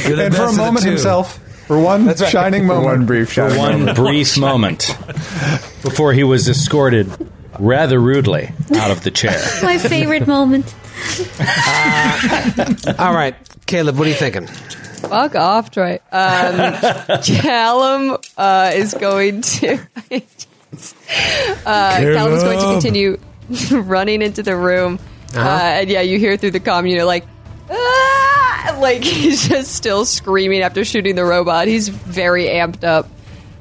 Speaker 2: You're the
Speaker 8: And
Speaker 2: best
Speaker 8: for a
Speaker 2: of the
Speaker 8: moment
Speaker 2: two.
Speaker 8: himself, for one
Speaker 2: right.
Speaker 8: shining
Speaker 7: For
Speaker 8: moment,
Speaker 7: one brief shot.
Speaker 5: One brief moment before he was escorted rather rudely out of the chair.
Speaker 3: [LAUGHS] [LAUGHS] My favorite moment.
Speaker 2: All right. Caleb, what are you thinking?
Speaker 6: Fuck off, Troy. Um, Callum uh, is going to. [LAUGHS] uh, Callum is going to continue [LAUGHS] running into the room, uh and yeah, you hear through the comm, you know, like. "Ah!" Like [LAUGHS] he's just still screaming after shooting the robot. He's very amped up,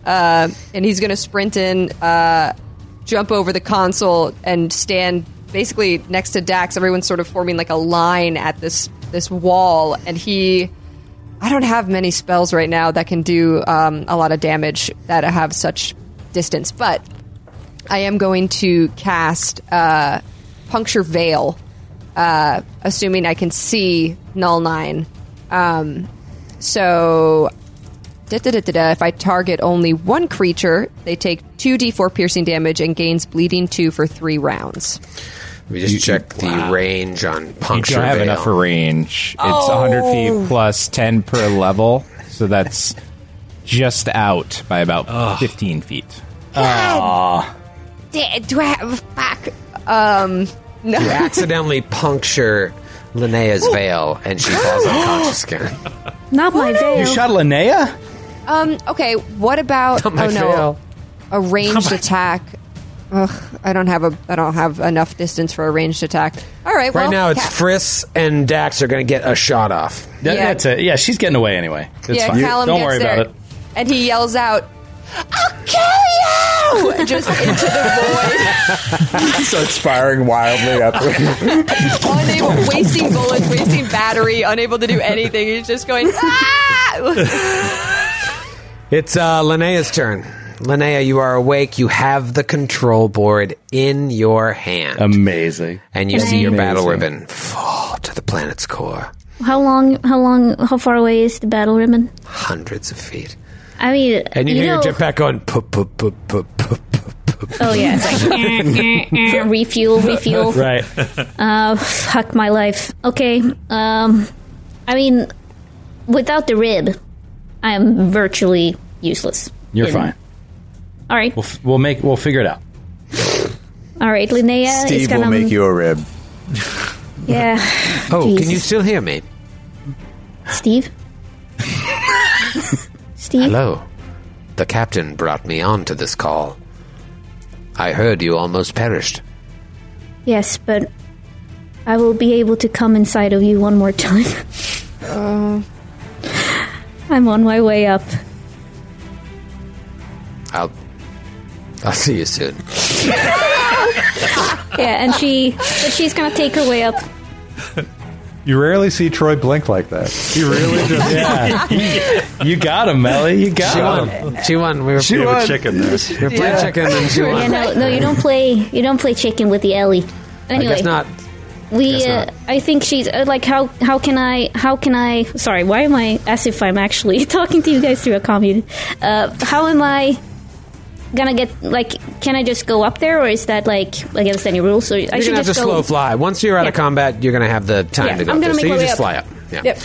Speaker 6: uh, and he's going to sprint in, uh, jump over the console, and stand basically next to Dax. Everyone's sort of forming like a line at this this wall, and he I don't have many spells right now that can do um, a lot of damage that have such distance, but I am going to cast uh, Puncture Veil uh, assuming I can see null nine. Um, so, da-da-da-da-da, if I target only one creature, they take two d4 piercing damage and gains bleeding two for three rounds.
Speaker 2: Let me just check the range on puncture.
Speaker 9: you don't have
Speaker 2: Veil. [LAUGHS]
Speaker 9: enough range. It's
Speaker 3: Oh.
Speaker 9: 100 feet plus 10 per level, so that's just out by about 15 feet. Ah.
Speaker 6: Da- Do I have fuck? Um, no.
Speaker 2: You accidentally puncture Linnea's veil, and she falls unconscious
Speaker 6: [GASPS]
Speaker 2: again.
Speaker 6: Oh,
Speaker 3: Not my veil.
Speaker 5: You shot Linnea?
Speaker 6: Um, okay, what about
Speaker 2: Not my
Speaker 6: oh no,
Speaker 2: fail.
Speaker 6: a ranged attack? Ugh, I don't have a I don't have enough distance for a ranged attack. All right, well,
Speaker 2: Right now, it's
Speaker 6: Ca-
Speaker 2: Friss and Dax are going to get a shot off.
Speaker 5: That-
Speaker 6: Yeah.
Speaker 5: That's it. Yeah, she's getting away anyway. It's
Speaker 6: yeah,
Speaker 5: fine.
Speaker 6: Callum
Speaker 5: Don't
Speaker 6: gets
Speaker 5: worry
Speaker 6: there,
Speaker 5: about it.
Speaker 6: and he yells out, "I'll kill you!" Just into the
Speaker 7: starts firing wildly [LAUGHS] up.
Speaker 6: void, unable, wasting bullets, wasting battery, unable to do anything. He's just going. Ah!
Speaker 2: It's uh, Linnea's turn. Linnea, you are awake. You have the control board in your hand,
Speaker 5: Amazing.
Speaker 2: and you
Speaker 3: Can
Speaker 2: see
Speaker 3: I-
Speaker 2: your battle ribbon fall to the planet's core,
Speaker 3: How long? How long? How far away is the battle ribbon?
Speaker 2: hundreds of feet.
Speaker 3: I mean,
Speaker 2: And you, hear
Speaker 3: know,
Speaker 2: your jetpack going. "Pup, pup, pup, pup, pup, pup, pup."
Speaker 3: Oh
Speaker 9: [LAUGHS]
Speaker 3: yeah, it's like eh, eh, eh, refuel, refuel.
Speaker 5: Right.
Speaker 3: Uh, fuck my life. Okay. Um, I mean, without the rib, I am virtually useless.
Speaker 5: You're
Speaker 3: In-
Speaker 5: fine.
Speaker 3: All right.
Speaker 5: We'll, f- we'll make we'll figure it out.
Speaker 3: All right, Linnea is
Speaker 7: Steve
Speaker 3: gonna
Speaker 7: will make you a rib. [LAUGHS]
Speaker 3: Yeah.
Speaker 2: Oh,
Speaker 3: Jesus.
Speaker 2: can you still hear me? [LAUGHS]
Speaker 3: Steve? Steve?
Speaker 2: Hello. The captain brought me on to this call. I heard you almost perished.
Speaker 3: Yes, but I will be able to come inside of you one more time. [LAUGHS] I'm on my way up.
Speaker 2: I'll I'll see you soon.
Speaker 3: [LAUGHS] Yeah, and she but she's gonna take her way up.
Speaker 8: You rarely see Troy blink like that. He really does. [LAUGHS]
Speaker 5: You got him, Melly. You got
Speaker 2: She
Speaker 5: him.
Speaker 2: won. She won. We were,
Speaker 4: You
Speaker 2: we were
Speaker 4: have a chicken there.
Speaker 2: we were playing chicken and she
Speaker 3: Yeah, [LAUGHS]
Speaker 2: won.
Speaker 3: no, no, you don't play you don't play chicken with the Ellie.
Speaker 2: I
Speaker 3: Anyway,
Speaker 2: guess not.
Speaker 3: we
Speaker 2: guess
Speaker 3: uh,
Speaker 2: not.
Speaker 3: I think she's uh, like how how can I how can I sorry why am I as if I'm actually [LAUGHS] talking to you guys through a commute? Uh, how am I gonna get like can I just go up there or is that like against any rules? So I
Speaker 2: You're
Speaker 3: should
Speaker 2: gonna have
Speaker 3: just
Speaker 2: to
Speaker 3: go.
Speaker 2: slow fly. Once you're out of
Speaker 3: Yeah.
Speaker 2: combat, you're gonna have the time
Speaker 3: Yeah,
Speaker 2: to go.
Speaker 3: I'm gonna
Speaker 2: there.
Speaker 3: make
Speaker 2: so
Speaker 3: my
Speaker 2: you
Speaker 3: way
Speaker 2: just
Speaker 3: up.
Speaker 2: fly up. Yeah.
Speaker 3: Yep.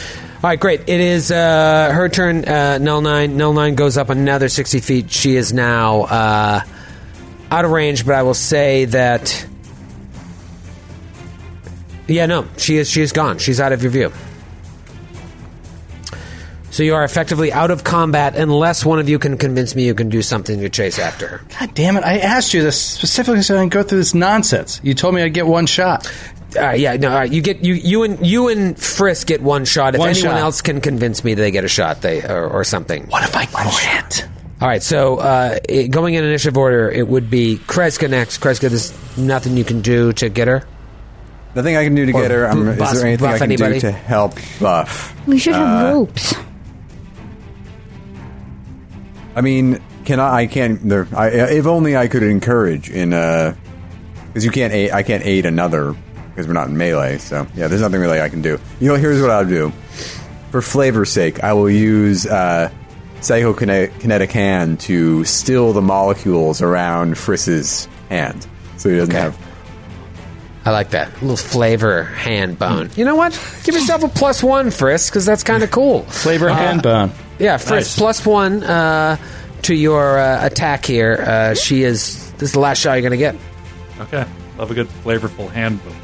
Speaker 2: All right, great. It is uh, her turn. Uh, null nine. Null nine goes up another sixty feet. She is now uh, out of range, but I will say that. Yeah, no, she is. She is gone. She's out of your view. So you are effectively out of combat unless one of you can convince me you can do something to chase after her.
Speaker 5: God damn it! I asked you this specifically so I can go through this nonsense. You told me I'd get one shot.
Speaker 2: All right, yeah, no, all right. You get you you and you and Frisk get one shot. If
Speaker 5: One
Speaker 2: anyone
Speaker 5: shot.
Speaker 2: else can convince me they get a shot, they or, or something.
Speaker 5: What if I quit?
Speaker 2: All right, so uh, it, going in initiative order, it would be Kreska next. Kreska, there's nothing you can do to get her.
Speaker 7: Nothing I can do to
Speaker 2: Or
Speaker 7: get her. I'm,
Speaker 2: buff-
Speaker 7: is there anything
Speaker 2: buff
Speaker 7: I can
Speaker 2: anybody?
Speaker 7: do to help buff?
Speaker 3: We should
Speaker 2: Uh,
Speaker 3: have ropes.
Speaker 7: I mean, can I? I can't. There, I, if only I could encourage in uh because you can't. Aid, I can't aid another because we're not in melee. So yeah, there's nothing really I can do. You know, here's what I'll do. For flavor's sake, I will use uh, psychokinetic hand to still the molecules around Friss's hand, so he doesn't have.
Speaker 2: I like that little flavor hand bone. You know what? Give yourself a plus one, Frisk, because that's kind of cool. Uh,
Speaker 5: Flavor hand bone.
Speaker 2: Yeah, Frisk,
Speaker 4: Nice.
Speaker 2: plus one uh, to your uh, attack here. Uh, she is. This is the last shot you're gonna get.
Speaker 4: Okay. Love a good flavorful hand boom.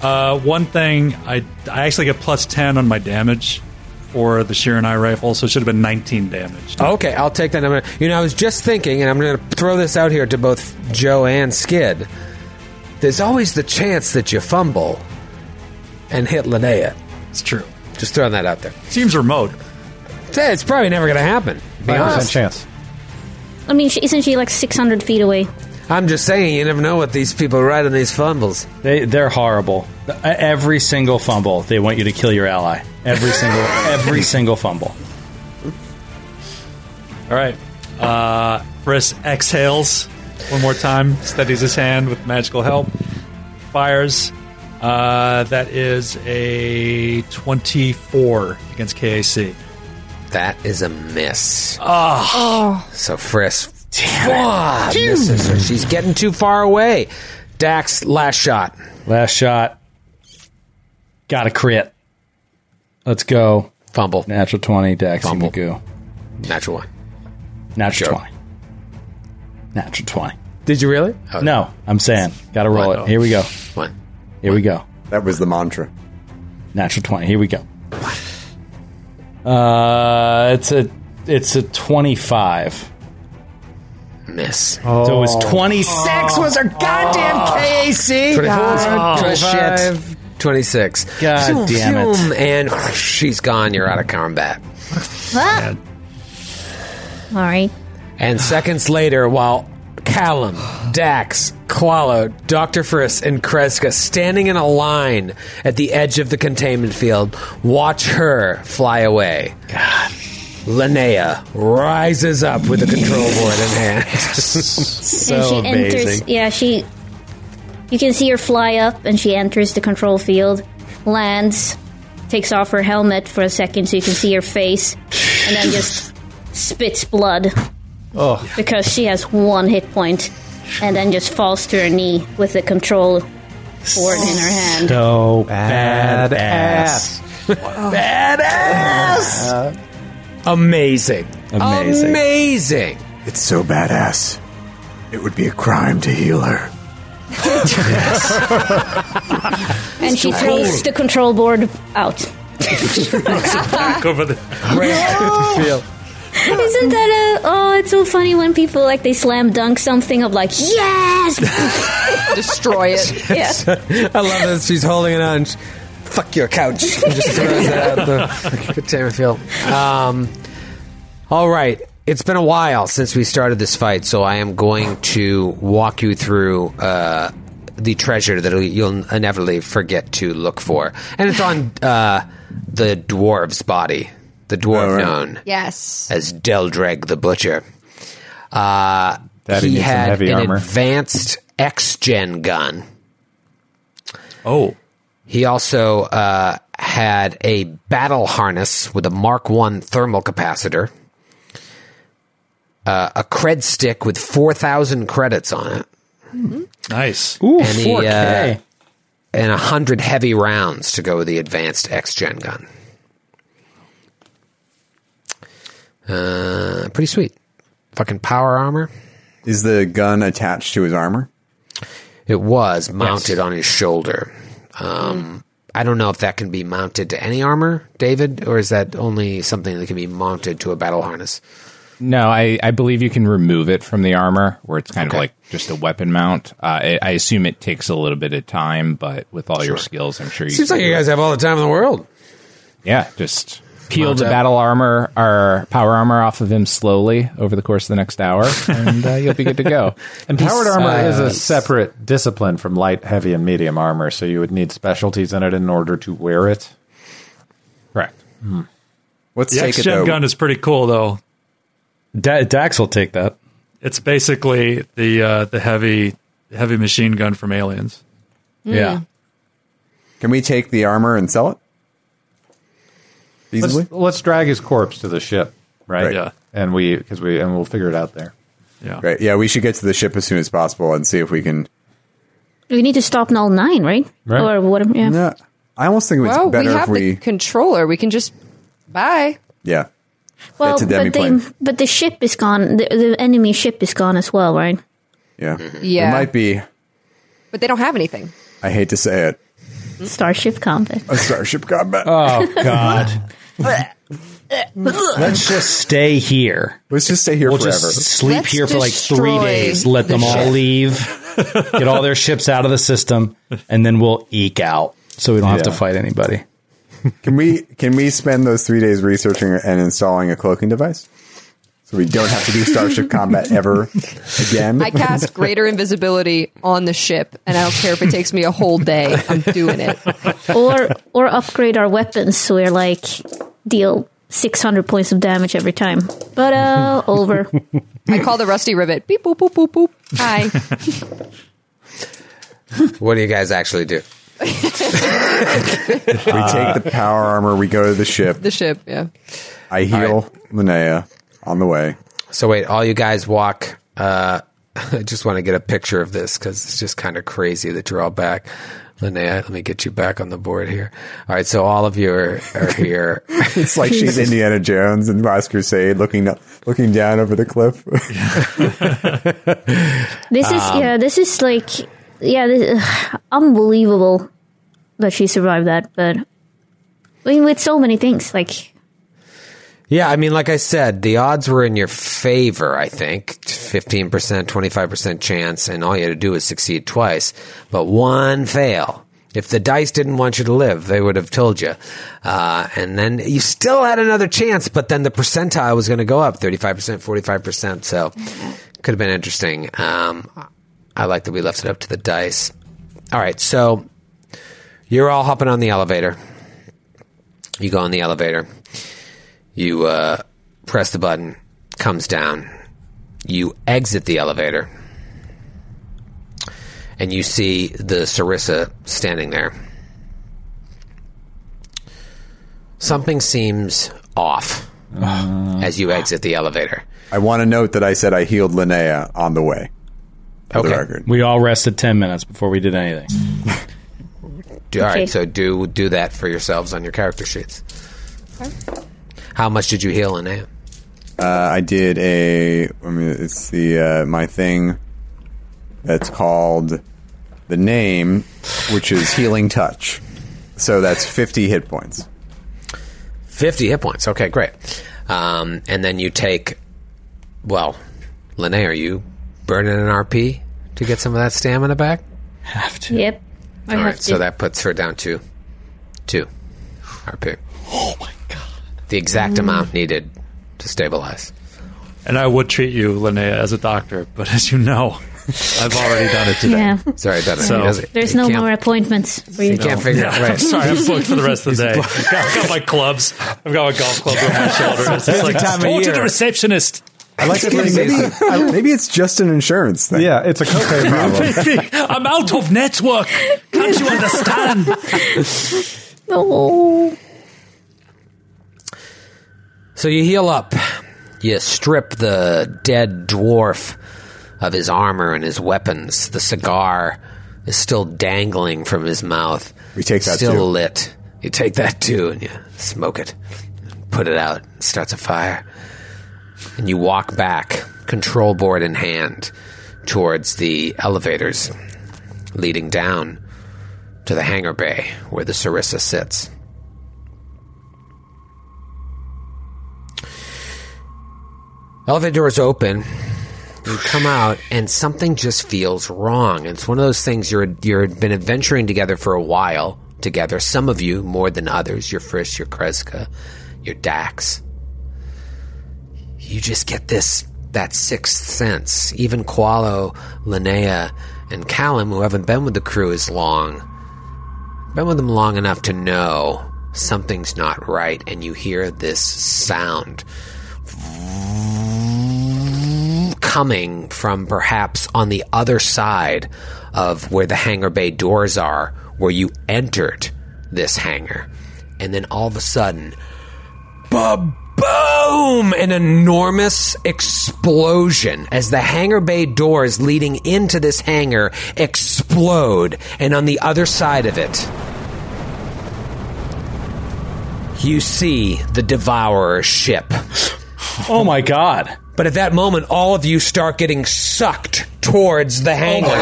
Speaker 4: Uh, one thing, I, I actually get plus 10 on my damage for the Sheer and Eye rifle, so it should have been 19 damage.
Speaker 2: Okay, I'll take that. I'm gonna, you know, I was just thinking, and I'm going to throw this out here to both Joe and Skid. There's always the chance that you fumble and hit Linnea.
Speaker 4: It's true.
Speaker 2: Just throwing that out there.
Speaker 4: Seems remote.
Speaker 2: Yeah, It's probably never going to happen. to Be
Speaker 8: 5%
Speaker 2: honest.
Speaker 8: chance.
Speaker 3: I mean, she, isn't she like 600 feet away?
Speaker 2: I'm just saying, you never know what these people write on these fumbles.
Speaker 5: They they're horrible. E- Every single fumble, they want you to kill your ally.
Speaker 2: [LAUGHS]
Speaker 5: Every single every single fumble.
Speaker 4: All right. Uh, Briss exhales one more time, steadies his hand with magical help, fires. Uh, that is a 24 against KAC.
Speaker 2: That is a miss.
Speaker 4: Ah.
Speaker 6: Oh.
Speaker 2: So Friss Fuck, misses her. She's getting too far away. Dax, last shot.
Speaker 5: Last shot. Got a crit. Let's go.
Speaker 2: Fumble.
Speaker 5: Natural 20, Dax
Speaker 2: Fumble.
Speaker 5: Miku.
Speaker 2: Natural one.
Speaker 5: E Natural
Speaker 2: Sure.
Speaker 5: 20. Natural 20.
Speaker 2: Did you really?
Speaker 5: No, I'm saying. Got to roll it. Here we go.
Speaker 2: Oh. One.
Speaker 5: Here we go.
Speaker 7: That was the mantra.
Speaker 5: Natural 20. Here we go. Uh, it's a it's a 25.
Speaker 2: Miss.
Speaker 5: So it was 26 was our goddamn KAC.
Speaker 2: 24
Speaker 5: God.
Speaker 2: oh, shit. 26.
Speaker 5: God damn it.
Speaker 2: And she's gone. You're out of combat.
Speaker 3: What? All right.
Speaker 2: And seconds later, while Callum, Dax, Qualo, Dr. Friss, and Kreska standing in a line at the edge of the containment field, watch her fly away. God. Linnea rises up with the control board in hand.
Speaker 5: So
Speaker 3: and she enters.
Speaker 5: amazing.
Speaker 3: Yeah, she. You can see her fly up, and she enters the control field, lands, takes off her helmet for a second so you can see her face, and then
Speaker 5: [LAUGHS]
Speaker 3: just spits blood. Oh. Because she has one hit point, and then just falls to her knee with the control board in her hand.
Speaker 5: So
Speaker 8: Badass.
Speaker 5: badass. Badass.
Speaker 2: Amazing.
Speaker 5: Uh. Amazing.
Speaker 2: Amazing.
Speaker 1: It's so badass. It would be a crime to heal her.
Speaker 3: And she throws the control board
Speaker 5: [LAUGHS]
Speaker 3: out.
Speaker 4: Back over the
Speaker 3: Isn't that a. Oh, it's so funny when people, like, they slam dunk something of, like, yes!
Speaker 6: [LAUGHS] Destroy
Speaker 2: [LAUGHS]
Speaker 6: it.
Speaker 3: Yeah.
Speaker 2: I love that she's holding it on. She- Fuck your couch. And just throws it out the containment field. Um, all right. It's been a while since we started this fight, so I am going to walk you through uh, the treasure that you'll inevitably forget to look for. And it's on uh, the dwarf's body, the dwarf
Speaker 7: All right.
Speaker 2: known
Speaker 6: Yes.
Speaker 2: as Deldreg the Butcher. Uh,
Speaker 8: Daddy
Speaker 2: he
Speaker 8: needs some
Speaker 2: had
Speaker 8: heavy
Speaker 2: an
Speaker 8: armor.
Speaker 2: advanced X-gen gun.
Speaker 4: Oh,
Speaker 2: He also uh, had a battle harness with a Mark One thermal capacitor, uh, a cred stick with four thousand credits on it,
Speaker 4: nice.
Speaker 5: Ooh,
Speaker 2: And he, uh,
Speaker 5: 4K.
Speaker 2: and hundred heavy rounds to go with the advanced X-gen gun. Uh, pretty sweet. Fucking power armor.
Speaker 7: Is the gun attached to his armor?
Speaker 2: It was mounted on his shoulder.
Speaker 7: Uh,
Speaker 2: Um, I don't know if that can be mounted to any armor, David, or is that only something that can be mounted to a battle harness?
Speaker 9: No, I, I believe you can remove it from the armor, where it's kind
Speaker 2: Okay.
Speaker 9: of like just a weapon mount. Uh, I, I assume it takes a little bit of time, but with all your skills, I'm sure you.
Speaker 2: Seems
Speaker 9: can
Speaker 2: like
Speaker 9: do
Speaker 2: you
Speaker 9: it.
Speaker 2: guys have all the time in the [LAUGHS] world.
Speaker 9: Yeah, just peel
Speaker 2: Mount
Speaker 9: the
Speaker 2: up.
Speaker 9: battle armor or power armor off of him slowly over the course of the next hour, and uh, you'll be good
Speaker 2: [LAUGHS]
Speaker 9: to go. Uh,
Speaker 8: And powered armor is a separate discipline from light, heavy, and medium armor, so you would need specialties in it in order to wear it. Hmm.
Speaker 9: correct.
Speaker 7: Let's
Speaker 4: The
Speaker 7: take it
Speaker 4: X Gen
Speaker 7: though.
Speaker 4: gun is pretty cool, though.
Speaker 5: Da- Dax will take that.
Speaker 4: It's basically the uh, the heavy heavy machine gun from Aliens.
Speaker 5: Yeah.
Speaker 7: Can we take the armor and sell it? Easily?
Speaker 8: Let's, let's drag his corpse to the ship, right?
Speaker 7: Right.
Speaker 4: Yeah.
Speaker 8: And we, because we, and we'll figure it out there.
Speaker 4: Yeah.
Speaker 7: Right. Yeah, we should get to the ship as soon as possible and see if we can.
Speaker 3: We need to stop null nine, right?
Speaker 8: Right.
Speaker 3: Or what? Yeah.
Speaker 7: No, I almost think it's
Speaker 6: Well, we
Speaker 7: better if
Speaker 6: have
Speaker 7: we.
Speaker 6: the controller. We can just bye.
Speaker 7: yeah.
Speaker 3: well,
Speaker 7: it's a
Speaker 3: but
Speaker 7: demi-plane.
Speaker 3: the but the ship is gone. The, the enemy ship is gone as well, right?
Speaker 7: Yeah.
Speaker 6: Yeah.
Speaker 7: It might be.
Speaker 6: But they don't have anything. Hmm?
Speaker 7: I hate to say it.
Speaker 3: Starship Combat.
Speaker 7: A starship combat.
Speaker 5: Oh God.
Speaker 7: Mm.
Speaker 5: Let's just stay here.
Speaker 7: Let's just stay here
Speaker 5: We'll
Speaker 7: forever.
Speaker 5: just sleep
Speaker 6: Let's
Speaker 5: here for like three
Speaker 6: destroy
Speaker 5: days. Let them
Speaker 6: the
Speaker 5: all
Speaker 6: ship.
Speaker 5: leave, get all their ships out of the system, and then we'll eke out, so we don't have to
Speaker 8: Yeah.
Speaker 5: fight anybody.
Speaker 7: Can we can we spend those three days researching and installing a cloaking device? So we don't have to do starship combat ever again.
Speaker 6: I cast greater invisibility on the ship, and I don't care if it takes me a whole day. I'm doing it.
Speaker 3: or or upgrade our weapons so we're like deal six hundred points of damage every time. But
Speaker 7: [LAUGHS]
Speaker 3: uh, over.
Speaker 6: I call the rusty rivet. Beep boop boop boop boop. Hi.
Speaker 2: What do you guys actually do?
Speaker 7: [LAUGHS] we
Speaker 5: Uh,
Speaker 7: take the power armor. We go to the ship.
Speaker 6: The ship, yeah.
Speaker 7: I heal Linnea on the way.
Speaker 2: So wait, all you guys walk. Uh, [LAUGHS] I just want to get a picture of this because it's just kind of crazy that you're all back. Linnea, let me get you back on the board here. All right, so all of you are, are here. [LAUGHS]
Speaker 7: It's like
Speaker 5: [LAUGHS]
Speaker 7: she's Indiana Jones in Last Crusade, looking up, looking down over the cliff. [LAUGHS]
Speaker 3: This is
Speaker 2: Um,
Speaker 3: yeah. This is like yeah. This, ugh, unbelievable that she survived that. But I mean, with so many things, like
Speaker 2: Yeah, I mean, like I said, the odds were in your favor, I think. 15%, 25% chance, and all you had to do was succeed twice, but one fail. If the dice didn't want you to live, they would have told you. Uh, and then you still had another chance, but then the percentile was going to go up 35%, 45%. So could have been interesting. Um, I like that we left it up to the dice. All right, so you're all hopping on the elevator. You go on the elevator. You uh, press the button, comes down. You exit the elevator, and you see the Sarissa standing there. Something seems off as you exit the elevator.
Speaker 7: I want to note that I said I healed Linnea on the way. For the
Speaker 2: Okay.
Speaker 7: record.
Speaker 5: We all rested 10 minutes before we did anything.
Speaker 2: Do, All
Speaker 3: Okay.
Speaker 2: right, so do do that for yourselves on your character sheets. How much did you heal in AM?
Speaker 7: Uh, I did a. I mean, it's the uh, my thing that's called the name, which is healing touch. So that's fifty hit points.
Speaker 2: 50 hit points. Okay, great. Um, and then you take, well, Linnea, are you burning an RP to get some of that stamina back?
Speaker 5: Have to.
Speaker 3: yep. I
Speaker 2: All
Speaker 3: have
Speaker 2: right,
Speaker 3: to.
Speaker 2: so that puts her down to two RP. Oh my god. The exact amount needed to stabilize.
Speaker 4: And I would treat you, Linnea, as a doctor, but as you know, I've already done it today.
Speaker 3: yeah.
Speaker 2: Sorry about that.
Speaker 4: So-
Speaker 2: He doesn't-
Speaker 3: There's
Speaker 2: he
Speaker 3: no
Speaker 2: can't-
Speaker 3: more appointments for you.
Speaker 2: He can't figure out.
Speaker 4: I'm
Speaker 2: Right.
Speaker 4: [LAUGHS] sorry,
Speaker 2: [LAUGHS]
Speaker 4: I'm booked for the rest of the day. I've got, [LAUGHS] I've got my clubs. I've got my golf club over my shoulder. It's just like,
Speaker 8: time of
Speaker 4: "Go to
Speaker 8: year."
Speaker 4: the receptionist.
Speaker 7: I like to think maybe, I- maybe it's just an insurance thing.
Speaker 8: Yeah, it's
Speaker 7: [LAUGHS]
Speaker 8: a copay problem.
Speaker 4: [LAUGHS] I'm out of network. Can't you understand?
Speaker 3: [LAUGHS] No.
Speaker 2: So you heal up. You strip the dead dwarf of his armor and his weapons. The cigar is still dangling from his mouth.
Speaker 7: We take that,
Speaker 2: still
Speaker 7: too.
Speaker 2: lit. You take that too, and you smoke it, put it out. It starts a fire, and you walk back, control board in hand, towards the elevators leading down to the hangar bay where the Sarissa sits. Elevator doors open. You come out, and something just feels wrong. It's one of those things you're you've been adventuring together for a while. Together, some of you more than others. Your Frisk, your Kreska, your Dax. You just get this that sixth sense. Even Qualo, Linnea, and Callum, who haven't been with the crew as long, been with them long enough to know something's not right, and you hear this sound coming from perhaps on the other side of where the hangar bay doors are, where you entered this hangar. And then all of a sudden, boom! An enormous explosion as the hangar bay doors leading into this hangar explode, and on the other side of it, you see the Devourer ship.
Speaker 5: Oh my god.
Speaker 2: But at that moment, all of you start getting sucked towards the
Speaker 5: Oh
Speaker 2: hangar.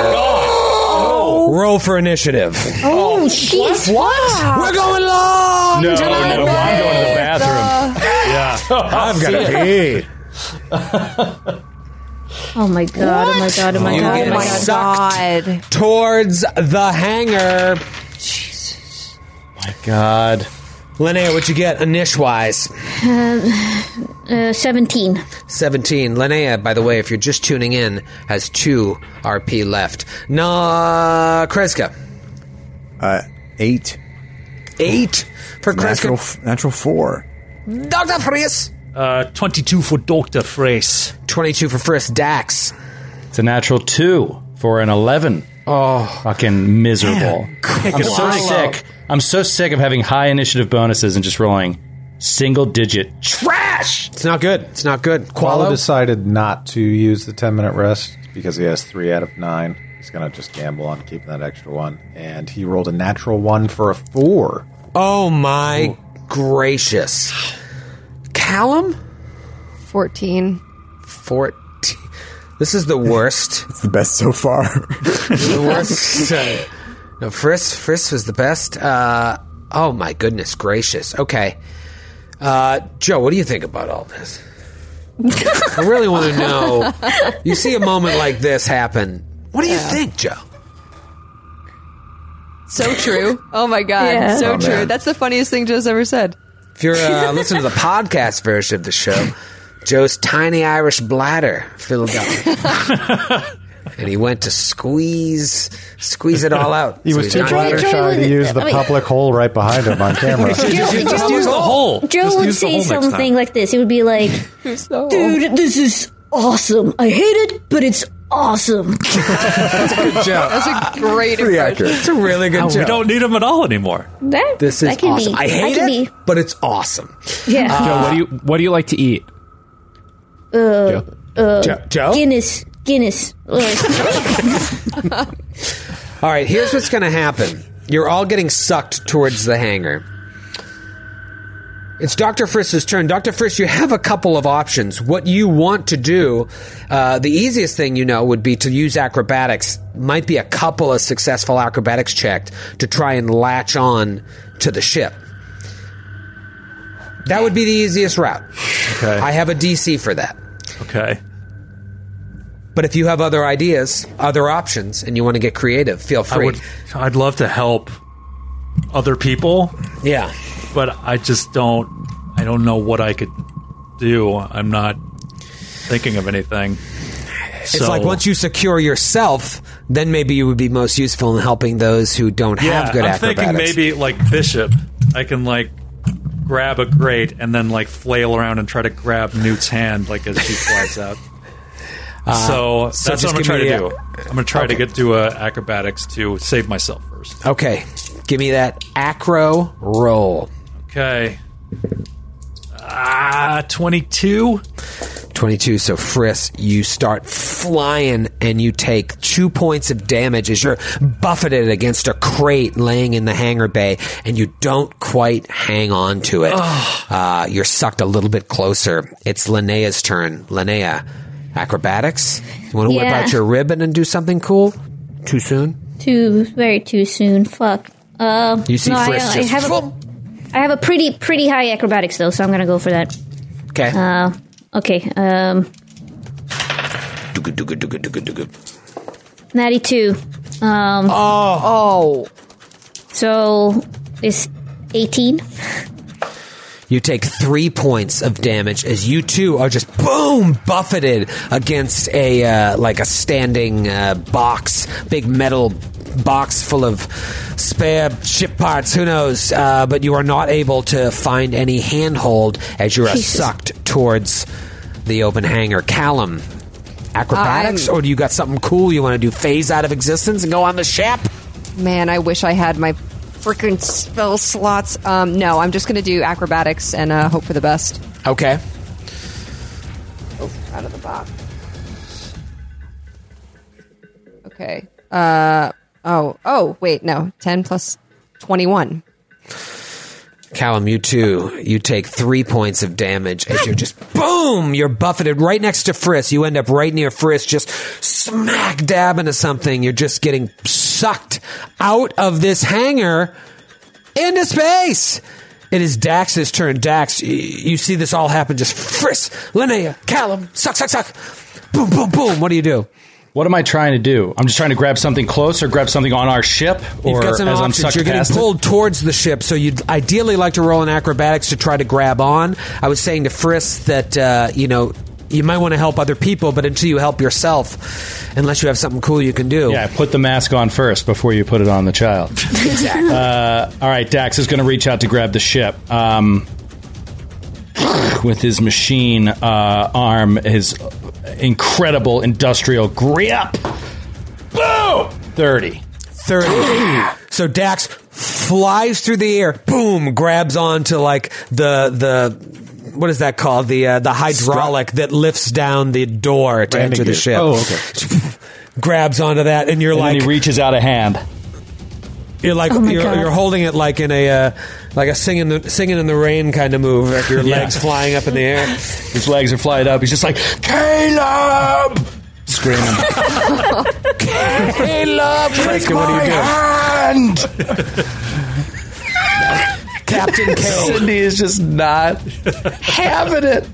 Speaker 2: Roll for initiative.
Speaker 3: Oh, jeez. What?
Speaker 2: We're going
Speaker 3: Oh,
Speaker 2: long.
Speaker 5: No, no, I'm going to the bathroom.
Speaker 2: [LAUGHS] I've got to pee.
Speaker 3: Oh my god. Oh my god. Oh my
Speaker 2: You
Speaker 3: god.
Speaker 2: get
Speaker 3: Oh my
Speaker 2: it.
Speaker 3: god.
Speaker 2: Sucked.
Speaker 6: God.
Speaker 2: Towards the hangar.
Speaker 5: My god.
Speaker 2: Linnea, what you get inish wise?
Speaker 3: Uh, Seventeen.
Speaker 2: 17. Linnea, by the way, if you're just tuning in, has two RP left. Na Kreska.
Speaker 7: Uh, eight
Speaker 2: Eight for
Speaker 7: natural
Speaker 2: Kreska.
Speaker 7: f- natural four.
Speaker 2: Dr. Frias.
Speaker 4: Uh, 22 for Dr. Frace.
Speaker 2: 22 for Frias. Dax.
Speaker 5: It's a natural 2 for an 11. Oh, fucking miserable!
Speaker 4: Man, kick
Speaker 5: I'm
Speaker 4: it
Speaker 5: so
Speaker 4: low.
Speaker 5: sick. I'm so sick of having high initiative bonuses and just rolling single digit trash.
Speaker 2: It's not good. It's not good.
Speaker 8: Qualo decided not to use the 10 minute rest because he has three out of nine. He's going to just gamble on keeping that extra one. And he rolled a natural one for a four.
Speaker 2: Oh my gracious. Callum?
Speaker 6: 14.
Speaker 2: 14.
Speaker 1: [LAUGHS]
Speaker 2: This is the worst.
Speaker 1: It's the best so far.
Speaker 7: [LAUGHS]
Speaker 2: the worst. Uh, no, Frisk, Frisk was the best. Uh, oh my goodness gracious. Okay. Uh, Joe, what do you think about all
Speaker 1: [LAUGHS]
Speaker 2: this? I really want
Speaker 6: [LAUGHS]
Speaker 2: to know. You see a moment like this happen. What do you think, Joe?
Speaker 6: So true. Oh my god.
Speaker 3: Yeah.
Speaker 6: So
Speaker 1: Oh,
Speaker 6: true.
Speaker 1: man.
Speaker 6: That's the funniest thing Joe's ever said.
Speaker 2: If you're uh, listening to the podcast version of the show, Joe's tiny Irish bladder filled up, and he went to squeeze squeeze it all out.
Speaker 8: He
Speaker 2: So
Speaker 8: was
Speaker 2: he's
Speaker 8: too
Speaker 2: not-
Speaker 3: Joey,
Speaker 8: bladder
Speaker 3: Joey,
Speaker 8: shy to
Speaker 3: wait,
Speaker 8: use the
Speaker 3: I mean-
Speaker 8: public hole right behind him
Speaker 2: [LAUGHS]
Speaker 8: on camera.
Speaker 4: Just,
Speaker 3: Joe- Joe
Speaker 4: just use the
Speaker 3: would-
Speaker 4: hole.
Speaker 3: Joe
Speaker 4: Just
Speaker 3: would
Speaker 4: use the
Speaker 3: say
Speaker 4: hole next
Speaker 3: something
Speaker 4: time.
Speaker 3: like this. He would be [LAUGHS] like, "Dude, this is awesome. I hate it, but it's awesome."
Speaker 2: Joe.
Speaker 6: That's a great
Speaker 1: Pretty
Speaker 6: impression.
Speaker 1: accurate.
Speaker 2: It's a really good
Speaker 4: Oh, We
Speaker 2: joke.
Speaker 4: don't need them at all anymore.
Speaker 3: [LAUGHS] That
Speaker 2: this is
Speaker 3: that can
Speaker 2: awesome.
Speaker 3: Be,
Speaker 2: I
Speaker 3: that
Speaker 2: hate
Speaker 3: can
Speaker 2: it, but it's awesome.
Speaker 3: Be, yeah.
Speaker 9: Joe, what do you what do you like to eat? Joe?
Speaker 2: Joe, Joe?
Speaker 3: Guinness. Uh, [LAUGHS] Guinness. Uh,
Speaker 2: All right, here's what's going to happen. You're all getting sucked towards the hangar. It's Dr. Frist's turn. Dr. Frist, you have a couple of options. What you want to do, uh, the easiest thing you know would be to use acrobatics. Might be a couple of successful acrobatics checked to try and latch on to the ship. That would be the easiest route.
Speaker 4: Okay.
Speaker 2: I have a DC for that.
Speaker 4: okay.
Speaker 2: But if you have other ideas, other options, and you want to get creative, feel
Speaker 4: I
Speaker 2: free.
Speaker 4: would. I'd love to help other people,
Speaker 2: yeah.
Speaker 4: but I just don't. I don't know what I could do. I'm not thinking of anything.
Speaker 2: It's like once you secure yourself, then maybe you would be most useful in helping those who don't
Speaker 4: yeah,
Speaker 2: have good
Speaker 4: I'm
Speaker 2: acrobatics.
Speaker 4: thinking maybe like Bishop. I can like grab a grate and then like flail around and try to grab Newt's hand like as
Speaker 2: [LAUGHS]
Speaker 4: she flies out. so
Speaker 2: Uh, so
Speaker 4: that's
Speaker 2: just
Speaker 4: what I'm gonna
Speaker 2: give
Speaker 4: try
Speaker 2: me
Speaker 4: to
Speaker 2: the-
Speaker 4: do. I'm gonna try to get to uh, acrobatics to save myself first.
Speaker 2: Okay, give me that acro roll.
Speaker 4: Okay. Ah, 22.
Speaker 2: 22. So, Frisk, you start flying and you take two points of damage as you're buffeted against a crate laying in the hangar bay and you don't quite hang on to it. Uh, you're sucked a little bit closer. It's Linnea's turn. Linnea, acrobatics? You want to whip
Speaker 3: Yeah.
Speaker 2: out your ribbon and do something cool? Too soon?
Speaker 3: too very too soon. Fuck. Uh,
Speaker 2: You see
Speaker 3: no, I,
Speaker 2: Frisk
Speaker 3: I
Speaker 2: just.
Speaker 3: have a, I have a pretty pretty high acrobatics though, so I'm gonna go for that.
Speaker 2: okay.
Speaker 3: Uh, okay. Um,
Speaker 2: Dooga, dooga, dooga, dooga, dooga.
Speaker 3: ninety two. Um,
Speaker 6: Oh.
Speaker 3: so it's eighteen.
Speaker 2: You take three points of damage as you two are just boom buffeted against a uh, like a standing uh, box, big metal box full of spare ship parts. Who knows? Uh, but you are not able to find any handhold as you are
Speaker 3: Jesus.
Speaker 2: sucked towards the open hangar. Callum, acrobatics,
Speaker 6: I'm-
Speaker 2: or do you got something cool you want to do? Phase out of existence and go on the ship?
Speaker 6: Man, I wish I had my freaking spell slots. Um, no, I'm just going to do acrobatics and uh, hope for the best.
Speaker 2: Okay.
Speaker 6: Oh, Out of the box. Okay. Uh, oh, oh, wait, no. 10 plus 21.
Speaker 2: Callum, you too. You take three points of damage as you're just boom. You're buffeted right next to Frisk. You end up right near Frisk, just smack dab into something. You're just getting sucked out of this hangar into space. It is Dax's turn. Dax, y- you see this all happen. Just Frisk, Linnea, Callum, suck, suck, suck. Boom, boom, boom. What do you do?
Speaker 5: What am I trying to do? I'm just trying to grab something close or grab something on our ship, or
Speaker 2: You've got
Speaker 5: as
Speaker 2: some
Speaker 5: I'm
Speaker 2: options.
Speaker 5: sucked
Speaker 2: You're
Speaker 5: past
Speaker 2: getting
Speaker 5: it?
Speaker 2: pulled towards the ship, so you'd ideally like to roll an acrobatics to try to grab on. I was saying to Frisk that uh, you know you might want to help other people, but until you help yourself, unless you have something cool you can do.
Speaker 5: Yeah, put the mask on first before you put it on
Speaker 2: [LAUGHS]
Speaker 5: the child. Uh,
Speaker 2: Exactly.
Speaker 5: All right, Dax is going to reach out to grab the ship. Um, with his machine uh, arm, his incredible industrial grip. Boom! 30.
Speaker 8: [GASPS]
Speaker 2: 30. so Dax flies through the air, boom, grabs onto like the the what is that called? The uh, the hydraulic that lifts down the door to
Speaker 8: Landing
Speaker 2: enter the
Speaker 8: gear.
Speaker 2: ship.
Speaker 8: Oh, okay.
Speaker 2: grabs onto that and you're
Speaker 5: And
Speaker 2: like
Speaker 5: then he reaches out a hand.
Speaker 2: you're like
Speaker 3: Oh my
Speaker 2: you're,
Speaker 3: God.
Speaker 2: you're holding it like in a uh, like a singing the, singing in the rain kind of move, like your
Speaker 5: [LAUGHS] Yeah.
Speaker 2: legs flying up in the air.
Speaker 5: His legs are flying up. He's just like, Caleb! Screaming. Caleb, Frank, what are
Speaker 7: [LAUGHS]
Speaker 5: you doing? Hand!
Speaker 2: Captain K.
Speaker 5: Cindy is just not
Speaker 4: Uh,
Speaker 6: [LAUGHS]
Speaker 5: having it.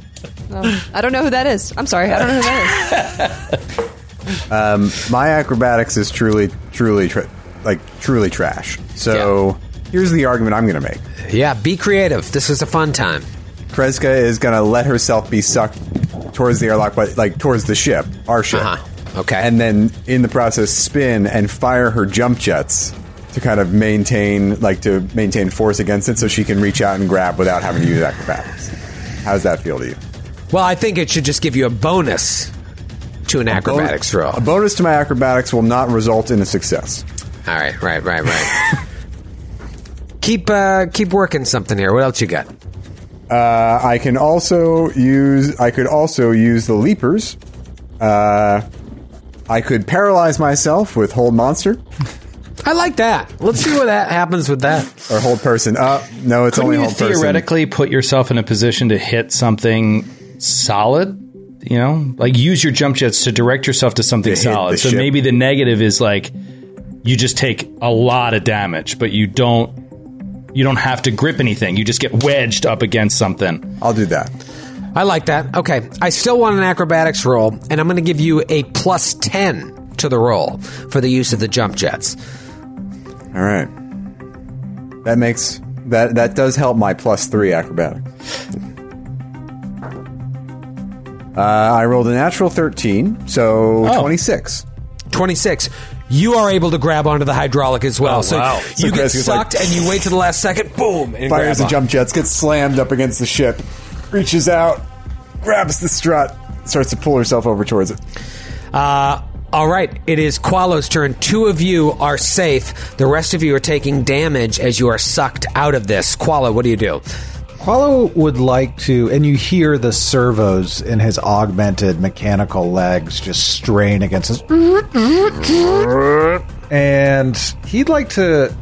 Speaker 6: Oh, I don't know who that is. I'm sorry. I don't know who that is.
Speaker 7: Um, my acrobatics is truly, truly, tra- like truly trash. So here's the argument I'm going to make.
Speaker 2: Yeah, be creative. This is a fun time.
Speaker 7: Kreska is going to let herself be sucked towards the airlock, but like towards the ship, our ship.
Speaker 2: Uh-huh. Okay.
Speaker 7: And then in the process, spin and fire her jump jets to kind of maintain, like to maintain force against it, so she can reach out and grab without having to use acrobatics. How does that feel to you?
Speaker 2: Well, I think it should just give you a bonus to an acrobatics
Speaker 7: Bon-
Speaker 2: roll.
Speaker 7: A bonus to my acrobatics will not result in a success.
Speaker 2: All right, right, right, right. keep uh, keep working something here. What else you got?
Speaker 7: Uh, I can also use. I could also use the leapers. Uh, I could paralyze myself with hold monster
Speaker 2: I like that. Let's see what that happens with that.
Speaker 7: or hold person. Uh, no, it's
Speaker 5: Couldn't
Speaker 7: only
Speaker 5: you
Speaker 7: hold person.
Speaker 5: theoretically put yourself in a position to hit something solid? You know, like use your jump jets to direct yourself to something
Speaker 7: hit the
Speaker 5: solid. So
Speaker 7: ship.
Speaker 5: maybe the negative is like you just take a lot of damage, but you don't you don't have to grip anything. You just get wedged up against something.
Speaker 7: I'll do that.
Speaker 2: I like that. Okay, I still want an acrobatics roll, and I'm going to give you a plus ten to the roll for the use of the jump jets.
Speaker 7: All right. That makes that that does help my plus three acrobatics. Uh, I rolled a natural thirteen, so
Speaker 5: Oh.
Speaker 7: twenty six.
Speaker 2: Twenty six. You are able to grab onto the hydraulic as well.
Speaker 4: Oh,
Speaker 2: so
Speaker 4: wow.
Speaker 7: So
Speaker 2: you get
Speaker 7: Chris is like-
Speaker 2: sucked, and you wait to the last second. Boom! And
Speaker 7: Fires
Speaker 2: grab
Speaker 7: the
Speaker 2: on.
Speaker 7: jump jets, gets slammed up against the ship, reaches out, grabs the strut, starts to pull herself over towards it.
Speaker 2: Uh, all right, it is Qualo's turn. Two of you are safe. The rest of you are taking damage as you are sucked out of this. Qualo, what do you do?
Speaker 8: Qualo would like to, and you hear the servos in his augmented mechanical legs just strain against us. And he'd like to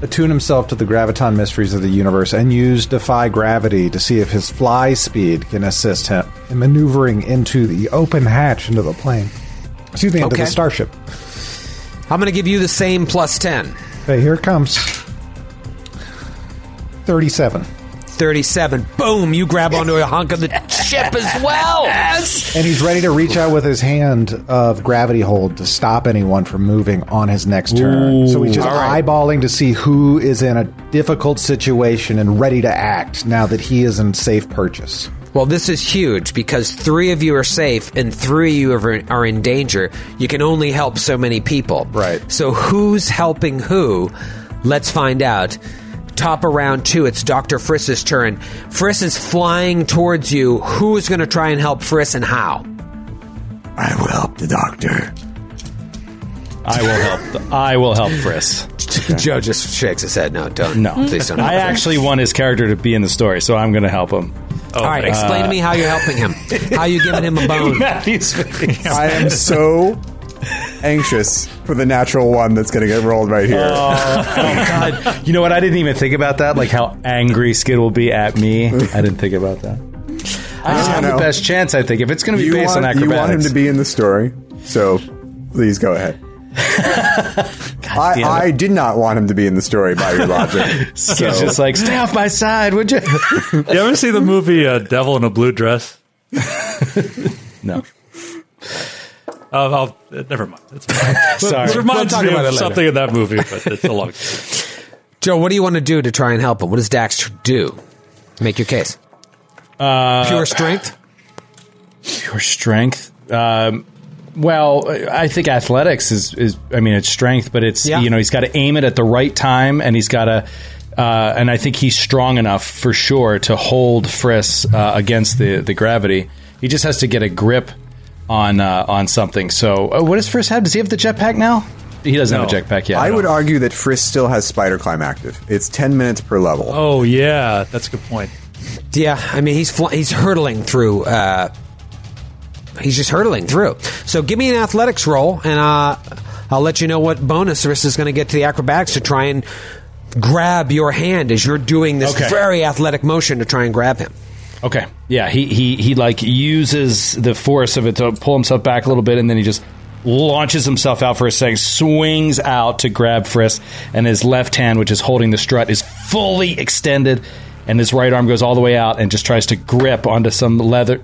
Speaker 8: attune himself to the graviton mysteries of the universe and use Defy Gravity to see if his fly speed can assist him in maneuvering into the open hatch into the plane. Excuse me, into
Speaker 2: Okay.
Speaker 8: the starship.
Speaker 2: I'm going to give you the same plus 10.
Speaker 8: Okay, here it comes. 37.
Speaker 2: 37. Boom, you grab onto a hunk of the ship as well.
Speaker 8: And he's ready to reach out with his hand of gravity hold to stop anyone from moving on his next turn. so he's just eyeballing to see who is in a difficult situation and ready to act now that he is in safe purchase.
Speaker 2: Well, this is huge because three of you are safe and three of you are, are in danger. You can only help so many people.
Speaker 8: Right.
Speaker 2: So who's helping who? Let's find out. Top of round two, it's Dr. Friss's turn. Friss is flying towards you. Who is going to try and help Friss and how?
Speaker 1: I will help the doctor.
Speaker 5: I will help. I will help Friss.
Speaker 2: [LAUGHS] Joe just shakes his head. No, don't.
Speaker 5: No,
Speaker 2: Please don't.
Speaker 5: I
Speaker 2: help him.
Speaker 5: actually want his character to be in the story, so I'm going to help him.
Speaker 2: All right, explain to me how you're helping
Speaker 5: [LAUGHS]
Speaker 2: him. How you giving him a bone?
Speaker 5: Matthew's face.
Speaker 7: I am so anxious for the natural one that's going to get rolled right here.
Speaker 5: God. You know what? I didn't even think about that. Like how angry Skid will be at me. I didn't think about that. I just have
Speaker 2: Oh.
Speaker 7: know.
Speaker 5: the best chance, I think. If it's going to be
Speaker 7: you,
Speaker 5: based
Speaker 7: want,
Speaker 5: on
Speaker 7: you want him
Speaker 5: acrobatics,
Speaker 7: to be in the story, so please go
Speaker 5: [LAUGHS]
Speaker 7: ahead. I,
Speaker 5: damn it.
Speaker 7: I did not want him to be in the story by your
Speaker 5: [LAUGHS]
Speaker 7: logic. so
Speaker 5: Skid's just like, stay off my side,
Speaker 2: [LAUGHS]
Speaker 5: would you?
Speaker 4: You ever see the movie uh, Devil in a Blue Dress?
Speaker 5: no.
Speaker 4: Uh, I'll, uh, never mind.
Speaker 2: [LAUGHS]
Speaker 4: It's fine.
Speaker 5: Sorry.
Speaker 4: It reminds
Speaker 2: talk
Speaker 4: me
Speaker 2: about it
Speaker 4: of
Speaker 2: later.
Speaker 4: something in that movie, but it's
Speaker 2: [LAUGHS]
Speaker 4: a long story.
Speaker 2: Joe, what do you want to do to try and help him? What does Dax do? Make your case. Uh, Pure strength.
Speaker 5: Your strength. Um, well, I think athletics is, is I mean, it's strength, but it's,
Speaker 2: Yeah.
Speaker 5: you know, he's got to aim it at the right time and he's got to, uh, and I think he's strong enough for sure to hold Friss uh, against the, the gravity. He just has to get a grip on uh, on something. So, uh, what does Friss have? Does he have the jetpack now? he doesn't have a
Speaker 7: No.
Speaker 5: jetpack yet.
Speaker 7: I
Speaker 5: no.
Speaker 7: would argue that Frisk still has Spider Climb active. It's 10 minutes per level.
Speaker 4: Oh yeah, that's a good point.
Speaker 2: Yeah, I mean he's fl- he's hurtling through. Uh, he's just hurtling through. So give me an athletics roll, and uh, I'll let you know what bonus Riss is going to get to the acrobatics to try and grab your hand as you're doing this
Speaker 5: Okay.
Speaker 2: very athletic motion to try and grab him.
Speaker 5: Okay. Yeah, he he he like uses the force of it to pull himself back a little bit, and then he just launches himself out for a second, swings out to grab Frisk, and his left hand, which is holding the strut, is fully extended, and his right arm goes all the way out and just tries to grip onto some leather.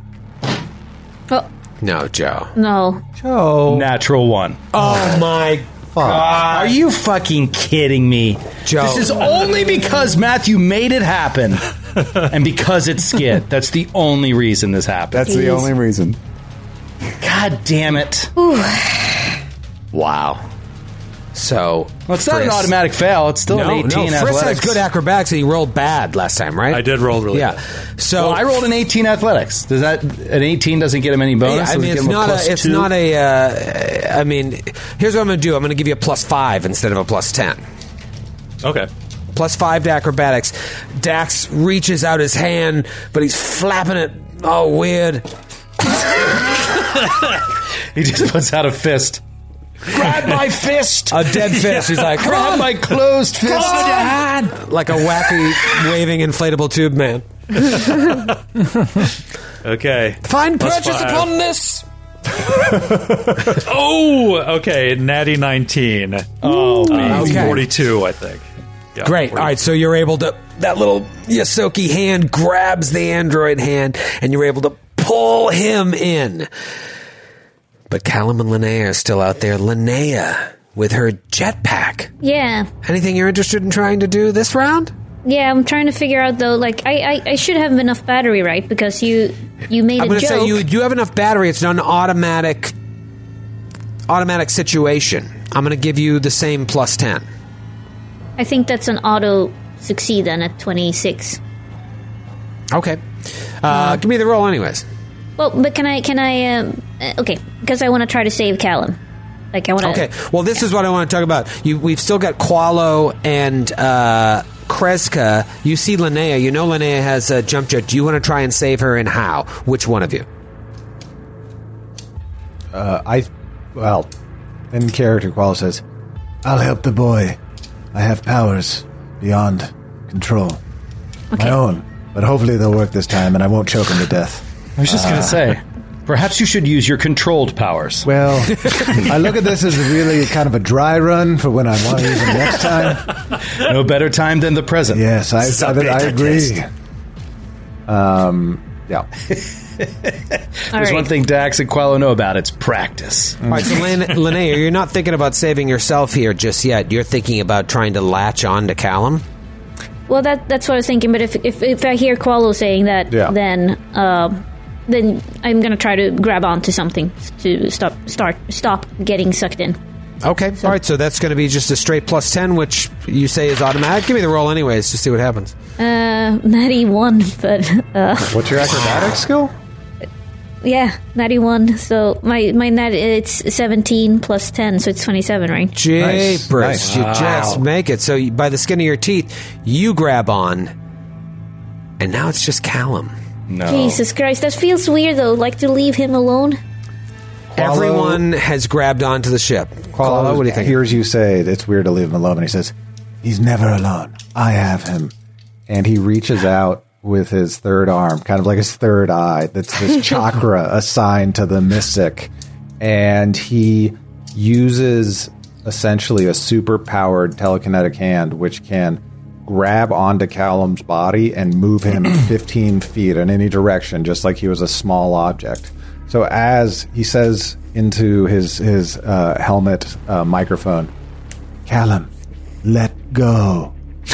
Speaker 3: Oh,
Speaker 2: No, Joe.
Speaker 3: no.
Speaker 5: Joe, natural one.
Speaker 2: Oh my
Speaker 5: God. Are you fucking kidding me?
Speaker 2: Joe.
Speaker 5: This is only because Matthew made
Speaker 2: [LAUGHS]
Speaker 5: it happen and because it's Skid. That's the only reason this happened.
Speaker 7: That's the only reason.
Speaker 5: God damn it.
Speaker 2: Wow. So
Speaker 5: Well, it's not an
Speaker 2: Frisk-
Speaker 5: automatic fail. It's still
Speaker 2: no,
Speaker 5: an 18
Speaker 2: no, Frisk
Speaker 5: athletics.
Speaker 2: has good acrobatics, and he rolled bad last time, right?
Speaker 4: I did roll really.
Speaker 2: Yeah.
Speaker 4: bad.
Speaker 2: So
Speaker 5: well, I rolled an 18 athletics. Does that an 18 doesn't get him any bonus?
Speaker 2: Yeah, I
Speaker 5: Doesn't
Speaker 2: mean,
Speaker 5: give
Speaker 2: it's
Speaker 5: him a
Speaker 2: not
Speaker 5: plus
Speaker 2: a. It's
Speaker 5: two? [LAUGHS]
Speaker 2: not a. Uh, I mean, here's what I'm going to do. I'm going to give you a plus five instead of a plus ten.
Speaker 4: Okay.
Speaker 2: Plus five to acrobatics. Dax reaches out his hand, but he's flapping it. Oh, weird.
Speaker 5: [LAUGHS] He just puts out a fist. Grab my fist.
Speaker 2: A dead
Speaker 5: [LAUGHS]
Speaker 2: fish. He's like, come
Speaker 5: Grab
Speaker 2: on,
Speaker 5: my closed fist.
Speaker 2: like a wacky waving inflatable tube man.
Speaker 4: Okay.
Speaker 2: Find
Speaker 4: Plus
Speaker 2: purchase
Speaker 4: five.
Speaker 2: upon this.
Speaker 4: [LAUGHS] Oh, okay. Natty nineteen. Oh,
Speaker 2: Okay.
Speaker 4: forty-two. I think. Yeah,
Speaker 2: Great. All
Speaker 4: 42.
Speaker 2: right, so you're able to that little Yasoki hand grabs the android hand, and you're able to pull him in. But Callum and Linnea are still out there. Linnea with her jetpack.
Speaker 3: Yeah.
Speaker 2: Anything you're interested in trying to do this round?
Speaker 3: Yeah, I'm trying to figure out though. Like, I, I, I should have enough battery, right? Because you you made
Speaker 2: I'm
Speaker 3: a
Speaker 2: going to
Speaker 3: joke.
Speaker 2: say you you have enough battery. It's not an automatic automatic situation. I'm going to give you the same plus ten.
Speaker 3: I think that's an auto succeed then at 26.
Speaker 2: Okay.
Speaker 3: Uh-huh.
Speaker 2: Uh, give me the roll, anyways.
Speaker 3: Well, but can I can I um, uh, okay because I want to try to save Callum. Like I want to.
Speaker 2: Okay. Well, this is what I want to talk about. You, we've still got Qualo and uh, Kreska. You see Linnea. You know Linnea has a jump jet. Do you want to try and save her, and how? Which one of you?
Speaker 8: Uh, I, well, in character, Qual says, "I'll help the boy. I have powers beyond control, my own. But hopefully they'll work this time, and I won't choke him to death." Uh,
Speaker 5: I was just gonna say, Uh, perhaps you should use your controlled powers. [LAUGHS]
Speaker 8: Well, I look at [LAUGHS] this as a really kind of a dry run for when I want to use them next time.
Speaker 5: No better time than the present.
Speaker 8: Yes, I, I, I agree. Um, yeah.
Speaker 3: All
Speaker 5: There's
Speaker 3: right.
Speaker 5: one thing Dax and Qualo know about. It's practice.
Speaker 2: All right. So
Speaker 5: [LAUGHS]
Speaker 2: Lin- Linnea, you're not thinking about saving yourself here just yet. You're thinking about trying to latch on to Callum.
Speaker 3: Well, that that's what I was thinking. But if if, if I hear Qualo saying that,
Speaker 8: Yeah.
Speaker 3: then um, then I'm gonna try to grab onto something to stop start stop getting sucked in.
Speaker 2: Okay. All right. So that's going to be just a straight plus ten, which you say is automatic. Give me the roll, anyways, to see what happens.
Speaker 3: Uh, Natty one, [LAUGHS] but uh,
Speaker 8: What's your acrobatic skill?
Speaker 3: [LAUGHS] yeah, Natty one. So my my nat it's 17 plus 10, so it's 27, right?
Speaker 2: Jeepers,
Speaker 8: Nice.
Speaker 2: you just make it. So you- by the skin of your teeth, you grab on, and now it's just Callum.
Speaker 5: No.
Speaker 3: Jesus Christ, that feels weird though. Like to leave him alone.
Speaker 2: Everyone has grabbed onto the ship. Qualo, what do you think?
Speaker 8: hears you say it, it's weird to leave him alone, and he says, "He's never alone. I have him." And he reaches out with his third arm, kind of like his third eye. That's this chakra assigned to the mystic, and he uses essentially a super-powered telekinetic hand, which can grab onto Callum's body and move him 15 feet in any direction, just like he was a small object. So as he says into his his uh, helmet uh, microphone, Callum, let go, [LAUGHS]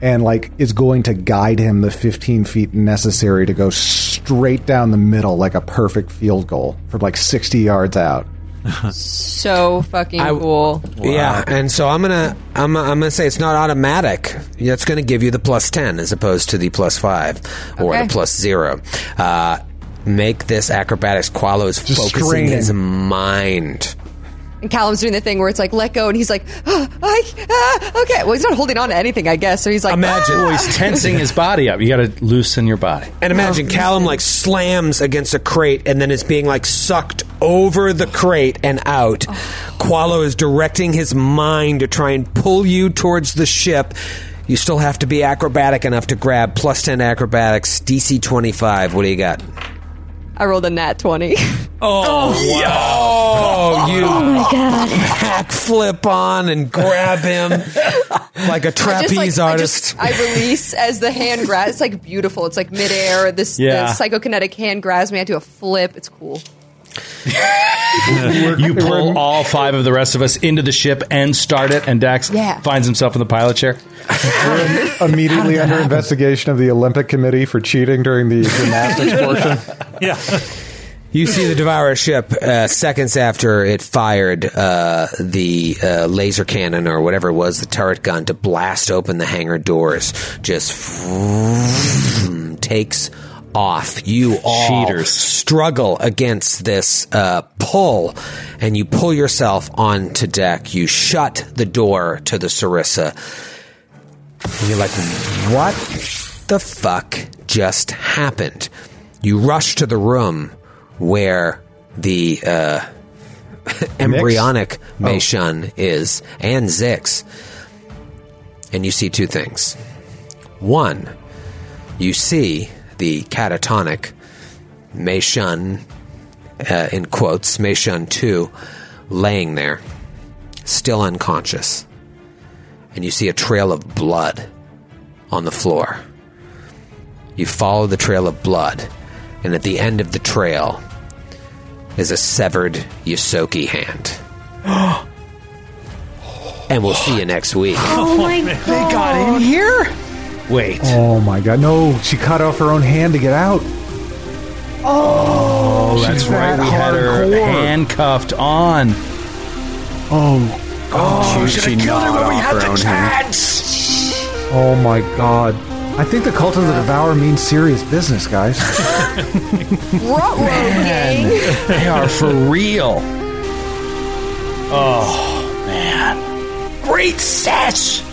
Speaker 8: and like is going to guide him the 15 feet necessary to go straight down the middle like a perfect field goal from like 60 yards out.
Speaker 2: [LAUGHS]
Speaker 6: So fucking cool.
Speaker 2: Yeah, and so I'm gonna I'm, I'm gonna say it's not automatic. That's gonna give you the plus ten as opposed to the plus five or
Speaker 6: Okay.
Speaker 2: the plus zero. Uh, make this acrobatics. Qualo's focusing
Speaker 8: straining.
Speaker 2: his mind
Speaker 6: And Callum's doing the thing where it's like, let go. And he's like, [GASPS] "Ah, I, ah, okay. Well, he's not holding on to anything, I guess. So he's like,
Speaker 2: Imagine. Oh,
Speaker 6: "Ah."
Speaker 2: Well,
Speaker 5: He's tensing his body up. You got to loosen your body.
Speaker 2: And imagine Callum like slams against a crate and then is being like sucked over the crate and out. Qualo is directing his mind to try and pull you towards the ship. You still have to be acrobatic enough to grab plus 10 acrobatics, DC 25. What do you got?
Speaker 6: [LAUGHS] I rolled a nat Oh, 20. [LAUGHS]
Speaker 2: Oh,
Speaker 3: Oh
Speaker 2: you
Speaker 3: my god.
Speaker 2: hack flip on and
Speaker 3: [LAUGHS]
Speaker 2: grab him like a trapeze
Speaker 6: Just like, I
Speaker 2: artist.
Speaker 6: just- I, release as the hand grabs. It's like beautiful. It's like midair. This the
Speaker 5: Yeah.
Speaker 6: psychokinetic hand grabs me. I do a flip. It's cool.
Speaker 5: You pull all five of the rest of us into the ship and start it, and Dax
Speaker 6: Yeah.
Speaker 5: finds himself in the pilot chair.
Speaker 8: Immediately under investigation of the Olympic Committee for cheating during the gymnastics portion.
Speaker 4: Yeah.
Speaker 2: You see the Devourer ship uh, seconds after it fired uh, the uh, laser cannon or whatever it was, the turret gun, to blast open the hangar doors. Just takes off. You all
Speaker 5: Cheaters.
Speaker 2: struggle against this uh, pull, and you pull yourself onto deck. You shut the door to the Sarissa. And you're like, what the fuck just happened? You rush to the room where the uh, [LAUGHS] embryonic Meishun is and Zix, and you see two things. One, you see the catatonic Meishun, uh, in quotes, Meishun 2, laying there, still unconscious. And you see a trail of blood on the floor. You follow the trail of blood, and at the end of the trail is a severed Yosoki hand. and we'll see you next
Speaker 5: [LAUGHS]
Speaker 2: week.
Speaker 3: Oh my god.
Speaker 5: Wait.
Speaker 8: Oh my god. No, she cut off her own hand to get out.
Speaker 5: Oh, that's
Speaker 8: she's
Speaker 5: right.
Speaker 8: that
Speaker 5: We had her
Speaker 8: hardcore.
Speaker 5: handcuffed on.
Speaker 7: Oh, she, she gnawed off her own hand.
Speaker 8: Oh my god. I think the cult of the devourer means serious business, guys.
Speaker 6: Ruh-roh, gang.
Speaker 5: They are for real. Oh,
Speaker 4: Oh.
Speaker 5: man. Great sesh! [LAUGHS]